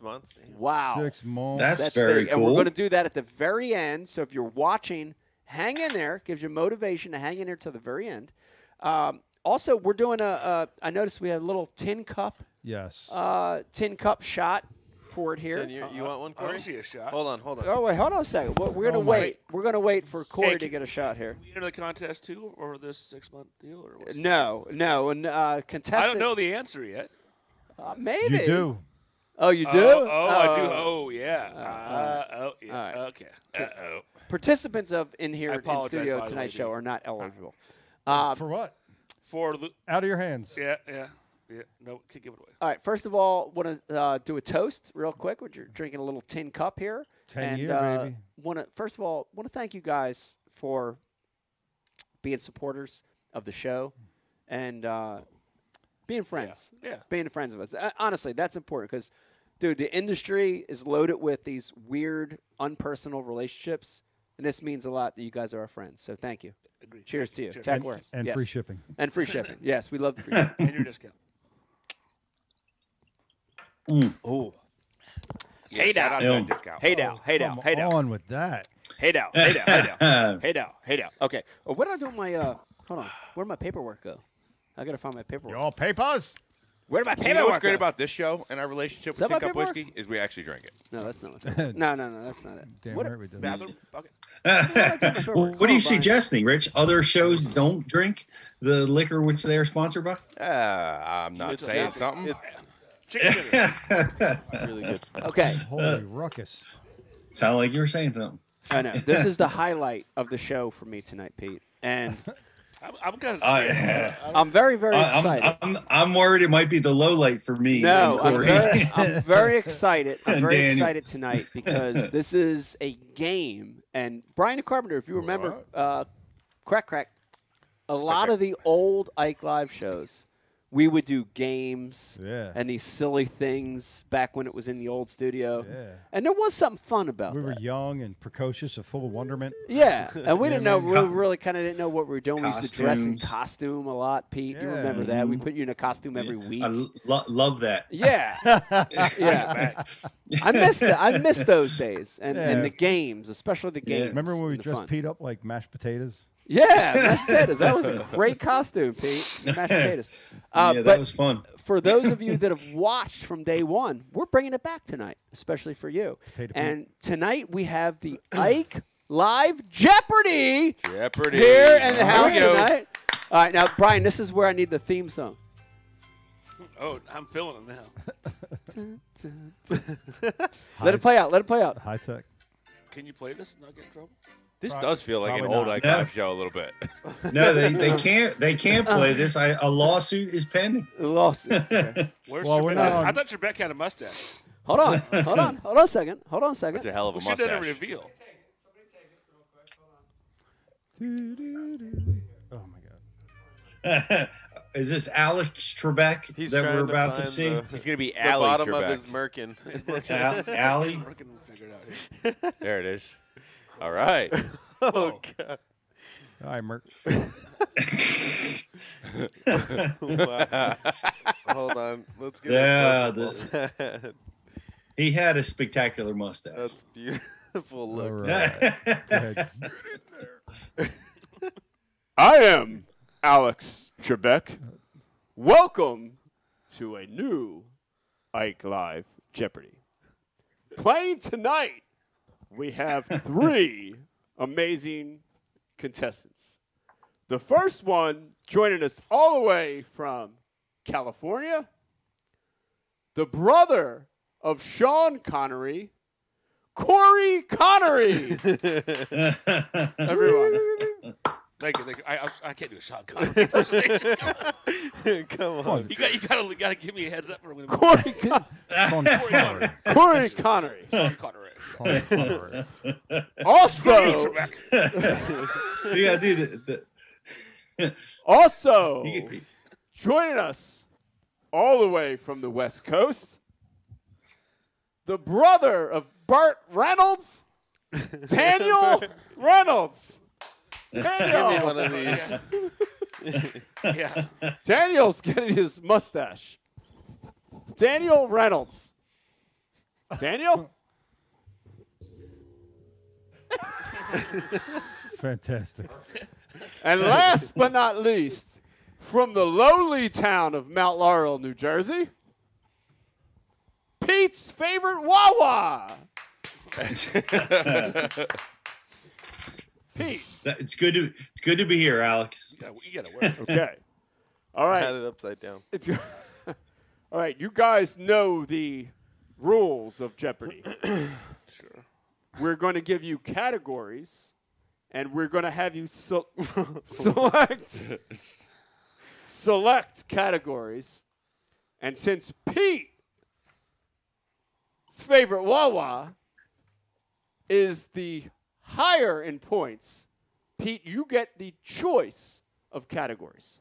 months. Wow. Six months. big. And we're going to do that at the very end. So if you're watching, hang in there. Gives you motivation to hang in there till the very end. Um, also, we're doing a, a. I noticed we had a little tin cup. Yes. Uh, tin cup shot poured here. Tin, you- you want one, I don't Corey? see a shot. Hold on, hold on. Oh wait, hold on a second. We're, we're gonna Oh, my. wait. We're gonna wait for Corey Hey, to get a shot here. You enter the contest too, or this six month deal, or what's- No, no, and uh, contestant. I don't know the answer yet. Uh, maybe do. Oh, you Oh, do? Oh, I do. Uh, Oh, yeah. uh, Uh, uh, oh, yeah. all right. Okay. Uh oh. Participants of in here I in apologize, by studio the tonight way, show dude. are not eligible. Uh, For what? For the Out of your hands. yeah, yeah, yeah. No, can give it away. All right. First of all, want to uh, do a toast real quick. We're dr- drinking a little tin cup here. 10 and, year, uh, baby. Want to first of all want to thank you guys for being supporters of the show and uh, being friends. yeah. Being friends of us. Uh, honestly, that's important because, dude, the industry is loaded with these weird, unpersonal relationships, and this means a lot that you guys are our friends. So thank you. Agreed. Cheers to you. Cheers. Tech And- Warehouse. and Yes. free shipping. And free shipping. yes, we *laughs* love the free *laughs* shipping. and your discount. Hmm. *laughs* Oh. Yeah, hey shout now. out to that discount. Hey now. Hey now. Oh, Come Hey now. on with that. Hey now. Hey now. Hey *laughs* now. Hey now. Hey now. Okay. Oh, what did I do with my uh hold on. Where did my paperwork go? I gotta find my paperwork. Y'all papers? Where did my See, you know what's paperwork great go? about this show and our relationship Is with that my Tin Cup paperwork? Whiskey is we actually drink it. No, that's not what's No, no, no, that's not it. Damn What- right we did. Bathroom bucket. *laughs* what are you suggesting, Rich? Other shows don't drink the liquor which they are sponsored by. Uh, I'm not saying something. really good. Okay. Holy ruckus. Sound like you were saying something. I know. This *laughs* is the highlight of the show for me tonight, Pete. *laughs* And I'm, I'm kind of. Oh, I- I'm very, very I- I'm- excited. I'm, I'm, worried it might be the low light for me. No, and I'm Corey. very, I'm very excited. I'm And very Daniel. *laughs* excited tonight because this is a game. And Brian Carpenter, if you remember, uh, crack crack, a lot of the old Ike Live shows we would do games Yeah. and these silly things back when it was in the old studio. Yeah. And there was something fun about We that. were young and precocious and full of wonderment. Yeah, and *laughs* we You what didn't I know. mean? We really kind of didn't know what we were doing. We used to dress in Costumes. costume a lot, Pete. You Yeah. remember that? We Mhm. put you in a costume every week. I lo- love that. *laughs* yeah, yeah. I miss that. I *laughs* miss those days and, Yeah. and the games, especially the games. Remember when we and the dressed fun. Pete up like mashed potatoes? Yeah, *laughs* mashed potatoes. That was a great costume, Pete. Mashed potatoes. Uh, Yeah, that but was fun. For those *laughs* of you that have watched from day one, we're bringing it back tonight, especially for you. Potato Pete. and tonight we have the Ike Live Jeopardy. Jeopardy. Here in Here the we house go. tonight. All right, now Brian, this is where I need the *laughs* theme song. Oh, I'm feeling it now. *laughs* Let it play out. Let it play out. High tech. Can you play this and not get in trouble? This does feel like an Probably old not. Ike No. Live show a little bit. *laughs* *laughs* *laughs* No, they, *laughs* they can't they can't play this. I, a lawsuit is pending. lawsuit. *laughs* Where's Well, Trebek? we're not I on- thought Trebek had a mustache. *laughs* Hold on. Hold on. Hold on a second. Hold on a second. That's a hell of a We should have done a mustache. reveal. *laughs* Oh my god. *laughs* Is this Alex Trebek He's that trying we're to about to, find see? the- He's gonna be the Ally bottom of Trebek. his *laughs* merkin. His merkin. Al- Ally? there it is. All right. Oh, God. All right, *laughs* Merc. Wow. Hold on. Let's get Yeah, a close up on that. He had a spectacular mustache. That's *laughs* beautiful look. I am Alex Trebek. Welcome to a new Ike Live Jeopardy. Playing tonight, we have three amazing contestants. The first one joining us all the way from California, the brother of Sean Connery, Corey Connery. Everyone. *laughs* Thank you. Thank you. I, I, I can't do a Sean *laughs* Connery impersonation. Come on. Come on. You got you gotta gotta give me a heads up for when *laughs* Corey Con- Corey Connery. Corey Connery. Sean Connery. Sean Connery. Also- Trebek. you gotta do the, *laughs* also, joining us all the way from the West Coast, the brother of Burt *laughs* Reynolds, Daniel Reynolds. Daniel. *laughs* Give me one of these. yeah. *laughs* Daniel's getting his mustache. Daniel Reynolds. Daniel? *laughs* Fantastic. And last but not least, from the lowly town of Mount Laurel, New Jersey, Pete's favorite Wawa. Pete. *laughs* That- It's good to it's good to be here, Alex. You gotta *laughs* Okay. All right. I had it *laughs* upside down. If you All right, you guys know the rules of *coughs* Jeopardy. sure. We're going to give you categories, and we're going to have you sel- *laughs* select select categories. And since Pete's favorite Wawa is the higher in points, Pete, you get the choice of categories.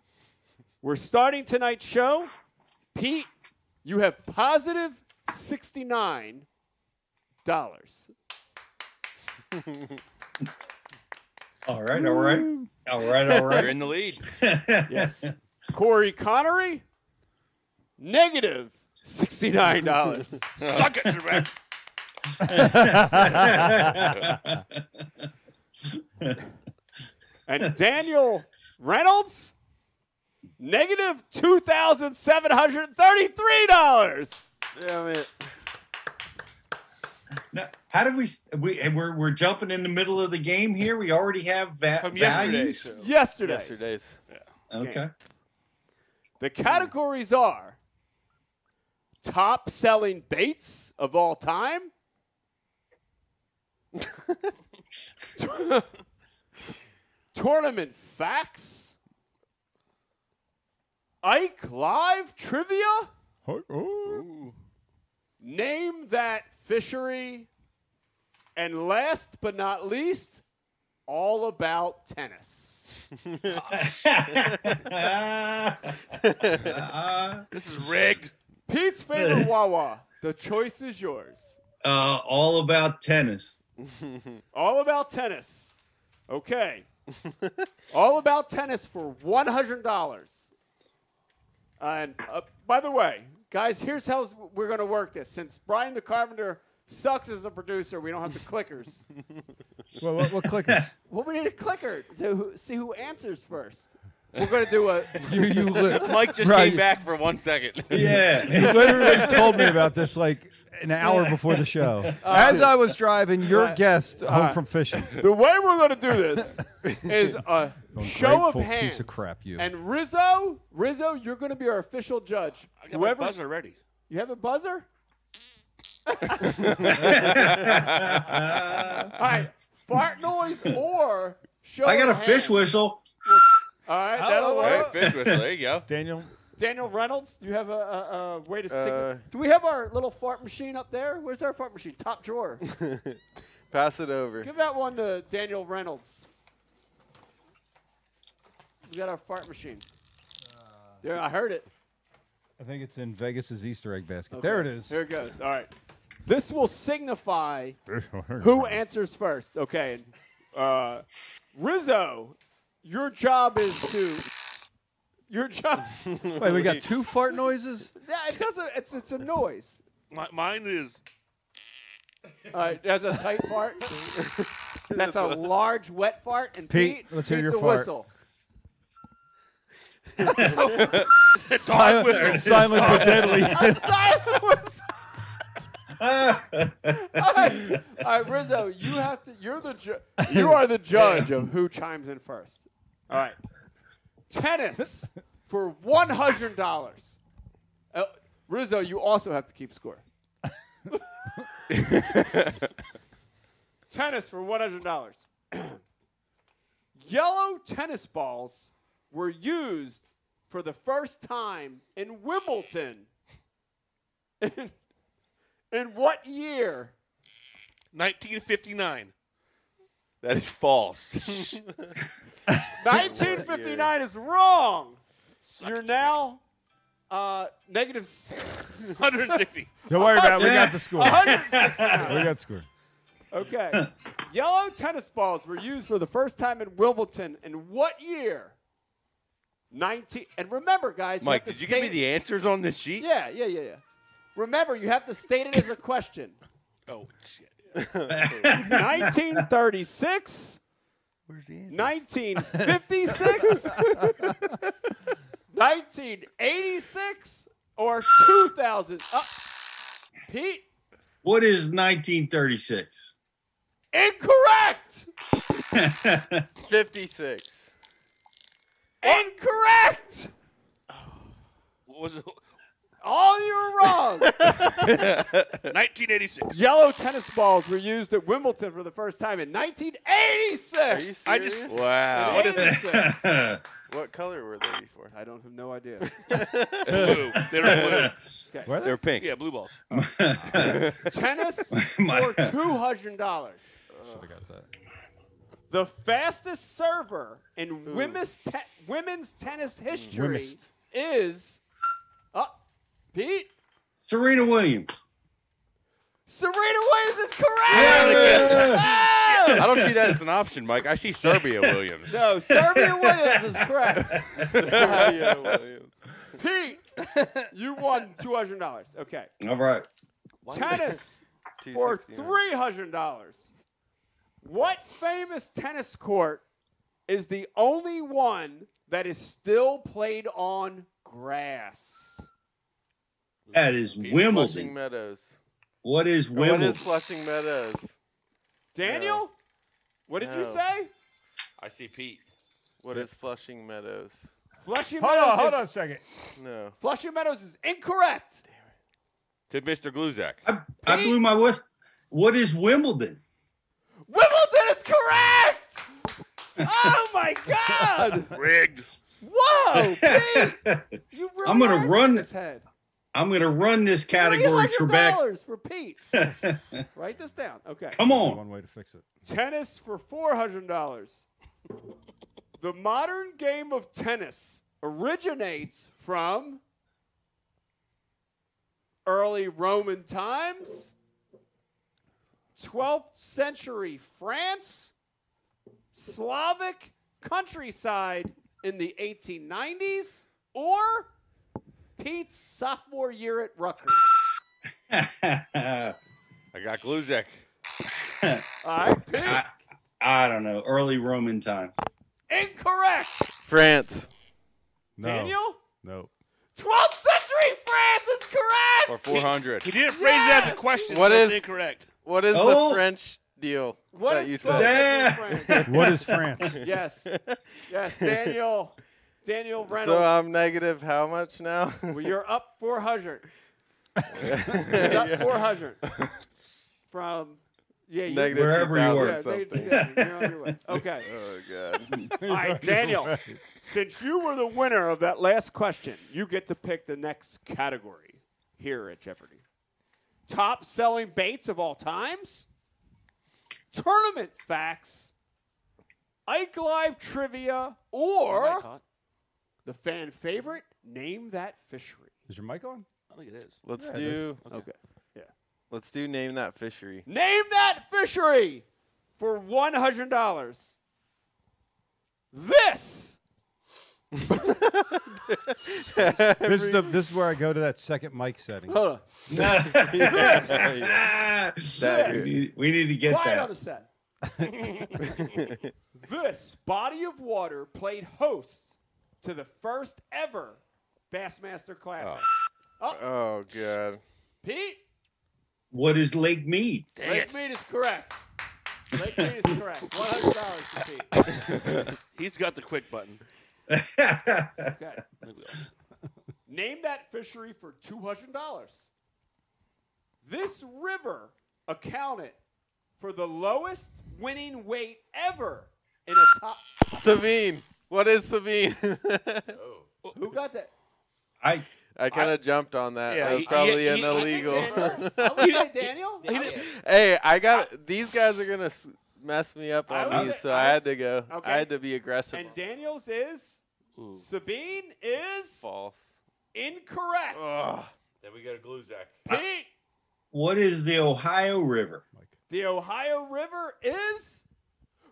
We're starting tonight's show. Pete, you have positive $69. *laughs* All right, all right, all right, all right. You're in the lead. yes. Corey Connery, negative $69. Suck it, Trebek. and Daniel Reynolds, negative $2,733. Damn it. Now, how did we s- we and we're we're jumping in the middle of the game here? We already have va- From values. yesterday's Yesterday's. show. Yesterday's. Okay. The categories are top selling baits of all time. *laughs* Tournament facts. Ike live trivia. Name that fishery. And last but not least, all about tennis. *laughs* this is rigged. Pete's favorite Wawa. The choice is yours. Uh, all about tennis. All about tennis. Okay. All about tennis for one hundred dollars. And uh, by the way, guys, here's how we're going to work this. Since Brian the Carpenter sucks as a producer, we don't have the *laughs* clickers. Well, what, what clickers? well, we need a clicker to who- see who answers first. We're going to do a. *laughs* You- you *laughs* lit- Mike just Right. came back for one second. *laughs* you literally told me about this like an hour before the *laughs* show. *laughs* As I was driving your Right. guest home Alright. from fishing. Uh, The way we're going to do *laughs* this is a show of Ungrateful hands. piece of crap, you. And Rizzo, Rizzo, you're going to be our official judge. I got my buzzer ready. You have a *laughs* buzzer? All right, fart noise or show. I got a of fish hands. whistle. All right, that'll work. There you go. *laughs* Daniel. Daniel Reynolds, do you have a, a, a way to signal? Uh, do we have our little fart machine up there? Where's our fart machine? Top drawer. *laughs* Pass it over. Give that one to Daniel Reynolds. We got our fart machine. There, I heard it. I think it's in Vegas's Easter egg basket. There it Okay, is. Here it goes. All right. This will signify who answers first. Okay. Uh, Rizzo, your job is to. Your *laughs* job. Wait, we got two fart noises. Yeah, it doesn't. It's it's a noise. My, mine is. All right, that's a tight *laughs* fart. That's a large wet fart. And Pete, Pete, let's hear Pete's your a fart. whistle. *laughs* *laughs* Silent, silent *laughs* but A deadly. silent whistle. *laughs* All right. All right, Rizzo, you have to. You're the ju- you are the judge *laughs* of who chimes in first. All right, tennis for one hundred dollars. Uh, Rizzo, you also have to keep *laughs* score. tennis for one hundred dollars. *clears throat* Yellow tennis balls were used for the first time in Wimbledon. *laughs* In, in what year? *laughs* 1959. That is false. 1959 is wrong. You're now uh, negative *laughs* s- 160. Don't worry about it. We got the score. we 169. got score. Okay. Yellow tennis balls were used for the first time in Wimbledon in what year? 19. And remember, guys. Mike, have to did you give me state- the answers on this sheet? Yeah, yeah, yeah, yeah. Remember, you have to state it as a question. Oh shit. 1936. Where's the 1956, 1986, or 2000? Uh, Pete, What is 1936? incorrect! 56. Incorrect! What was it? All you were wrong. 1986. Yellow tennis balls were used at Wimbledon for the first time in 1986. Are you serious? I just- Wow. What is that? 86. *laughs* What color were they before? I don't have no *laughs* idea. Blue. They were Where They're blue. pink. Yeah, blue balls. *laughs* *laughs* Tennis for *laughs* My- $200. I got that. The fastest server in women's te- women's tennis history Women's. is uh, Pete Serena Williams. Serena Williams is correct. *laughs* I don't see that as an option, Mike. I see *laughs* Serbia Williams. No, Serena Williams is correct. *laughs* Serena Williams. Pete, you won two hundred dollars. Okay, All right. *laughs* tennis for 269. three hundred dollars. What famous tennis court is the only one that is still played on grass? That is Flushing Wimbledon. Meadows. What is Or What Wimbledon? is Flushing Meadows? Daniel, No. what did you No. say? I see Pete. What is Flushing Meadows? Flushing Hold Meadows. on, hold is, on a second. No. Flushing Meadows is incorrect. To Mr. Gluzak. I, I blew my what? What is Wimbledon? Wimbledon is correct. oh my *laughs* God! Rigged. Whoa, Oh, Pete, you really I'm gonna are run- in his head. I'm gonna run this category, Trebek. $300 for *laughs* Pete. Write this down. Okay. Come on. One way to fix it. Tennis for four hundred dollars. The modern game of tennis originates from early Roman times, 12th century France, Slavic countryside in the 1890s, or Pete's sophomore year at Rutgers. *laughs* I got Gluzek. All right, Pete. I, I don't know. Early Roman times. Incorrect. France. Daniel? No. 12th century France is correct. Or 400. He, he didn't phrase it as a question. What so that's is- incorrect? What is Oh. the French deal What that is you the- said? Yeah. *laughs* What *laughs* is France? Yes. Yes, Daniel. Daniel Reynolds. So I'm negative how much now? *laughs* well, you're up 400. It's up 400 from yeah, you, Negative Wherever you 2,000 Yeah, something. negative 2,000. You're on your *laughs* way. Okay. Oh, God. All right, Daniel. Since you were the winner of that last question, you get to pick the next category here at Jeopardy. Top selling baits of all times, tournament facts, Ike Live trivia, or the fan favorite, name that fishery. Is your mic on? I think it is. *laughs* Let's Yeah, it do. is. Okay. Yeah. Let's do name that fishery. Name that fishery for one hundred dollars. This. This is, the, this is where I go to that second mic setting. *laughs* Hold on. Yes. That- Yes. we need- we need to get Quiet that. on the set. *laughs* this body of water played host to the first ever Bassmaster Classic. Oh, Oh, God. Pete, What is Lake Mead? Lake Mead is correct. Lake Mead is correct. One hundred dollars for Pete. *laughs* He's got the quick *laughs* button. okay. Name that fishery for two hundred dollars. This river accounted for the lowest winning weight ever in a top. Sabine. What is Sabine? *laughs* Oh. Who got that? I I kind of jumped on that. Yeah, that was he- probably he- an he- I think illegal. Daniel- I would say Daniel. I would- hey, I got these guys are gonna s- mess me up on I was- these, so I I had was- to go. okay. I had to be aggressive. And Daniel's is Sabine is false. Incorrect. Then we go to Gluzek. Pete, What is the Ohio River? the Ohio River is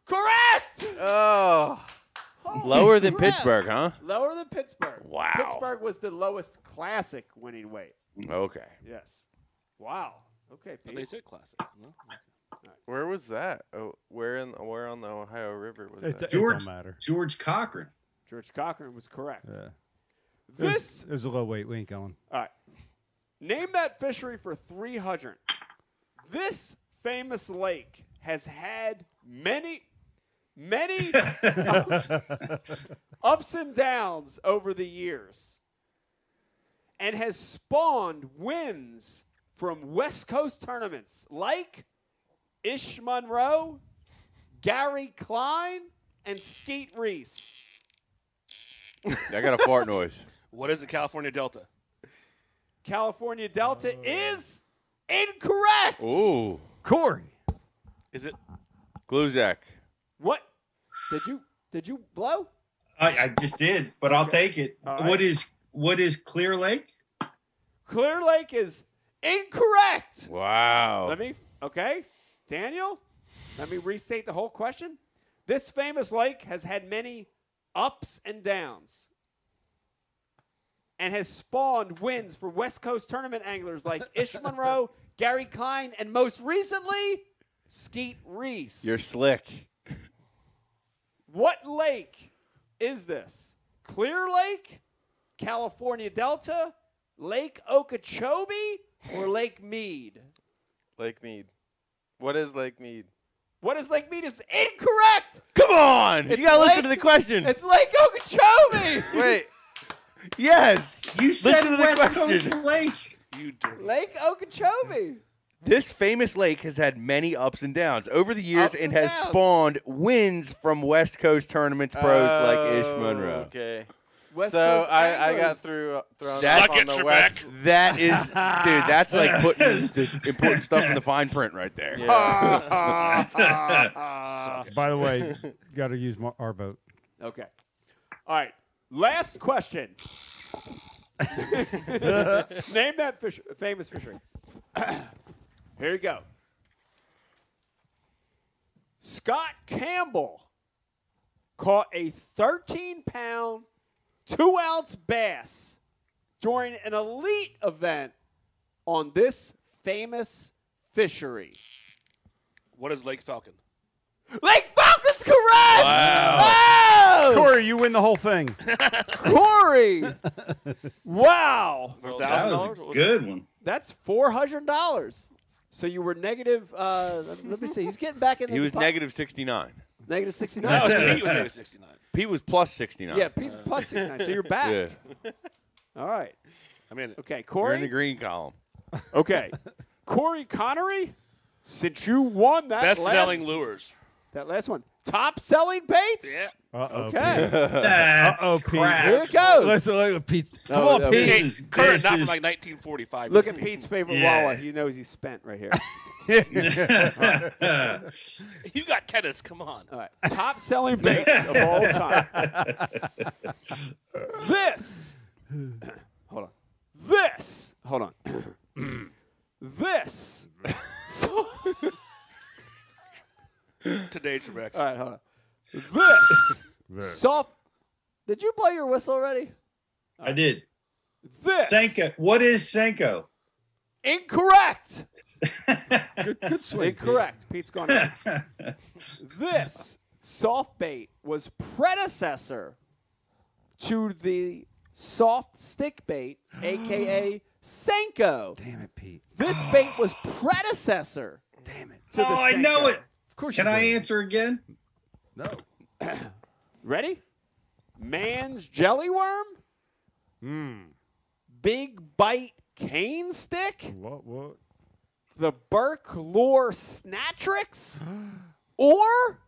correct. Oh, Holy Lower than crap. Pittsburgh, huh? Lower than Pittsburgh. Wow. Pittsburgh was the lowest classic winning weight. Okay. Yes. Wow. Okay, Pete. They said classic. No? Where was that? Oh, where in where on the Ohio River was It- that? it don't George- matter. George Cochran. George Cochran was correct. Yeah. This. There's, there's a low weight. We ain't *laughs* going. *laughs* All right. Name that fishery for 300. This famous lake has had many, many ups, ups and downs over the years and has spawned wins from West Coast tournaments like Ish Monroe, Gary Klein, and Skeet Reese. I got a fart noise. What is the California Delta? California Oh, Delta is incorrect. Ooh. Corey. Is it? Gluzek. What? Did you did you blow? I, I just did, but I'll take it. All What right. is what is Clear Lake? Clear Lake is incorrect. Wow. Let me okay, Daniel. Let me restate the whole question. This famous lake has had many ups and downs, and has spawned wins for West Coast tournament anglers like Ish Monroe, Gary Klein, and most recently Skeet Reese. You're slick. What lake is this? Clear Lake, California Delta, Lake Okeechobee, or Lake Mead? Lake Mead. What is Lake Mead? What is Lake Mead is incorrect. Come on. It's you got to listen to Lake- the question. It's Lake Okeechobee. Wait. yes. You listen said to the West question. Coast Lake. You Lake Okeechobee. This famous lake has had many ups and downs over the Ups years and and has downs. spawned wins from West Coast tournaments pros like Ish Oh, Monroe. Okay. West so Coast I, I got anglers. through thrown That's- off on the West. That is, dude. *laughs* That's like putting the important stuff in the fine print right there. Yeah. *laughs* By the way, got to use my, our vote. Okay. All right. Last question. Name that fish, famous fishery. *clears throat* Here you go. Scott Campbell caught a 13 pound, two ounce bass during an elite event on this famous fishery. What is Lake Falcon? Lake Falcon's correct! Wow. Oh! Corey, you win the whole thing. Corey! wow. For $1,000? That's four hundred dollars. So you were negative. Uh, let me see. He's getting back *laughs* in. The He was po- negative 69. Negative 69. No, Pete was negative 69. Pete was plus 69. *laughs* Yeah, Pete's plus six nine. So you're back. *laughs* All right. I mean, okay, You're in the Corey. green column. Okay, Corey Connery. Since you won that last- Best-selling lures. that last one, top selling baits. Yeah. Uh-oh, Okay. *laughs* Pete. That's Uh-oh, Pete. crap. Here it goes. Let's look at Oh, Pete's- come on, Pete. Hey, This is- Kurt, this not from is- like 1945. Look at Pete's favorite Yeah. Wawa. He knows he's spent right *laughs* here. *laughs* you got tennis. Come on. All right. Top selling baits of all *laughs* time. this. Hold on. This. Hold on. this. so, Today, Trebek. all right, hold on. This. This. Soft. Did you blow your whistle already? I did. This. Senko. What is Senko? *laughs* Incorrect. good, good swing, Pete. Incorrect. Pete's gone. *laughs* out. this soft bait was predecessor to the soft stick bait, aka Senko. Damn it, Pete. This bait was predecessor. Damn it. To the Oh, I know Senko. it. Of course Can you do. I answer again? No. *clears throat* Ready? Man's jelly worm. Hmm. Big bite cane stick. What? What? The Burke Lore Snatrix, *gasps* or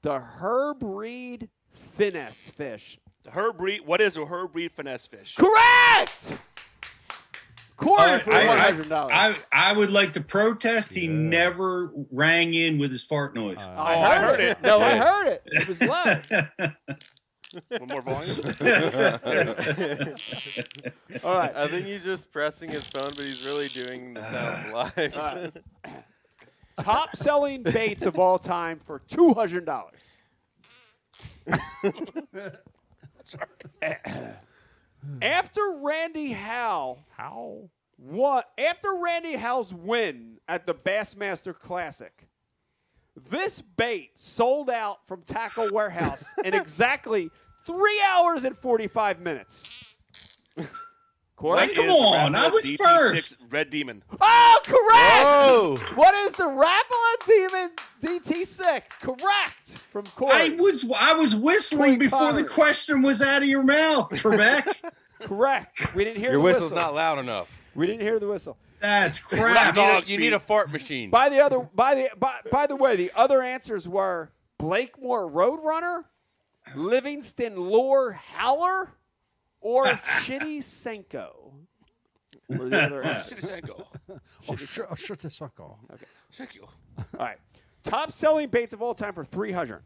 the Herb Reed finesse fish. The Herb Reed. What is a Herb Reed finesse fish? Correct. Corey All right, for one I, hundred dollars. I, I, I would like to protest he never rang in with his fart noise. Oh, I heard it. No, I heard it. It was *laughs* loud. One more *laughs* volume. All right. I think he's just pressing his phone, but he's really doing the sounds Uh, live. *laughs* Top selling baits of all time for two hundred dollars. After Randy Howe, Howe, what? After Randy Howe's win at the Bassmaster Classic, this bait sold out from Tackle Warehouse in exactly three hours and forty-five minutes. Corey? What Come is the on, I Rapala was DT6 first. Red Demon. Oh, correct! Whoa. What is the Rapala Demon DT6? Correct from Corey. I was I was whistling before the question was out of your mouth, Trebek. *laughs* Correct. We didn't hear Your the whistle's whistle. not loud enough. We didn't hear the whistle. That's crap. You need a, you need a fart machine. By the other, by the by, by the way, the other answers were Blakemore Roadrunner, Livingston Lore Howler, or Shitty Senko. Were *laughs* the *laughs* other answers. Senko. Oh, shut, oh, shut the suck off. Okay. Check you. All right. Top selling baits of all time for 300.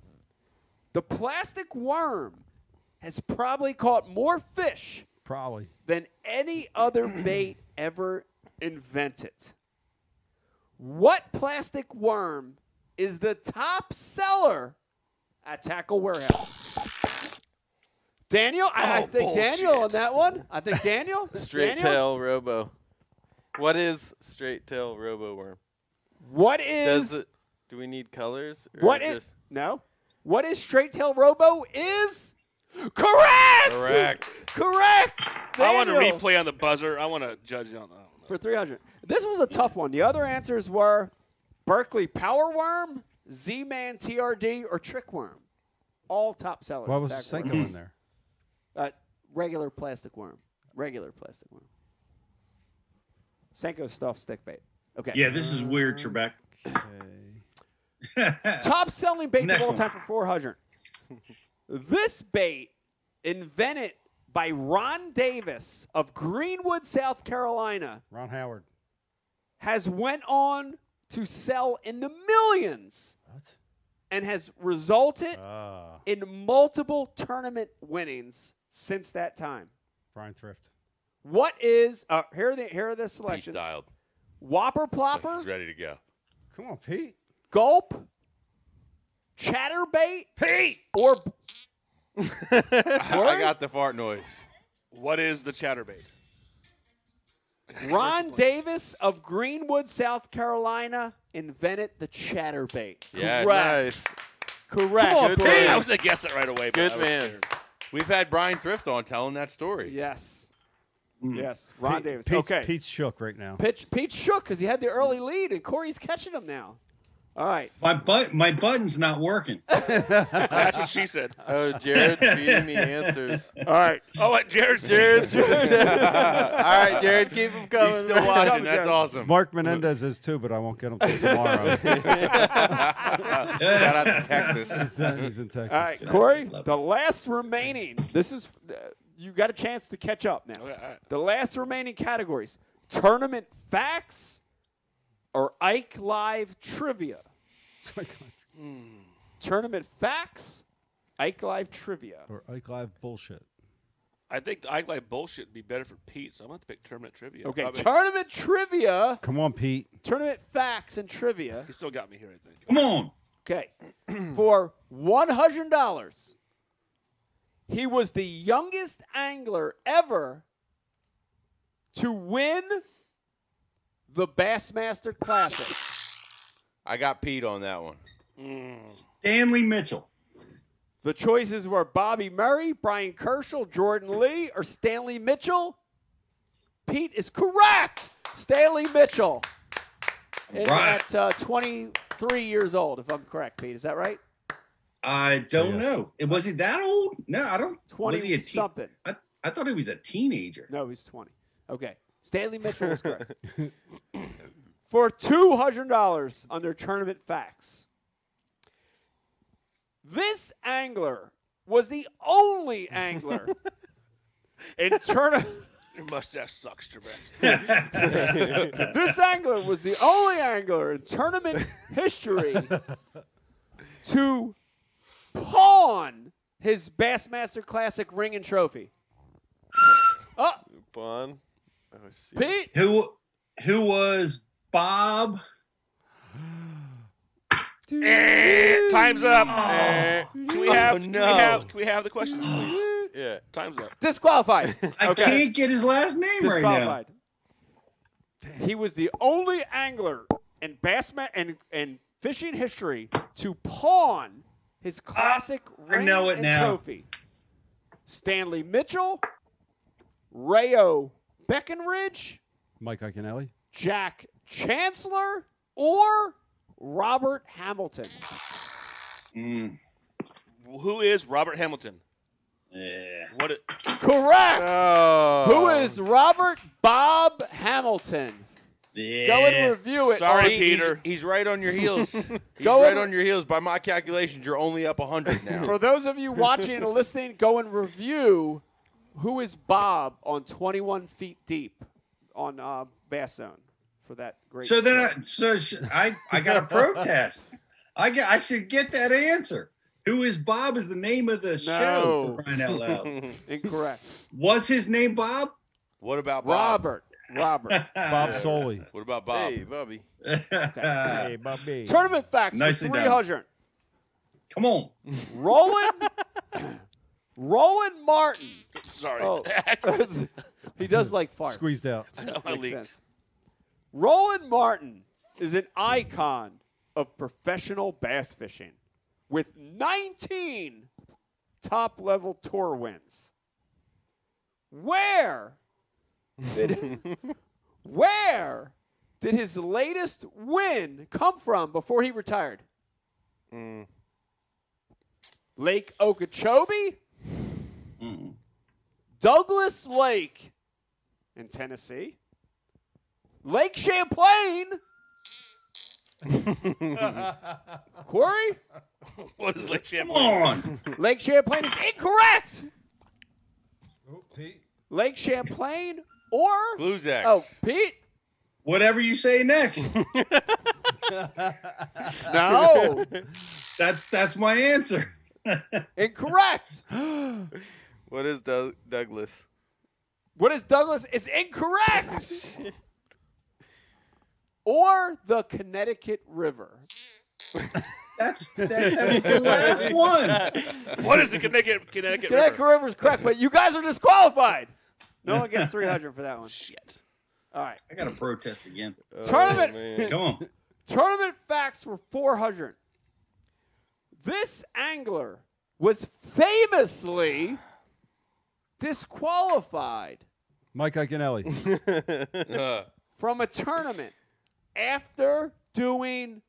The plastic worm has probably caught more fish Probably. than any other bait ever invented. What plastic worm is the top seller at Tackle Warehouse? Daniel, I, I Oh, think Daniel on that one. I think Daniel. Straight Daniel? tail robo. What is straight tail robo worm? What Does is it, do we need colors? or What is just- no? What is straight tail robo is correct. Correct. Correct. I want to Daniel, replay on the buzzer. I want to judge on that. for three hundred. This was a tough one. The other answers were Berkeley Power Worm, Z *laughs* Man TRD, or Trick Worm. All top sellers. Why was Back Senko worm. in there? Uh, regular plastic worm. Regular plastic worm. Senko stuff stick bait. Okay. Yeah, this is weird, Trebek. Top selling baits Next of all one. time for 400. this bait, invented by Ron Davis of Greenwood, South Carolina, Ron Howard. has went on to sell in the millions and has resulted Ah. in multiple tournament winnings since that time. Brian Thrift. What is uh, here? Are the here are the selections. dialed. Whopper plopper, He's ready to go. Come on, Pete. gulp, chatterbait, Pete, or *laughs* I got the fart noise. What is the chatterbait? Ron Davis of Greenwood, South Carolina, invented the chatterbait. Yes. Correct. Correct. I was gonna guess it right away. But Good I was man. scared. We've had Brian Thrift on telling that story. Mm. Yes. Yes. Ron Davis. Mm. Pete's, okay. Pete's shook right now. Pitch, Pete shook because he had the early lead, and Corey's catching him now. All right. My but my button's not *laughs* working. That's what she said. Oh, Jared's feeding me answers. All right. Oh, what, Jared. *laughs* Jared's. *laughs* All right, Jared, keep him coming. He's still man. watching. That's awesome. Mark Menendez is too, but I won't get him till *laughs* *laughs* tomorrow. Shout out to he's, Texas. in, he's in Texas. All right, Corey, the last remaining. This is uh, you got a chance to catch up now. The last remaining categories: tournament facts or Ike Live *laughs* trivia. Hmm. tournament facts, Ike Live trivia. Or Ike Live bullshit. I think the Ike Live bullshit would be better for Pete, so I'm going to pick tournament trivia. Okay, I mean, tournament trivia, Come on, Pete. tournament facts and trivia. he still got me here, I think. Come on. Okay, *clears throat* for one hundred dollars, he was the youngest angler ever to win the Bassmaster Classic. I got Pete on that one. Stanley Mitchell. The choices were Bobby Murray, Brian Kershel, Jordan Lee, or Stanley Mitchell. Pete is correct. Stanley Mitchell is Right. at uh, 23 years old, if I'm correct, Pete. Is that right? I don't know. It was he that old? No, I don't. was 20 he a teen- something. I, I thought he was a teenager. No, he's 20. Okay. Stanley Mitchell is correct. For $200 under tournament facts. This angler was the only angler in tournament. *laughs* Your mustache sucks, Trebek. this angler was the only angler in tournament history to pawn his Bassmaster Classic ring and trophy. *gasps* Oh, Bun. Oh, shit. Pete, Who who was Bob? *laughs* Eh, Time's Oh. up. Eh, Can we Oh, have? Can we no. have? Can we have the questions, please? Yeah. Time's up. disqualified. *laughs* I can't get his last name right now. Disqualified. He was the only angler in Bassma and and fishing history to pawn his classic I ring know it and now. trophy. Stanley Mitchell, Rayo Beckenridge, Mike Iaconelli. Jack Chancellor, or Robert Hamilton. Mm, Who is Robert Hamilton? yeah. What? i- Correct. Oh. Who is Robert Bob Hamilton? Yeah. Go and review it. Sorry, on- Pete, he's- Peter. He's, right on *laughs* your heels. He's Go right over- on your heels. By my calculations, you're only up 100 now. For *laughs* those of you watching and listening, go and review who is Bob on 21 feet deep on uh, Bass Zone for that great. So then, show. I, so sh- I I got a protest. I get I should get that answer. Who is Bob? Is the name of the show? For crying out loud. *laughs* incorrect. was his name Bob? what about Bob? Robert, *laughs* Robert. Bob Soley. What about Bob? Hey, Bobby. Hey, Bobby. Tournament facts Nicely for done. 300. Come on. *laughs* Roland, Roland Martin. Sorry. *laughs* Oh, Actually, he does like farts. Squeezed out. I Makes leaked. sense. Roland Martin is an icon of professional bass fishing with 19 top level tour wins. Where did, *laughs* where did his latest win come from before he retired? Mm. Lake Okeechobee? Douglas Lake in Tennessee. Lake Champlain. Quarry? *laughs* What is Lake Come Champlain? on. Lake Champlain is incorrect. Oh, Pete. Lake Champlain or Blue's X. Oh, Pete. *laughs* Whatever you say next. No. that's that's my answer. *laughs* Incorrect. What is Doug- Douglas? What is Douglas? It's *laughs* incorrect. or the Connecticut River. That's that *laughs* was the last one. What is the Connecticut- Connecticut River? Connecticut River is correct, but you guys are disqualified. No one gets 300 for that one. Shit. All right. I gotta protest again. *laughs* Oh, Tournament. Come on. Tournament facts for 400. This angler was famously disqualified Mike Iaconelli. from a tournament after doing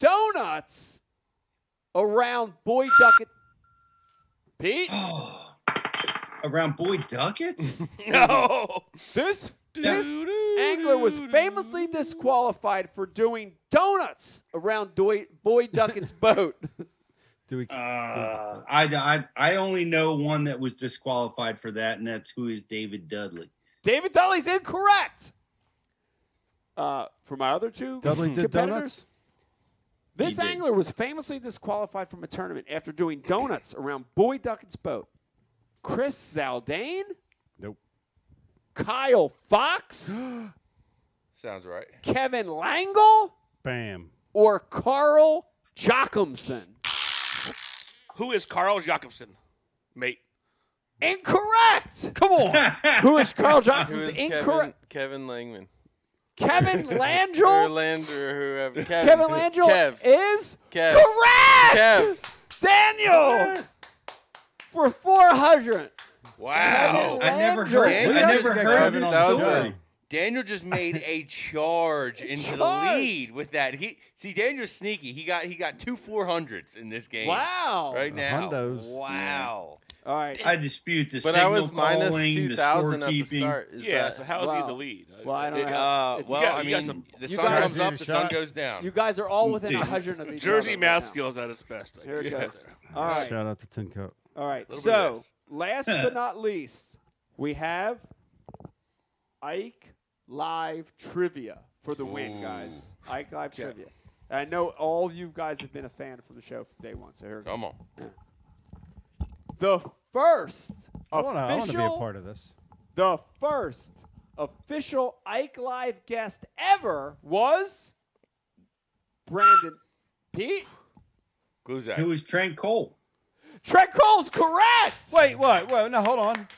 donuts around Boy Ducket. Pete? Around Boy Ducket? no. This this angler was famously disqualified for doing donuts around Doi- Boy Ducket's boat. Do we? Uh, I, I I only know one that was disqualified for that, and that's who is David Dudley. David Dudley's incorrect. Uh, for my other two Dudley did competitors, donuts? this angler was famously disqualified from a tournament after doing donuts around Boy Ducket's boat. Chris Zaldane? Nope. Kyle *gasps* Fox? Sounds right. Kevin Langle? Bam. Or Carl Jockumson? Who is Carl Jacobson, mate? Incorrect. Come *laughs* on. Who is *laughs* Carl Who Johnson? is Is Kevin- incorrect. Kevin, Langman. Kevin *laughs* Or Landrel. Lander or whoever. Kevin, Kevin Landrel Kev. is Kev. correct. Kev. Daniel for four hundred. Wow. Kevin I never heard- Landry. I never heard this story. Daniel just made *laughs* a charge into the Charge. lead with that. He see Daniel's sneaky. He got he got two four hundreds in this game. Wow. Right now. Hondos. Wow. All right. I dispute the But I signal was minus calling, the 2,000 at the scorekeeping. start. Is Yeah, that- so how is he in the lead? Well, I don't know. It- uh, It's- well, You got- I you got mean, some- the You sun guys- comes up, the sun goes down. You guys are all within Dude. a hundred of each Jersey other right math now. skills at its best. I Here it guess. *laughs* goes. All right. Shout out to Tin Cup. All right. Little bit of So, last but not least, we have Ike Live Trivia for the win, guys. Ike Live Trivia. I know all you guys have been a fan from the show from day one, so here it Come goes. on. The first I wanna- I wanna be a official- part of this. The first official Ike Live guest ever was Brandon Pete. Who's Who is Trent Cole? Trent Cole's correct. Wait, what? Wait, no, hold on.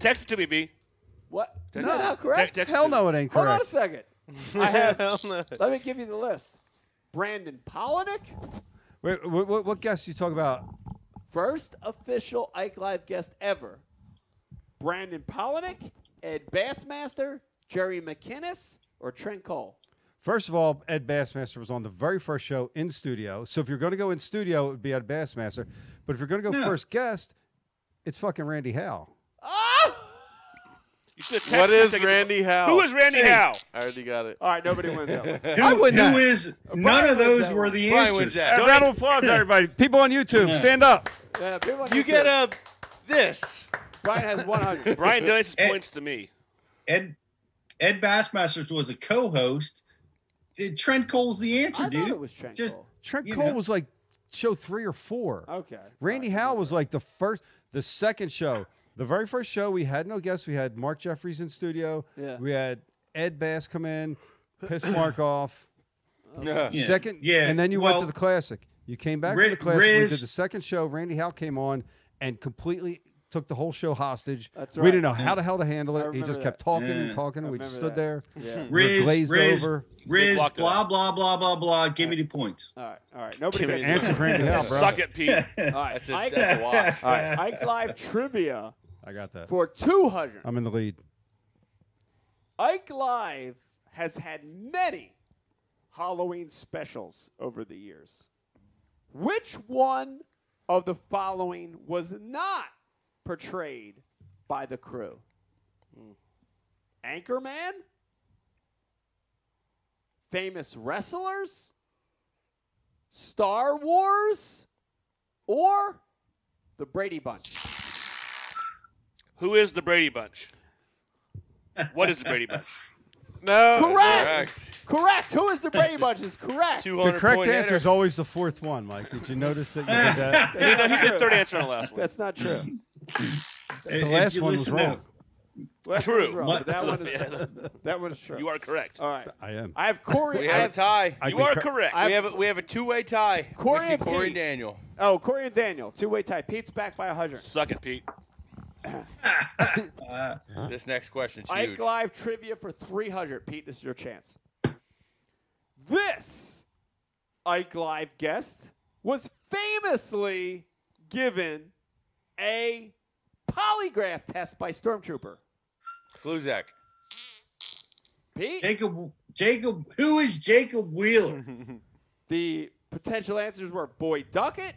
Text it to me, B. What? Text No, it. no, correct. Te- text Hell to no, it me. ain't Hold on correct. a *laughs* second. I have. Let me give you the list. Brandon Polinick, Wait, what, what, what guest you talk about? first official Ike Live guest ever. Brandon Polinick, Ed Bassmaster, Jerry McInnes, or Trent Cole. First of all, Ed Bassmaster was on the very first show in studio. So if you're going to go in studio, it would be Ed Bassmaster. But if you're going to go No. first guest, it's fucking Randy Howe. You should have texted What me is second- Randy Howe? Who is Randy Hey. Howe? I already got it. All right, nobody wins that *laughs* Who, who is? None of those were the answers. Uh, Round of applause, everybody. People on YouTube, stand up. Yeah, people on You YouTube. get a this. Eh. Brian has 100. *laughs* Brian donates Ed- points to me. Ed Ed Bassmasters was a co-host. Uh, Trent Cole's the answer, dude. it was Trent Just, Trent you Cole know. was like show three or four. Okay. Randy Howe was like the first, the second show. The very first show, we had no guests. We had Mark Jeffries in studio. Yeah. We had Ed Bass come in, piss *coughs* Mark off. Yeah. Yeah. Second, Yeah, and then you went well, to the classic. You came back Ri- to the classic. Riz- we did the second show. Randy Howe came on and completely took the whole show hostage. That's We right. didn't know how Yeah. the hell to handle I it. He remember just that. kept talking and Yeah. talking. I we just stood remember there. that. Yeah. We were Riz, glazed Riz, over. Riz, blocked it blah out. blah blah blah blah. Give me the points. All right, all right. Nobody Give me gets the answer for Randy Howe, bro. Suck *laughs* it, *laughs* Pete. All right, That's a- Ike- that's a wash. All right, *laughs* Ike Live trivia I got that. for 200. I'm in the lead. Ike Live has had many Halloween specials over the years. Which one of the following was not portrayed by the crew? Anchorman? Famous wrestlers? Star Wars? Or the Brady Bunch? Who is *laughs* the Brady Bunch? What is the Brady Bunch? No. Correct. Correct. Correct. Who is the Brady Bunch? Is correct. The correct answer is always the fourth one, Mike. Did you notice that *laughs* you did *laughs* that? That's not true. That's That's not true. The last one was wrong. Last True. one's wrong, My- but that one is *laughs* that one is true. You are correct. All right. I am. I have Corey. We I have, have a tie. I You can are cor- correct. I we have- have a, we have a two way tie. Corey With and Corey Pete. Daniel. Oh, Corey and Daniel, two-way tie. Pete's back by a hundred. Suck it, Pete. this next question's Ike huge. Live trivia for 300. Pete, this is your chance. This Ike Live guest was famously given a polygraph test by Stormtrooper. Kluzak. Pete? Jacob, Jacob, who is Jacob Wheeler? *laughs* the potential answers were Boy Duckett,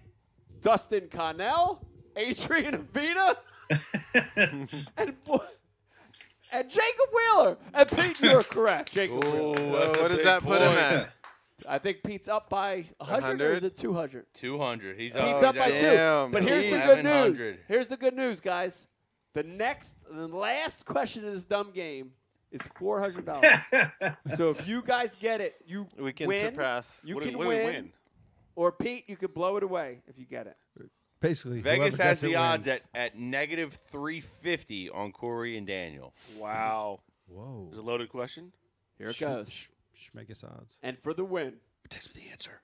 Dustin Connell, Adrian *laughs* Avina, and Boy, and Jacob Wheeler. And Pete, you are correct. Jacob Wheeler. that's a What does big that put him point. at? I think Pete's up by 100, or is 100? it 200? 200. He's up, Pete's he's up by Damn, two. But here's the Pete. good news. 700. Here's the good news, guys. The next, the last question of this dumb game is four hundred dollars. so if you guys get it, you We can win. surpass. You What do- can what do we win, win? Or Pete, you could blow it away if you get it. *laughs* Basically, Vegas whoever has gets it the odds wins. at, at negative 350 on Corey and Daniel. Wow. Whoa. It's a loaded question. Here it goes. Schmegus odds. And for the win, text me the answer.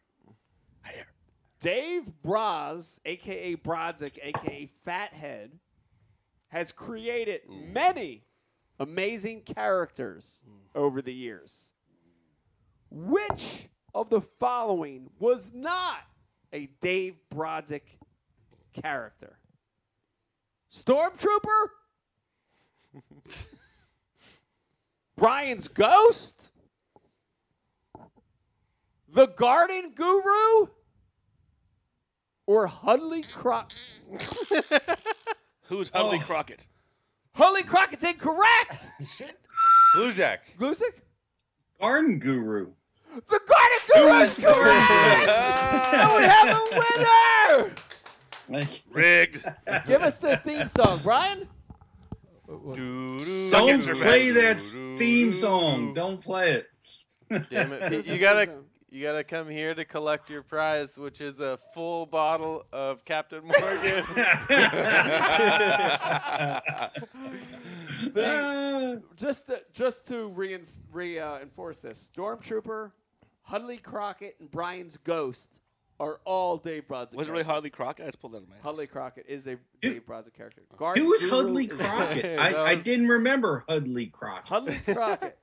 Dave Braz, aka Brodzik, aka Fathead, has created many amazing characters Mm. over the years. Which of the following was not a Dave Brodzik character? *laughs* Stormtrooper? Brian's Ghost? The Garden Guru? Or Hudley Crockett? *laughs* Who's Hudley Crockett? Oh. Hudley Crockett's *laughs* incorrect! Luzak. Glusick? Garden Guru. The Garden Guru *laughs* is correct! and we have a winner! *laughs* Rigged. Give us the theme song, Brian. Don't play that theme song. Don't play it. Damn *laughs* it, Pete. *laughs* You gotta you gotta come here to collect your prize, which is a full bottle of *laughs* Captain *laughs* Morgan. *laughs* The- just to, just to reinforce re, uh, enforce this, Stormtrooper, Hudley Crockett, and Brian's Ghost are all Dave Brodzik. Was it really characters. Hudley Crockett? I just pulled that out of my Hudley Crockett is a Dave Brodzik *laughs* character. Guard Who is Guru Hudley is- *laughs* Crockett? I, I didn't remember Hudley Crockett. Hudley Crockett.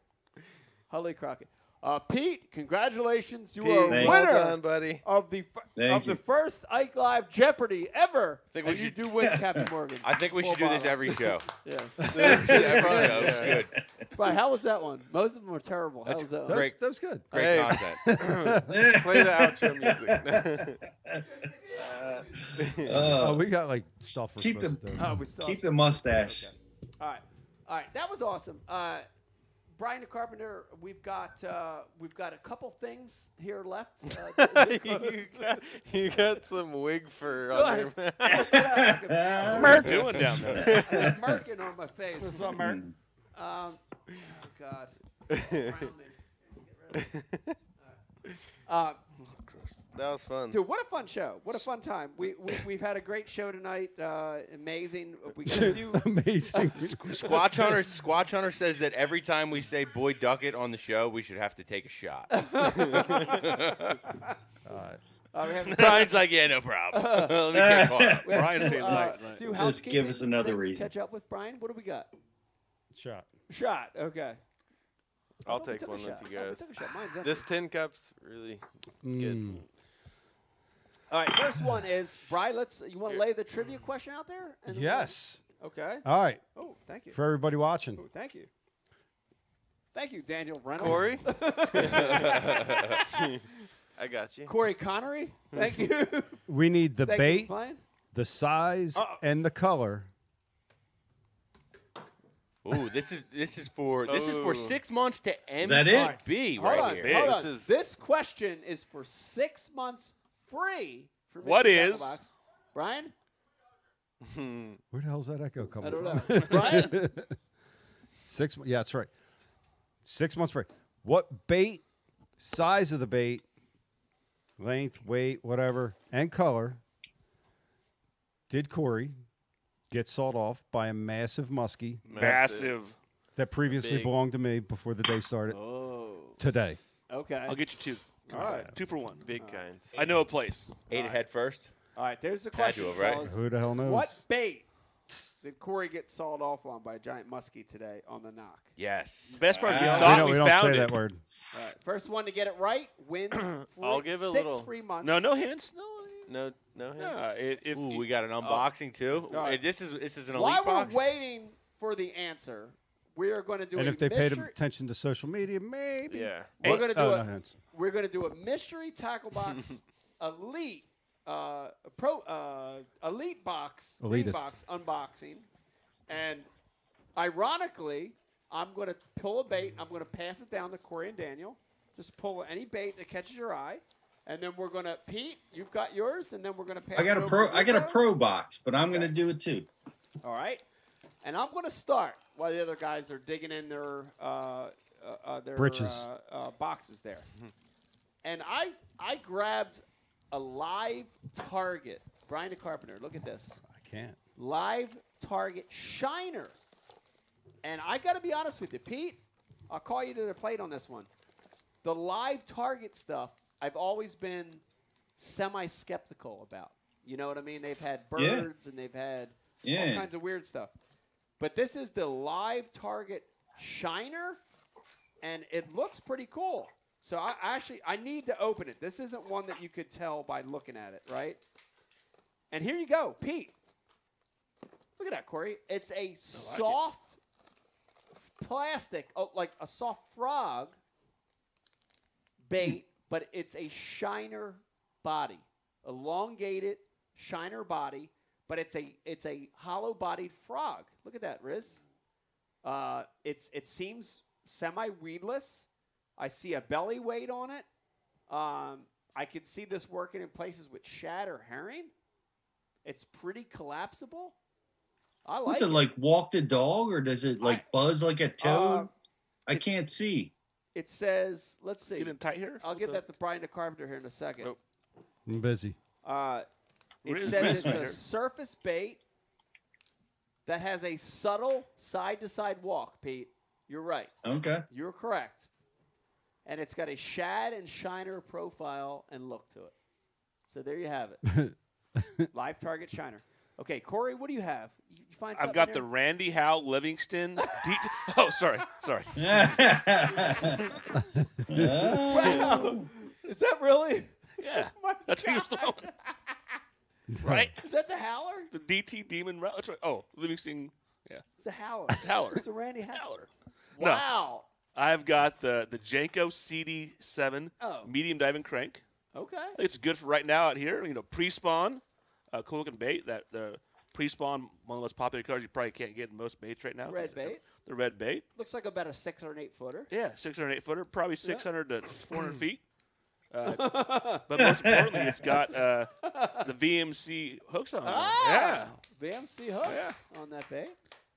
Hudley Crockett. Uh, Pete, congratulations! You Pete, are a Thank winner you. well done, buddy. of the fir- Thank of the you. first Ike Live Jeopardy ever. think we and you should- do *laughs* win Captain Morgan. I think we should do this every show. *laughs* *laughs* yes. Let's do it every show. It's Yes. good. Brian, how was that one? Most of them were terrible. How was that? one? great- That was- that was good. great *laughs* content. *laughs* Play the outro *laughs* *laughs* music. Uh, Oh, we got like stuff. We're Uh, keep the supposed *laughs* to do. Oh, we saw keep it. the mustache. All right, all right. That was awesome. Uh, Brian the Carpenter, we've got uh, we've got a couple things here left. Uh, to *laughs* you, got, you got some wig *laughs* fur So on I- your I said I like *laughs* a- mouth. doing down I there? got *laughs* merkin on my face. What's up, Merc? Um, oh God. Brown man. Get rid of it. Uh, *laughs* That was fun. Dude, what a fun show! What a fun time! We, we we've had a great show tonight. Uh, amazing. We got a *laughs* few. *laughs* *laughs* Amazing. Squatch Hunter, Squatch Hunter says that every time we say "Boy Duckett" on the show, we should have to take a shot. Uh, *laughs* we have- Brian's like, "Yeah, no problem." *laughs* Let me get caught up. *laughs* We have Brian's a few, saying, uh, right, right. few Just give us housekeeping another things to reason. Catch up with Brian. What do we got? Shot. Shot. Okay. I'll thought we take took a one with shot. you I thought we guys. took a shot. Mine's empty. This tin cup's really Mm. All right. First one is Brian. Let's. You want to lay the trivia question out there? And we'll- Yes. Okay. All right. Oh, thank you. Uh, For everybody watching. Oh, thank you. Thank you, Daniel Reynolds. *laughs* *laughs* Corey. I got you. Corey Connery. Thank you. We need the Thank you Uh, for bait, playing. the size, and the color. Ooh, this is this is for this is for Ooh. six months to MTB that it? right hold on, here. Hold on. This, question is for six months free. For What Mr. is- Tacklebax. Brian? Where the hell's that echo coming I don't from? *laughs* know. Brian? Six. mo- Yeah, that's right. Six months free. What bait size of the bait, length, weight, whatever, and color. Did Corey get sawed off by a massive muskie? Massive. That previously Big. belonged to me before the day started. Today. Okay. I'll get you two. All right. Two for one. Big kinds. I know a place. Ate it head first. All right, there's the Had to question. have, right? fellas. Who the hell knows? What bait did Corey get sawed off on by a giant muskie today on the knock? Yes. The best part is we Wow. thought Uh, We don't- we, we don't found say it. that word. All right, first one to get it right wins. I'll free- give it a six little- free months. No, no hints. No. No, no hints. Nah, if, if Ooh, we got an unboxing too. All right. This is this is an elite While we're box. waiting for the answer, we are going to do and a if they paid mystery. attention to social media, maybe. We're gonna do oh, a, no, hands. We're gonna do a mystery tackle box elite uh pro uh elite box green Elitist. box unboxing. And ironically, I'm gonna pull a bait, I'm gonna pass it down to Corey and Daniel. Just pull any bait that catches your eye. And then we're gonna Pete, you've got yours, and then we're gonna pass I got it a over pro. to I got a Rico. pro box, but I'm gonna do it too. All right. And I'm going to start while the other guys are digging in their uh, uh, uh, their Britches. uh, uh, boxes there. *laughs* And I *laughs* I grabbed a live target. Brian De Carpenter, look at this I can't. live target shiner. And I got to be honest with you, Pete. I'll call you to the plate on this one. The live target stuff, I've always been semi skeptical about. You know what I mean? They've had Yeah. birds and they've had all Yeah. kinds of weird stuff. But this is the live target shiner, and it looks pretty cool. So I I actually I need to open it. This isn't one that you could tell by looking at it, right? And here you go, Pete. Look at that, Corey. It's a soft plastic, oh, like a soft frog bait, but it's a shiner body, elongated shiner body, but it's a it's a hollow-bodied frog. Look at that, Riz. Uh, it's it seems semi-weedless. I see a belly weight on it. Um, I could see this working in places with shad or herring. It's pretty collapsible. I like What's it like? Walk the dog, or does it like buzz like a toad? Uh, I can't see. It says, let's see. Getting tight here? I'll What give the- that to Brian De Carpenter here in a second. I'm busy. Uh, it Really? says Really? it's a surface bait that has a subtle side to side walk, Pete. You're right. Okay. You're correct. And it's got a shad and shiner profile and look to it. So there you have it. Live target shiner. Okay, Corey, what do you have? You you find I've something got the there? Randy Howe *laughs* Livingston. deep *laughs* oh, sorry, sorry. Wow. Is that really? *laughs* Yeah. That's who you're throwing. right? Is that the Howler? The DT Demon. Ra- that's right. Oh, Livingston. Yeah. It's *laughs* a Howler. Howler. It's a Randy Howler. No. Wow. I've got the the Janko CD7 Oh. medium diving crank. Okay. I think it's good for right now out here. You know, pre-spawn, uh, cool looking bait. That the pre-spawn one of the most popular colors you probably can't get in most baits right now. Red 'cause they're- bait. The red bait. Looks like about a six or an eight footer. Yeah, six hundred eight footer, probably Yeah. six *clears throat* hundred to four hundred feet. Uh, *laughs* but most importantly, it's got uh, the VMC hooks on it. Ah! Yeah. VMC hooks on that bait.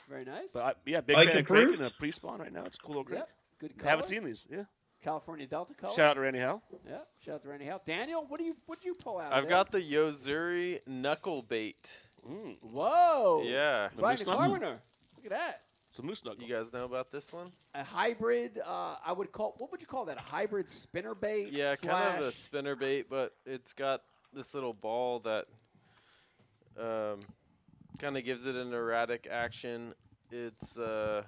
Very nice. But I, yeah, big Like fan of Craig approved? in the pre-spawn right now. It's a cool little Craig. Yep, good Haven't color. seen these. Yeah. California Delta color. Shout out to Randy Howe. Yeah. Shout out to Randy Howe. Daniel, what do you what do you pull out? I've there? got the Yozuri knuckle bait. Mm. Whoa. Yeah. Brian Carpenter. Look at that. Some moose knuckle. You guys know about this one? A hybrid. Uh, I would call. What would you call that? A hybrid spinner bait. Yeah, kind of a slash- spinner bait, but it's got this little ball that um, kind of gives it an erratic action. It's uh,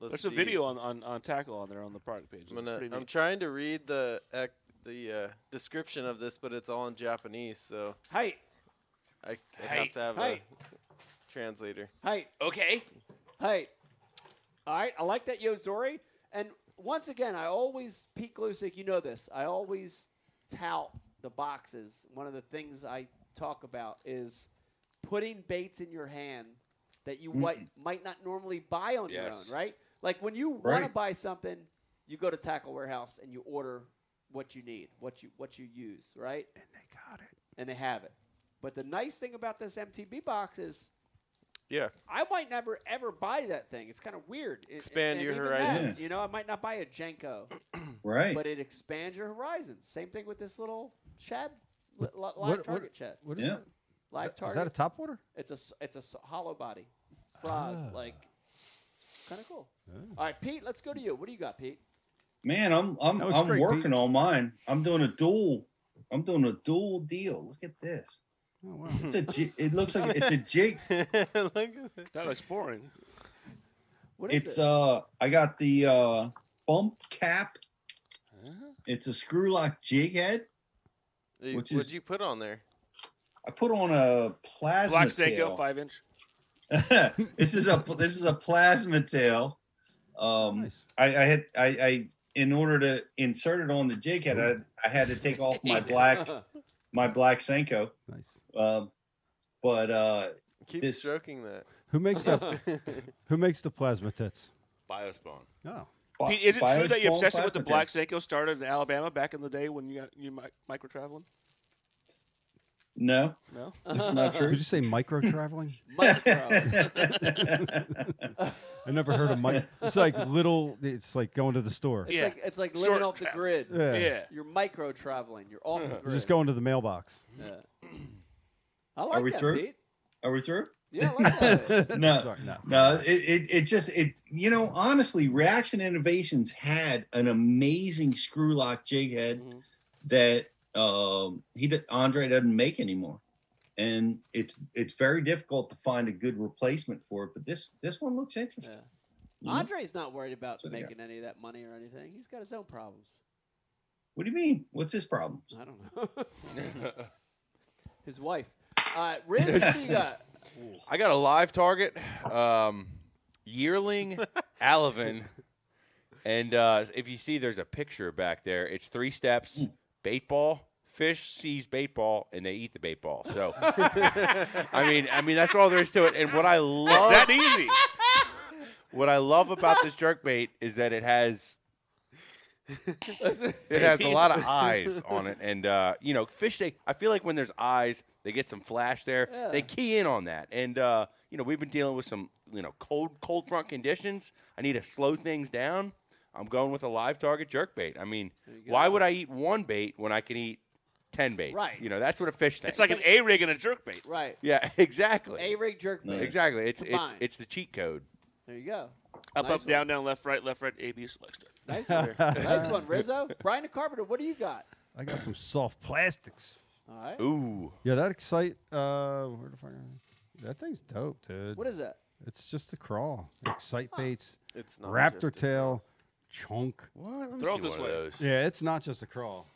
let's There's see. a video on, on, on tackle on there on the product page. I'm, gonna, Pretty I'm neat. trying to read the ec- the uh, description of this, but it's all in Japanese, so height. I, I Hey, have to have hey. a translator. Hey. Okay. Hey. All right. I like that Yozori. And once again, I always, Pete Glusik, you know this. I always tout the boxes. One of the things I talk about is putting baits in your hand that you might, might not normally buy on your Yes. own, right? Like when you want to Right. buy something, you go to Tackle Warehouse and you order what you need, what you what you use, right? And they got it. And they have it. But the nice thing about this MTB box is *laughs* Yeah. I might never ever buy that thing. It's kind of weird. I- Expand and your even that, horizons. you know, I might not buy a Jenko *clears throat* Right. But it expands your horizons. Same thing with this little shed, li- li- live what- target what- shed. what is Yeah. it? Live Is that- target. is that a top water? It's a s- it's a s- hollow body frog, Ah. like kind of cool. All right, Pete, let's go to you. What do you got, Pete? Man, I'm I'm That was I'm great, working Pete. on mine. I'm doing a dual. I'm doing a dual deal. Look at this. It's a. ji- It looks like *laughs* it's a jig. That looks boring. What it's uh. I got the uh bump cap. It's a screw lock jig head. You- Which what'd is- you put on there? I put on a plasma Black tail. Seiko, five inch. this is a this is a plasma tail. Um, I, I had I, I in order to insert it on the jig head, I, I had to take off my *laughs* black my black Senko. Nice. Um, but uh, Keep this stroking that. Who makes that? who makes the plasma *laughs* tits? Biospawn. No. Pete, is it true that your Biospawn obsession with the plasma Black Seiko started in Alabama back in the day when you got you mi- micro traveling? *laughs* No. No? That's not true. Did you say *laughs* micro traveling? *laughs* Micro. I never heard of mic. It's like little. It's like going to the store. It's like it's like living Short off the grid. Yeah. Yeah. You're micro traveling. You're *laughs* off the You're grid. just going to the mailbox. Yeah. *clears throat* I Are like we that, through? Pete. Are we through? Yeah, I like *laughs* that. no, Sorry, no. no, It, it it just it you know honestly, Reaction Innovations had an amazing screw lock jig head Mm-hmm. that um he d- Andre doesn't make anymore, and it's it's very difficult to find a good replacement for it. But this this one looks interesting. Mm-hmm. You know? Andre's not worried about So there you go. making any of that money or anything. He's got his own *laughs* problems. What do you mean? What's his problem? I don't know. his wife. Uh, Riz, what do you got? I got a live target, um, yearling Alvin, and uh, if you see, there's a picture back there. It's three steps, bait ball. Fish sees bait ball and they eat the bait ball. So, I mean, I mean that's all there is to it. And what I love that easy. What I love about this jerk bait is that it has it has a *laughs* *laughs* lot of eyes on it, and uh, you know, fish. They I feel like when there's eyes, they get some flash there. They Yeah. key in on that, and uh, you know, we've been dealing with some you know cold cold front conditions. I need to slow things down. I'm going with a live target jerk bait. I mean, why would I eat one bait when I can eat ten baits? Right. You know, that's what a fish thinks. It's like an A rig and a jerk bait. Right. yeah, *laughs* exactly. A rig jerk bait. Exactly. It's it's Combined. *laughs* it's the *laughs* cheat code. There you go. Up, Oh. Nice up, down, down, left, right, left, right, A, B, selector. Nice one. *laughs* nice one, Rizzo. Brian the Carpenter, what do you got? *laughs* I got some soft plastics. All right. Ooh. Yeah, that excite. Uh, where the fuck? That thing's dope, dude. What is that? It's just a crawl. Excite baits. It's not raptor just a tail, chunk. What? me Throw see it this one of way. those. Yeah, it's not just a crawl.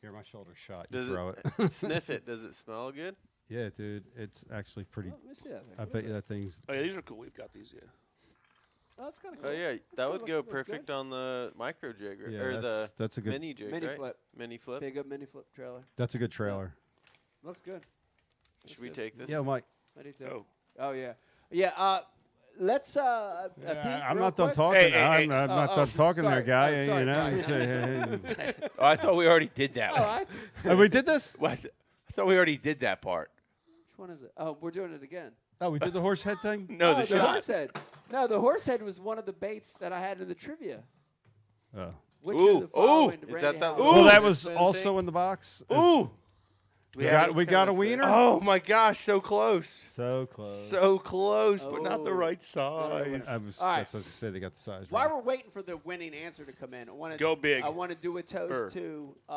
Here, my shoulder shot. You Does throw it, *laughs* it. sniff it? Does it smell good? Yeah, dude, it's actually pretty. let me see that thing. I What bet is you that thing's. Oh yeah, these are cool. We've got these. Yeah. Oh, that's kind of Oh cool. yeah, that That's would good. go Looks good. perfect on the micro jig or, Yeah, or the that's- that's a good- mini jig, Mini right? flip. mini flip. Big up mini flip trailer. That's a good trailer. Looks good. Should we take this? Yeah, Mike. I do too. Oh, yeah. Yeah. Uh, let's. Uh, uh, Pete, I'm real not done quick. talking. I'm, I'm Oh, not oh, done talking sorry. there, guy. Oh, sorry, you know, Brian. *laughs* Say, hey, hey. Oh, I thought we already did that. All one. right. *laughs* Oh, we did this. What? I thought we already did that part. Which one is it? Oh, we're doing it again. Oh, Oh, we did the horse head thing. No, the the shot. horse head. No, the horse head was one of the baits that I had in the trivia. Oh. Which of the following to Brandy Howell? Well, that was also in the box. Ooh. Do We we have got, this we got a kinda set? wiener. Oh my gosh, so close. So close. So close, but not the Oh. right Not the size. I was, All right. That's what I was gonna say. They got the size. While Right. we're waiting for the winning answer to come in, I want to Go big. I want to do a toast Er. to uh,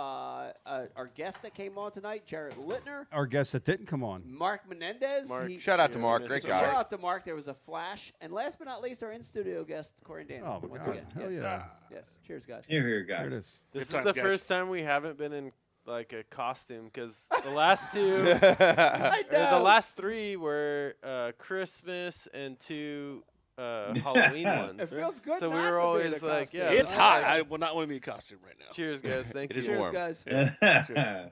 uh, our guest that came on tonight, Jared Littner, Our guest that didn't come on. *laughs* Mark Menendez. Mark. He- Shout out to Yeah, Mark. Great guy. Shout out to Mark. There was a flash, and last but not least, our in studio guest, Corey Dan. Oh, my once God. Again. Hell yes. yeah. Yes. Cheers, guys. Here, here, guys. There it is. This Good is the times, guys. first time we haven't been in like a costume because the last *laughs* two, I or the know. last three were uh, Christmas and two *laughs* uh, Halloween ones. It feels good So we not to be were in always a like, costume. yeah, It's this is hot. like- I will not want to be in costume right now. Cheers, guys. *laughs* Thank It you. is Cheers, warm. guys. Yeah. Cheers.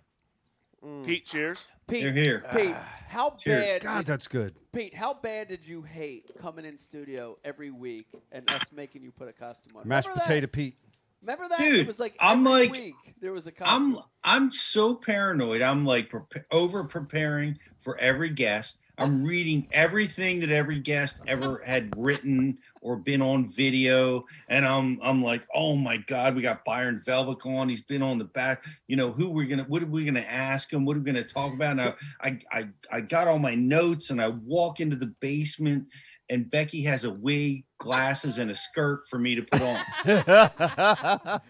Mm. Pete, cheers. Pete, Pete, how bad? God, did- that's good. Pete, how bad did you hate coming in studio every week and us making you put a costume on? Mashed Remember that? potato Pete. Remember that? it Dude, was like I'm every like- week there was a costume. I'm I'm so paranoid. I'm like over preparing for every guest. I'm reading everything that every guest ever had written or been on video, and I'm I'm like, oh my god, we got Byron Velvic on. He's been on the back. You know who we're gonna, what are we gonna ask him? What are we gonna talk about? And I I I, I got all my notes, and I walk into the basement, and Becky has a wig, glasses, and a skirt for me to put on.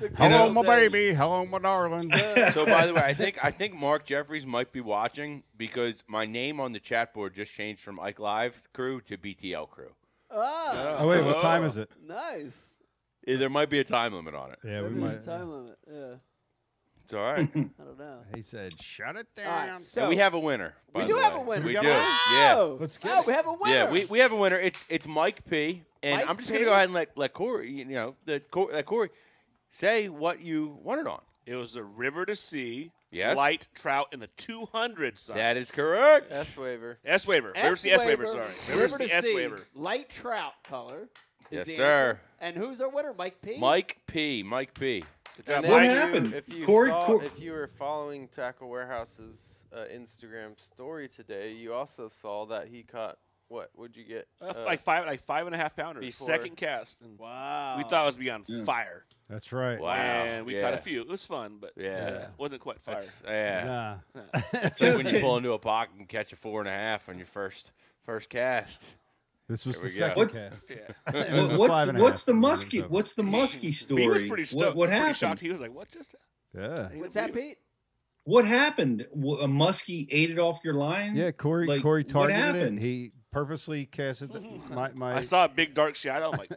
You Hello, know, my that- baby. Hello, my darling. *laughs* so by the way, I think I think Mark Jeffries might be watching because my name on the chat board just changed from Ike Live crew to BTL crew. Ah. Oh, wait, what time is it? Nice. Yeah, Eh, There might be a time limit on it. Yeah, we Maybe there's might. a time limit. Yeah. It's all right. I don't know. He said, "Shut it All right, down." so- And we have a winner. We by do the have way. a winner. We We got do. one. Yeah. Let's get Oh, it. we have a Yeah, winner. we, we have a winner. It's it's Mike P. And Mike I'm just gonna P. go ahead and let let Corey you know the Cor- let Corey say what you won it on. It was the river to sea. Yes. Light trout in the 200 size. That is correct. S waiver. S waiver. River to sea S waiver, sorry. River, to sea S sea, waiver. Light trout color. Is Yes, the sir. Answer. And who's our winner? Mike P. Mike P. Mike P. And if you- If you saw, if you were following Tackle Warehouse's uh, Instagram story today, you also saw that he caught what? Would you get? Uh, like five, like five and a half pounders. before- Second cast. And Wow. We thought it was beyond Yeah. fire. That's right. Mm. Wow. And we caught Yeah. a few. It was fun, but Yeah. it wasn't quite fire. That's- yeah. *laughs* Nah. *laughs* it's like when you pull into a pocket and catch a four and a half on your first first cast. This was Here we the go. second What- *laughs* cast. Yeah. It was a what's five and a what's half. the It was muskie? over. What's *laughs* the muskie story? He was pretty stoked. What, what pretty happened? shocked. He was like, "What just?" Yeah. What's that, Pete? What happened? W- A muskie ate it off your line? Yeah, Corey. Like, Corey what targeted it. happened? He purposely casted the, my my. I saw a big dark shadow. I'm like,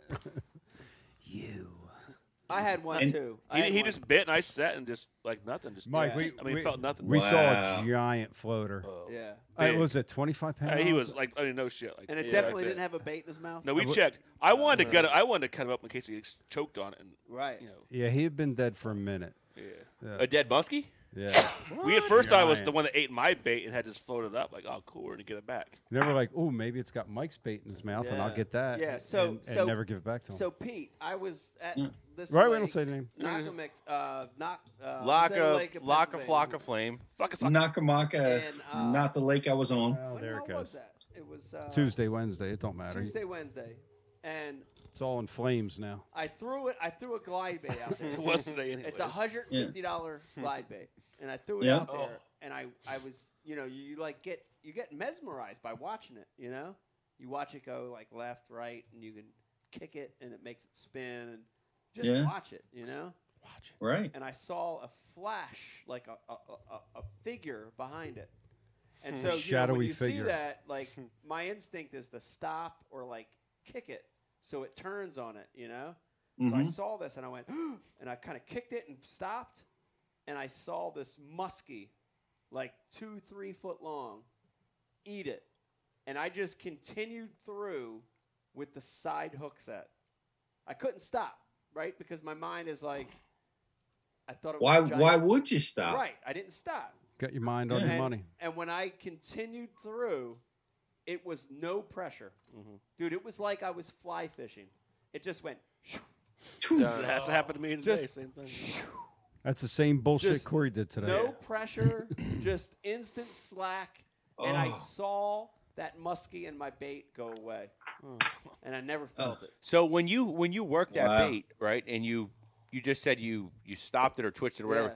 I had one And too. I He, had he one. just bit, and I sat and just like nothing. Just Mike, yeah. we, I mean, we, felt nothing. Oh. We saw a giant floater. Yeah. Uh, It Big. was at 25 Uh, pounds. he was like, I mean, no shit. Like, And it yeah, definitely like didn't that. have a bait in his mouth. No, we I would- checked. I wanted to uh, gut. it- I wanted to cut him up in case he ex- choked on it. And right. You know, Yeah, he had been dead for a minute. Yeah. A dead muskie? Yeah. *laughs* we at first thought it was the Giant. one that ate my bait and had just floated up. Like, oh, cool, we're gonna get it back. They were like, "Oh, maybe it's got Mike's bait in his mouth, and I'll Yeah. get that." Yeah. So and, so and never give it back to him. So Pete, I was at Yeah. this. Mm. Right, we lake, don't say the name. Nakamix, uh, knock, uh, Lock Zeta a Lake in lock a Pennsylvania. flock of flame. Nakamaka, And, uh, not the lake I was on. Oh, there it was goes. that? It was uh, Tuesday, Wednesday, it don't matter. Tuesday, Wednesday, and It's all in flames now. I threw it. I threw a glide bait out there. It was today anyways. It's a hundred and fifty dollar glide bait, and I threw it Yeah. out there, Oh. and I I was you know you, you like get you get mesmerized by watching it. You know, you watch it go like left, right, and you can kick it, and it makes it spin, and just Yeah. watch it. You know, watch it. Right. And I saw a flash, like a a, a, a- a figure behind it. And Hmm. so you know, when Shadowy you see figure. that, like Hmm. my instinct is to stop or like kick it so it turns on it, you know? So I Mm-hmm. Mhm. saw this and I went, *gasps* and I kind of kicked it and stopped. And I saw this muskie, like two, three foot long, eat it. And I just continued through with the side hook set. I couldn't stop, right? Because my mind is like, I thought it was Why? a giant- Why would you stop? Right. I didn't stop. Got your mind on your And- money. And when I continued through, it was no pressure. Mm-hmm. Dude, it was like I was fly fishing. It *laughs* just went. *laughs* That's, that's what happened to me today. Just- Same thing. That's the same bullshit Just Corey did today. No *clears throat* pressure, just instant slack. And I Oh. saw that muskie and my bait go away. Oh. And I never felt it. So when you when you work that Wow. bait, right, and you you just said you you stopped it or twitched it or whatever, Yeah.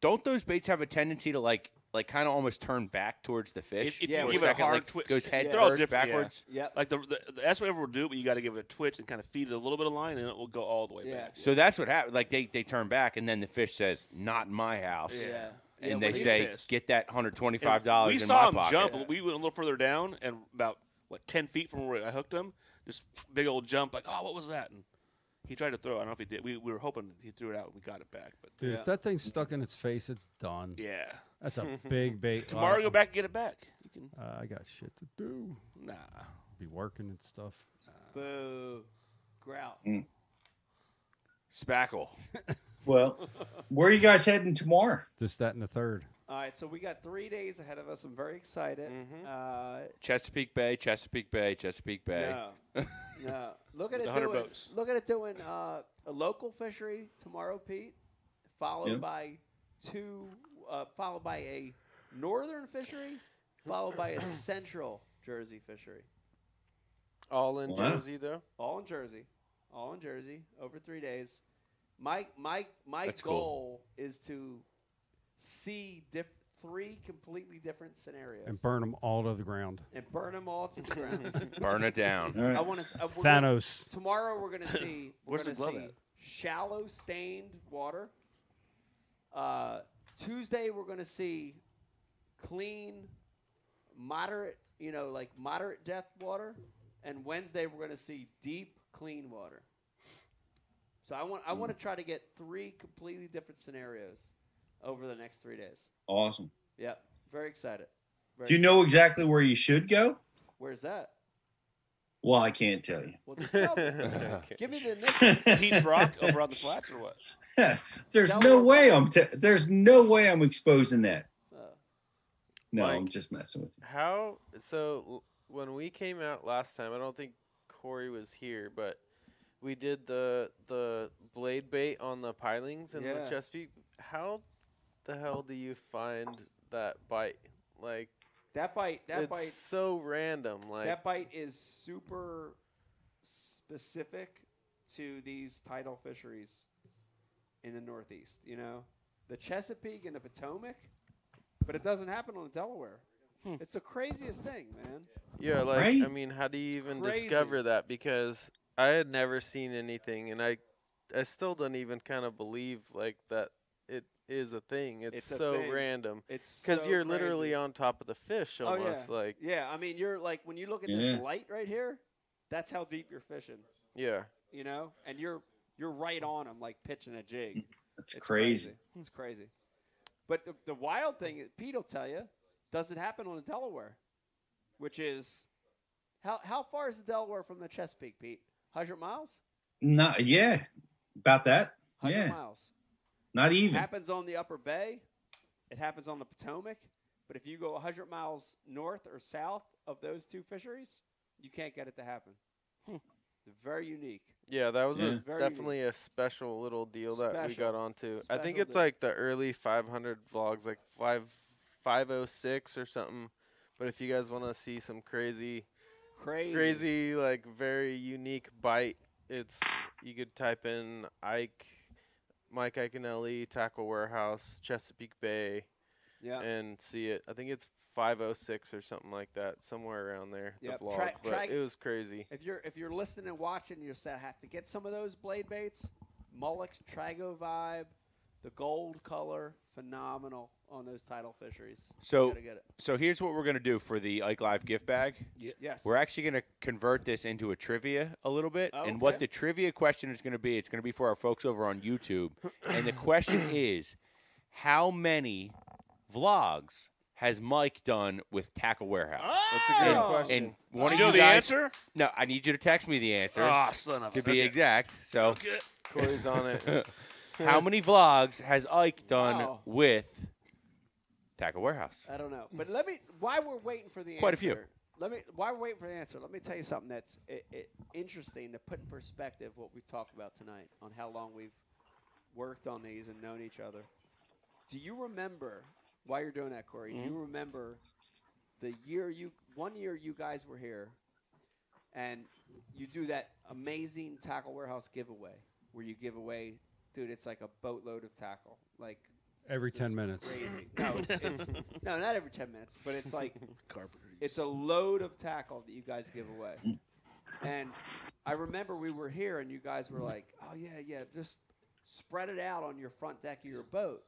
don't those baits have a tendency to like like kind of almost turn back towards the fish? If, if for you give it a second, hard like, twitch, goes head they're all first different, yeah. backwards. Like the, the, the S whatever will do, it, but you got to give it a twitch and kind of feed it a little bit of line, and it will go all the way back. So that's what happened. Like they they turn back, and then the fish says, "Not in my house." Yeah. Yeah, And when they he say, pissed. "Get that hundred twenty five And dollars." We in saw my him pocket. jump. but We went a little further down, and about what ten feet from where I hooked him, just big old jump. Like, oh, what was that? And he tried to throw. it. I don't know if he did. We, we were hoping he threw it out. and We got it back, but Dude, if that thing's stuck in its face, it's done. Yeah. *laughs* That's *laughs* a big bait. Tomorrow, Uh, go back and get it back. You can. Uh, I got shit to do. Nah. Be working and stuff. Boo. Grout. Spackle. Well, where are you guys heading tomorrow? This, that, and the third. All right, so we got three days ahead of us. I'm very excited. Mm-hmm. Uh, Chesapeake Bay, Chesapeake Bay, Chesapeake Bay. *laughs* No. no. Uh, Look at With it the hunter doing. boats. Look at it doing uh, a local fishery tomorrow, Pete. Followed Yep. by two. Uh, followed by a northern fishery followed *coughs* by a Central Jersey fishery. All in Wow. Jersey though. All in Jersey. All in Jersey over three days. My my my That's cool. goal is to see diff- three completely different scenarios and burn them all to the ground. and burn them all to the ground. *laughs* Burn it down. I want to. Uh, we're Thanos. Gonna, tomorrow we're *coughs* gonna see. We're Where's the gonna glove see at? shallow stained water. Uh, Tuesday we're gonna see clean, moderate. You know, like moderate depth water, and Wednesday we're gonna see deep clean water. So I want I want to Mm. try to get three completely different scenarios over the next three days. Awesome. Yep, very excited. Very Do you know excited. exactly where you should go? where's that? Well, I can't tell you. Well, just *laughs* tell me. *laughs* Give me the next. Pete's Rock *laughs* over on the flats or what? There's no way I'm. T- there's no way I'm exposing that. Uh, No, Like- I'm just messing with you. How so? l- When we came out last time, I don't think Corey was here, but we did the the blade bait on the pilings in Yeah. the Chesapeake. How the hell do you find that bite? Like that bite. that it's bite- so random. Like that bite is super specific to these tidal fisheries in the Northeast. You know, the Chesapeake and the Potomac, but it doesn't happen on the Delaware. Hmm. It's the craziest thing, man. Yeah, like Right? I mean, how do you even crazy. discover that? Because I had never seen anything, and I, I still don't even kind of believe like that it is a thing. It's, It's a so thing. random. It's because so you're literally crazy. on top of the fish Oh, yeah. almost. Like Yeah, I mean, you're like when you look at this Yeah. light right here, that's how deep you're fishing. yeah, You know, and you're you're right on them, like pitching a jig. That's crazy. It's crazy. But the, the wild thing, is- Pete will tell you, doesn't happen on the Delaware, which is how how far is the Delaware from the Chesapeake, Pete? Hundred miles. Not yeah, about that. Hundred yeah, miles. not It even. happens on the Upper Bay. It happens on the Potomac. But if you go 100 miles north or south of those two fisheries, you can't get it to happen. They're very unique. Hmm. yeah, that was Yeah. a, Very definitely a special little deal that we Special. got onto. I think Special it's deal. like the early 500 vlogs, like five, 506 or something. But if you guys want to see some crazy. Crazy. crazy like very unique bite it's you could type in ike mike iconelli tackle warehouse chesapeake bay Yeah. and see it i think it's 506 or something like that somewhere around there Yep. the vlog Try- but try- it was crazy If you're if you're listening and watching, you just have to get some of those blade baits. Mullock's Trigo vibe, the gold color, phenomenal on those tidal fisheries. You So, gotta get it. so here's what we're gonna do for the Ike Live gift bag. Ye- yes. we're actually gonna convert this into a trivia a little bit, Oh, and what okay. the trivia question is gonna be, it's gonna be for our folks over on *clears throat* YouTube, and the question is, how many vlogs has Mike done with Tackle Warehouse? That's a great And- question. And one Oh! You of know you the guys, answer? No, I need you to text me the answer. Ah, son of a- to be okay. exact. So *laughs* *laughs* Okay. Corey's on it. how many vlogs has Ike done Wow. with Tackle *laughs* Warehouse? I don't know, but let me. While we're waiting for the Quite a answer, few. Let me. While we're waiting for the answer, let me tell you something that's i i interesting to put in perspective what we talked about tonight on how long we've worked on these and known each other. Do you remember while you're doing that, Corey? Do Mm-hmm. you remember the year you one year you guys were here, and you do that amazing tackle warehouse giveaway where you give away, dude. It's like a boatload of tackle, like Every just 10 minutes. Crazy. No, it's, it's, no, not every ten minutes, but it's like Carpenters. it's a load of tackle that you guys give away. And I remember we were here, and you guys were like, "Oh yeah, yeah, just spread it out on your front deck of your boat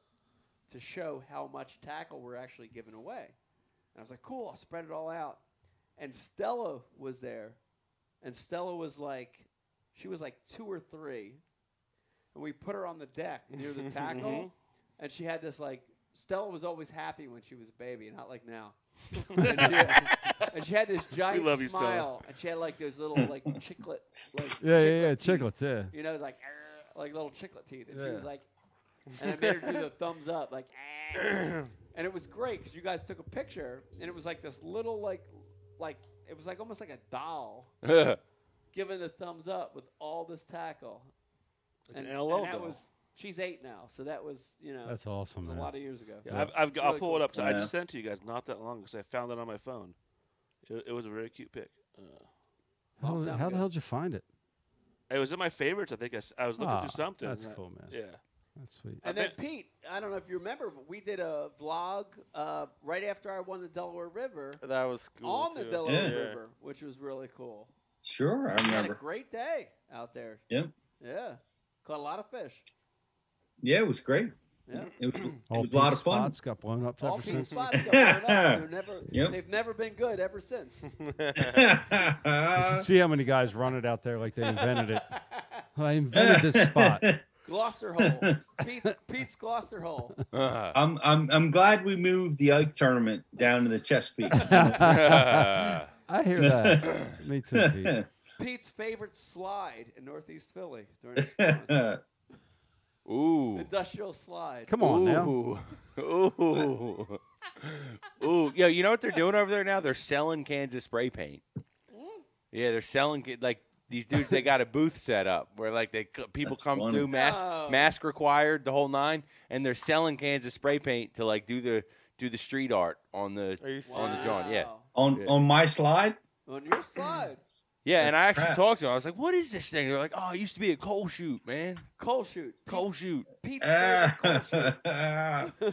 to show how much tackle we're actually giving away." And I was like, "Cool, I'll spread it all out." And Stella was there, and Stella was like, she was like two or three, and we put her on the deck *laughs* near the tackle, Mm-hmm. and she had this like Stella was always happy when she was a baby, not like *laughs* now. and, she, and she had this giant love you, Stella. smile, and she had like those little *laughs* like chiclet, like Yeah, yeah, yeah, teeth, chiclets, yeah. you know, like "Arr," like little chiclet teeth, and she Yeah. was like, and I made her do the thumbs *clears throat* up, like, "Arr." and it was great because you guys took a picture, and it was like this little like like it was like almost like a doll *laughs* giving the thumbs up with all this tackle. Like an LL that doll. was She's eight now, so that was you know That's awesome, it was man. a lot of years ago. Yeah, I've, I've got, I'll Really pull it cool. up. So I just sent it to you guys not that long because I found it on my phone. It, it was a very cute pic. Uh, *laughs* How, was- how the hell did you find it? it was in my favorites. I think I, s- I was looking Ah, through something. that's cool, man. Yeah. That's sweet. And then Pete, I don't know if you remember, but we did a vlog uh, right after I won the Delaware River. That was cool, on the too. Delaware Yeah. River, which was really cool. Sure, I we *laughs* had a remember. great day out there. Yeah. Yeah, caught a lot of fish. Yeah, it was great. Yeah. It was, it All was a lot Pete's of fun. spots got blown up All ever Pete's since. *laughs* spots got blown up. They're *laughs* never, Yep. They've never been good *laughs* ever since. *laughs* You should *laughs* see how many guys run it out there like they invented it. I invented this spot. *laughs* Gloucester Hole. Pete's, Pete's Gloucester Hole. Uh-huh. I'm I'm I'm glad we moved the Ike tournament down to the Chesapeake. *laughs* I hear *laughs* that. Me too, Pete. Pete's favorite slide in Northeast Philly during *laughs* the spring. Ooh. Industrial slide. Ooh. Ooh. Ooh. Yo, you know what they're doing over there now? They're selling cans of spray paint. Yeah, they're selling ca- like these dudes. They got a booth set up where like they c- people come funny. through mask No. mask required the whole nine, and they're selling cans of spray paint to like do the do the street art on the on the joint. Yeah. On Yeah. on my slide. On your slide. Yeah, and I actually crap. talked to him. I was like, "What is this thing?" They're like, "Oh, it used to be a coal chute, man. Coal chute, coal chute." Pete's Ah. *laughs*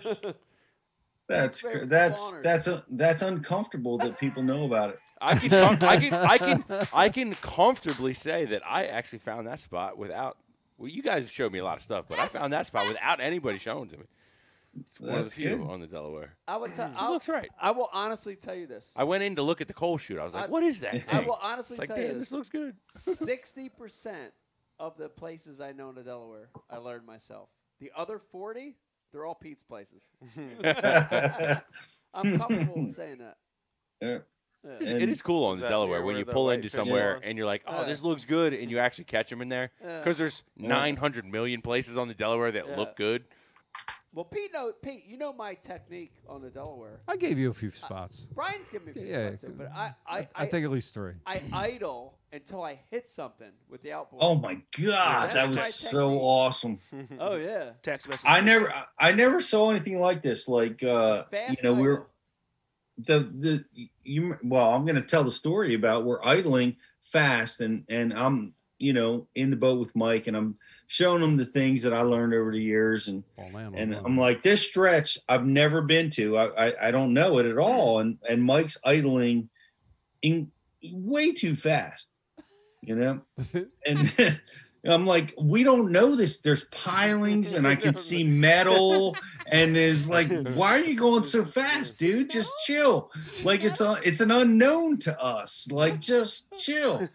That's cr- that's that's un- that's uncomfortable that people know about it. I can, com- I can, I can, I can comfortably say that I actually found that spot without. Well, you guys showed me a lot of stuff, but I found that spot without anybody showing to me. It's one of the That's few good. on the Delaware. I would. T- I'll, looks right. I will honestly tell you this. I went in to look at the coal chute. I was like, "What is *laughs* that?" I thing?" will honestly It's like, tell you "Damn, this. this looks good." Sixty percent of the places I know in Delaware, I learned myself. The other forty, they're all Pete's *laughs* places. *laughs* I'm comfortable in saying that. Yeah. Yeah. It's- It is cool on Is the that Delaware near when where you the pull into whitefish somewhere are? and you're like, "Oh, Yeah. this looks good," and you actually catch them in there Yeah. because there's Yeah. 900 million places on the Delaware that Yeah. look good. Well, Pete, know, Pete, you know my technique on the Delaware. I gave you a few spots. Brian's given me a few Yeah, spots, too, but I, I, I think at least three. I idle until I hit something with the outboard. *laughs* Oh my god, That's that was my so awesome. technique. Oh yeah. Text message. I never I- I never saw anything like this. Like uh Fast you know, we were the the you well, I'm gonna tell the story about we're idling fast and and I'm you know in the boat with Mike and I'm showing him the things that I learned over the years and and I'm like this stretch I've never been to. I, I I don't know it at all. And and Mike's idling in way too fast. *laughs* You know? and *laughs* I'm like, we don't know this. There's pilings, and I *laughs* can see metal, and is like, why are you going so fast, dude? Just chill. Like it's a, it's an unknown to us. Like just *laughs* chill.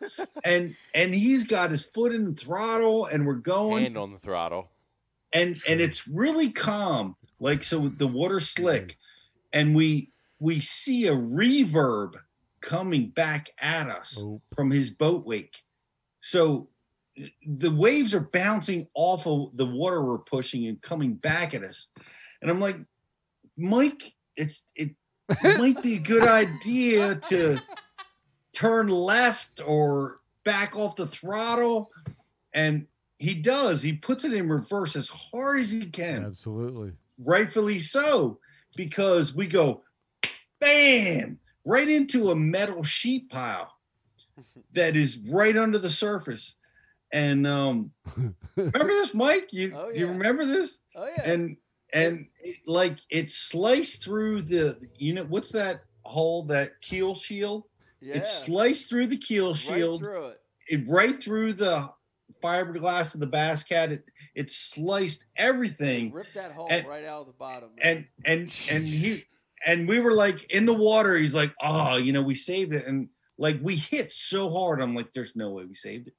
And and he's got his foot in the throttle, and we're going Hand on the throttle. and and it's really calm like so the water's Mm-hmm. slick and we we see a reverb coming back at us Oh. from his boat wake so the waves are bouncing off of the water we're pushing and coming back at us and i'm like mike it's it might be a good idea to turn left or back off the throttle and he does he puts it in reverse as hard as he can absolutely rightfully so because we go bam right into a metal sheet *laughs* pile that is right under the surface and um remember this mike you do you remember this oh yeah and and it, like it sliced through the you know what's that hole that keel shield Yeah. it sliced through the keel shield through it. it right through the fiberglass of the bass cat it, it sliced everything Rip that hole And- right out of the bottom. and and and he and we were like in the water he's like oh you know we saved it and like we hit so hard i'm like there's no way we saved it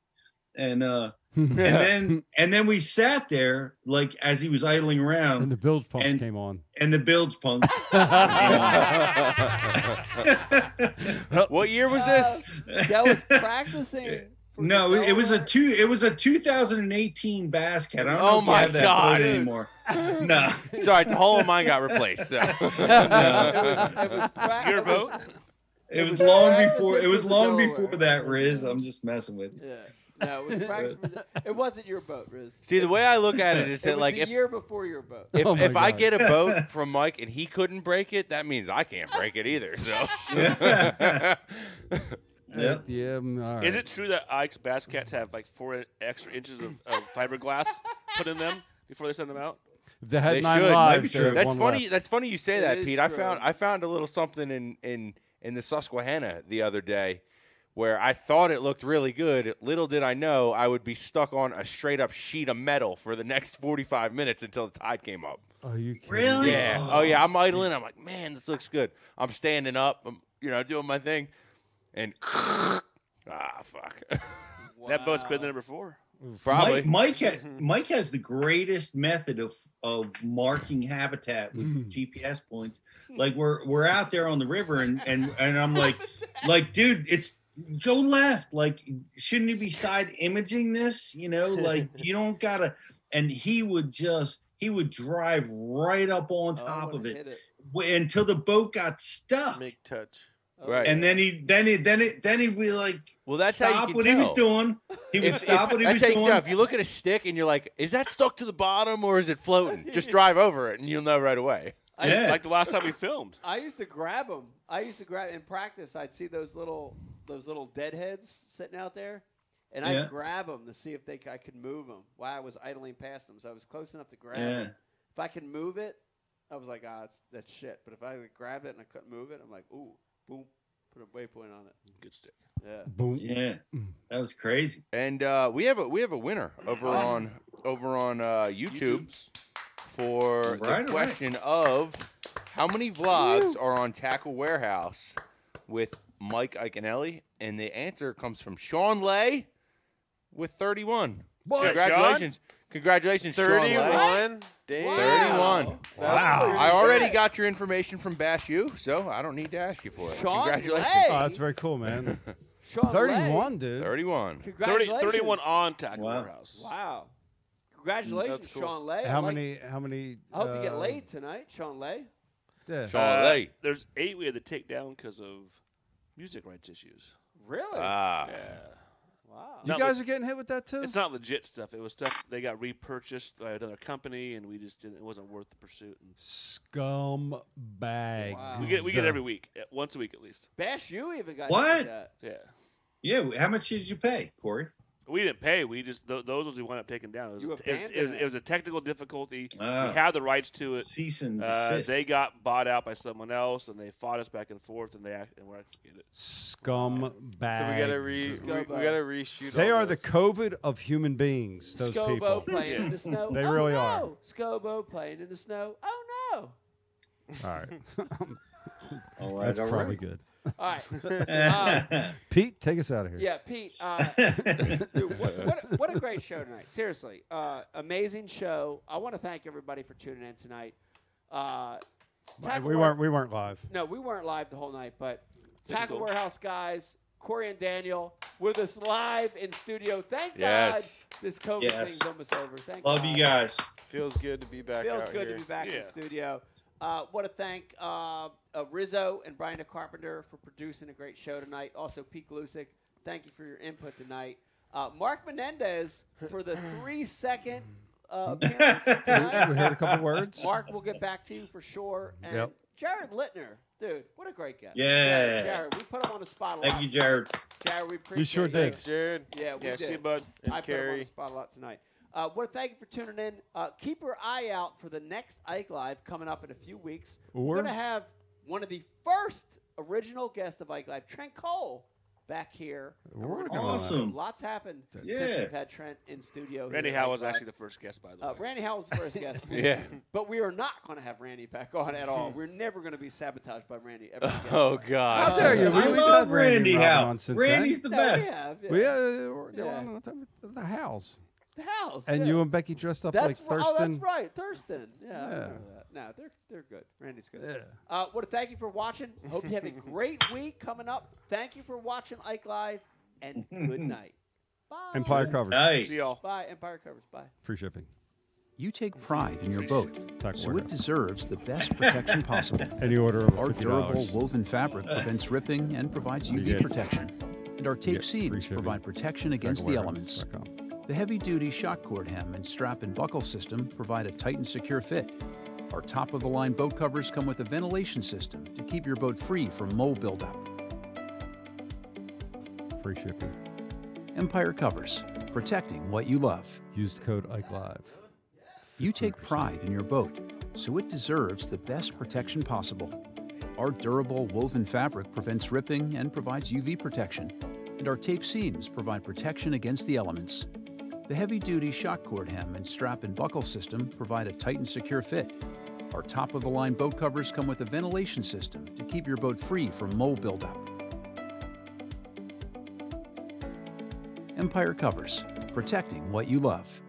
*laughs* and uh and then and then we sat there like as he was idling around And the bilge pumps came on. and the bilge *laughs* pump *laughs* what year was *laughs* this that was practicing no it was a two it was a 2018 basket i don't know Oh if you my have that God. boat anymore no *laughs* Sorry, the whole of mine got replaced. *laughs* *laughs* So. *laughs* Your boat? It was was long practicing before. It for was the long Delaware. before that, Riz. I'm just messing with you. Yeah. No, it was practice. *laughs* it wasn't your boat, Riz. See, the way I look at *laughs* it is it that was like the if year before your boat. if, Oh if I get a *laughs* boat from Mike and he couldn't break it, that means I can't break it either. So. *laughs* *laughs* Yeah. Yeah, mm, all Is right. it true that Ike's bass cats have like four extra inches of, of fiberglass put in them before they send them out? If they had They nine should. lives, they would have That's one funny. left. That's funny you say It that, is Pete. I true. found I found a little something in in in the Susquehanna the other day where I thought it looked really good. Little did I know I would be stuck on a straight up sheet of metal for the next forty five minutes until the tide came up. Are you kidding? Yeah. Oh yeah. I'm idling. I'm like, man, this looks good. I'm standing up. I'm you know doing my thing, and *laughs* ah fuck. *laughs* That boat's been there before. Probably. Mike, Mike, ha- Mike has the greatest method of of marking habitat Hmm. with GPS points. Like we're we're out there on the river and and and I'm like, like dude, it's go left. Like shouldn't you be side imaging this? You know, like you don't gotta. And he would just he would drive right up on top of it, w- until the boat got stuck. Make touch. Right. And then he then he then it then he'd be like, Well, that's stop how you can what tell. he was doing. He would If- stop if- what he that's was how you doing. can tell. If you look at a stick and you're like, "Is that stuck to the bottom or is it floating?" *laughs* Just drive over it, and you'll know right away. I just- Yeah. Like the last time we filmed. I used to grab them. I used to grab in practice. I'd see those little those little deadheads sitting out there, and I'd Yeah. grab them to see if they c- I could move them. While I was idling past them, so I was close enough to grab Yeah. it. If I could move it, I was like, ah, it's, that's shit. But if I would grab it and I couldn't move it, I'm like, ooh, boom, put a waypoint on it. Good stick. Yeah. Yeah, Mm. that was crazy. Oh. And uh, we have a we have a winner over on over on uh, YouTube for Right, right. the question of how many vlogs are on Tackle Warehouse with Mike Iconelli, and the answer comes from Sean Lay with 31. What? Congratulations. Congratulations, Sean Lay. 31? Damn. 31. Wow. That's pretty I already good. got your information from Bash U, so I don't need to ask you for it. Sean Congratulations. Lay. Oh, that's very cool, man. Sean 31, Lay. dude. 31. 30, 31 on Tackle Wow. Warehouse. Wow. Congratulations, Mm, That's cool. Sean Lay. I How like- many? How many? I hope you get uh, laid tonight, Sean Lay. Yeah. Sean Lay. Uh, There's eight we had to take down because of music rights issues. Really? Ah. Yeah. Wow. You guys are getting hit with that too. It's not legit stuff. It was stuff they got repurchased by another company, and we just didn't. It wasn't worth the pursuit. And Scum bags. We get we get every week, uh, once a week at least. Bash, you even got What? into that. Yeah. Yeah. How much did you pay, Corey? We didn't pay. We just th- those ones we wound up taking down. It was, You a, it was, it was, abandoned it was a technical difficulty. Ah. we had the rights to it. Cease and Uh, desist. they got bought out by someone else, and they fought us back and forth, and they act, and we're like, forget it. Scum bags. So we gotta re we, we gotta reshoot. They all are those. the COVID of human beings. Those Scobo people. *laughs* playing in the snow. They oh, really no. *laughs* are. Scobo playing in the snow. Oh no. All right. *laughs* all That's all probably right. good. All *laughs* *laughs* right. Uh, Pete, take us out of here. Yeah, Pete. *laughs* Uh, dude, what, what, a- what a great show tonight. Seriously, uh, amazing show. I want to thank everybody for tuning in tonight. Uh, Tackle we Ware- weren't. We weren't live. No, we weren't live the whole night, but That's Tackle cool. Warehouse guys, Corey and Daniel, with us live in studio. Thank Yes. God this COVID Yes. thing's almost over. Thank Love you God. guys. Feels good to be back. Feels out good here. to be back in the studio. Uh, want to thank uh, uh, Rizzo and Brian De Carpenter for producing a great show tonight. Also, Pete Glusick, thank you for your input tonight. Uh, Mark Menendez for the three second *laughs* uh, appearance. tonight. We heard a couple words. Mark, we'll get back to you for sure. And Yep. Jared Littner, dude, what a great guest. Yeah. Jared, Jared, we put him on the spot a lot Thank you, Jared. Jared, we appreciate You sure did. Thanks, Jared. Yeah, we Yeah, did. see you, bud. And I put him on Carrie. the spot a lot tonight. Uh, well, thank you for tuning in. Uh, keep your eye out for the next Ike Live coming up in a few weeks. We're Or- going to have one of the first original guests of Ike Live, Trent Cole, back here. And we're gonna Working go- on that. Lots happened since Yeah. we've had Trent in studio. Randy here at Howe Ike was Live. actually the first guest, by the Uh, way. Randy Howe was the first guest. *laughs* Yeah. But we are not going to have Randy back on at all. We're never going to be sabotaged by Randy ever again. Oh, God. How dare you. We- I we've love had Randy Randy Howe. Robin on since Randy's then. the No, we best. have, We, Oh, yeah. uh, were- they were Yeah. on the, the house. The house. And yeah. you and Becky dressed up like That's ri- Thurston. Oh, that's right, Thurston. Yeah. I Yeah. remember that. No, they're they're good. Randy's good. Yeah. Uh, want to thank you for watching. Hope you have a great week coming up. Thank you for watching Ike Live, and good night. Bye. Empire covers. Night. See y'all. Bye. Empire covers. Bye. Free shipping. You take pride in your boat, so it deserves the best protection possible. Any order of Our $50. durable woven fabric prevents ripping and provides UV protection. and our tape Yeah, free seams shipping. provide protection against the elements. The heavy-duty shock cord hem and strap and buckle system provide a tight and secure fit. Our top-of-the-line boat covers come with a ventilation system to keep your boat free from mold buildup. Free shipping. Empire Covers, protecting what you love. Used code IKELIVE. You take pride in your boat, so it deserves the best protection possible. Our durable woven fabric prevents ripping and provides UV protection, and our tape seams provide protection against the elements. The heavy duty shock cord hem and strap and buckle system provide a tight and secure fit. Our top of the line boat covers come with a ventilation system to keep your boat free from mold buildup. Empire Covers, protecting what you love.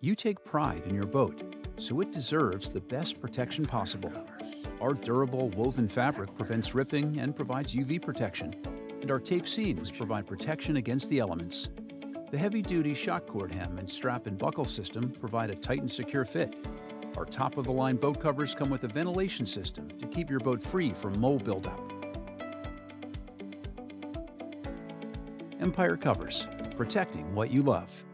You take pride in your boat, so it deserves the best protection possible. Our durable woven fabric prevents ripping and provides UV protection, and our tape seams provide protection against the elements. The heavy duty shock cord hem and strap and buckle system provide a tight and secure fit. Our top of the line boat covers come with a ventilation system to keep your boat free from mold buildup. Empire Covers, protecting what you love.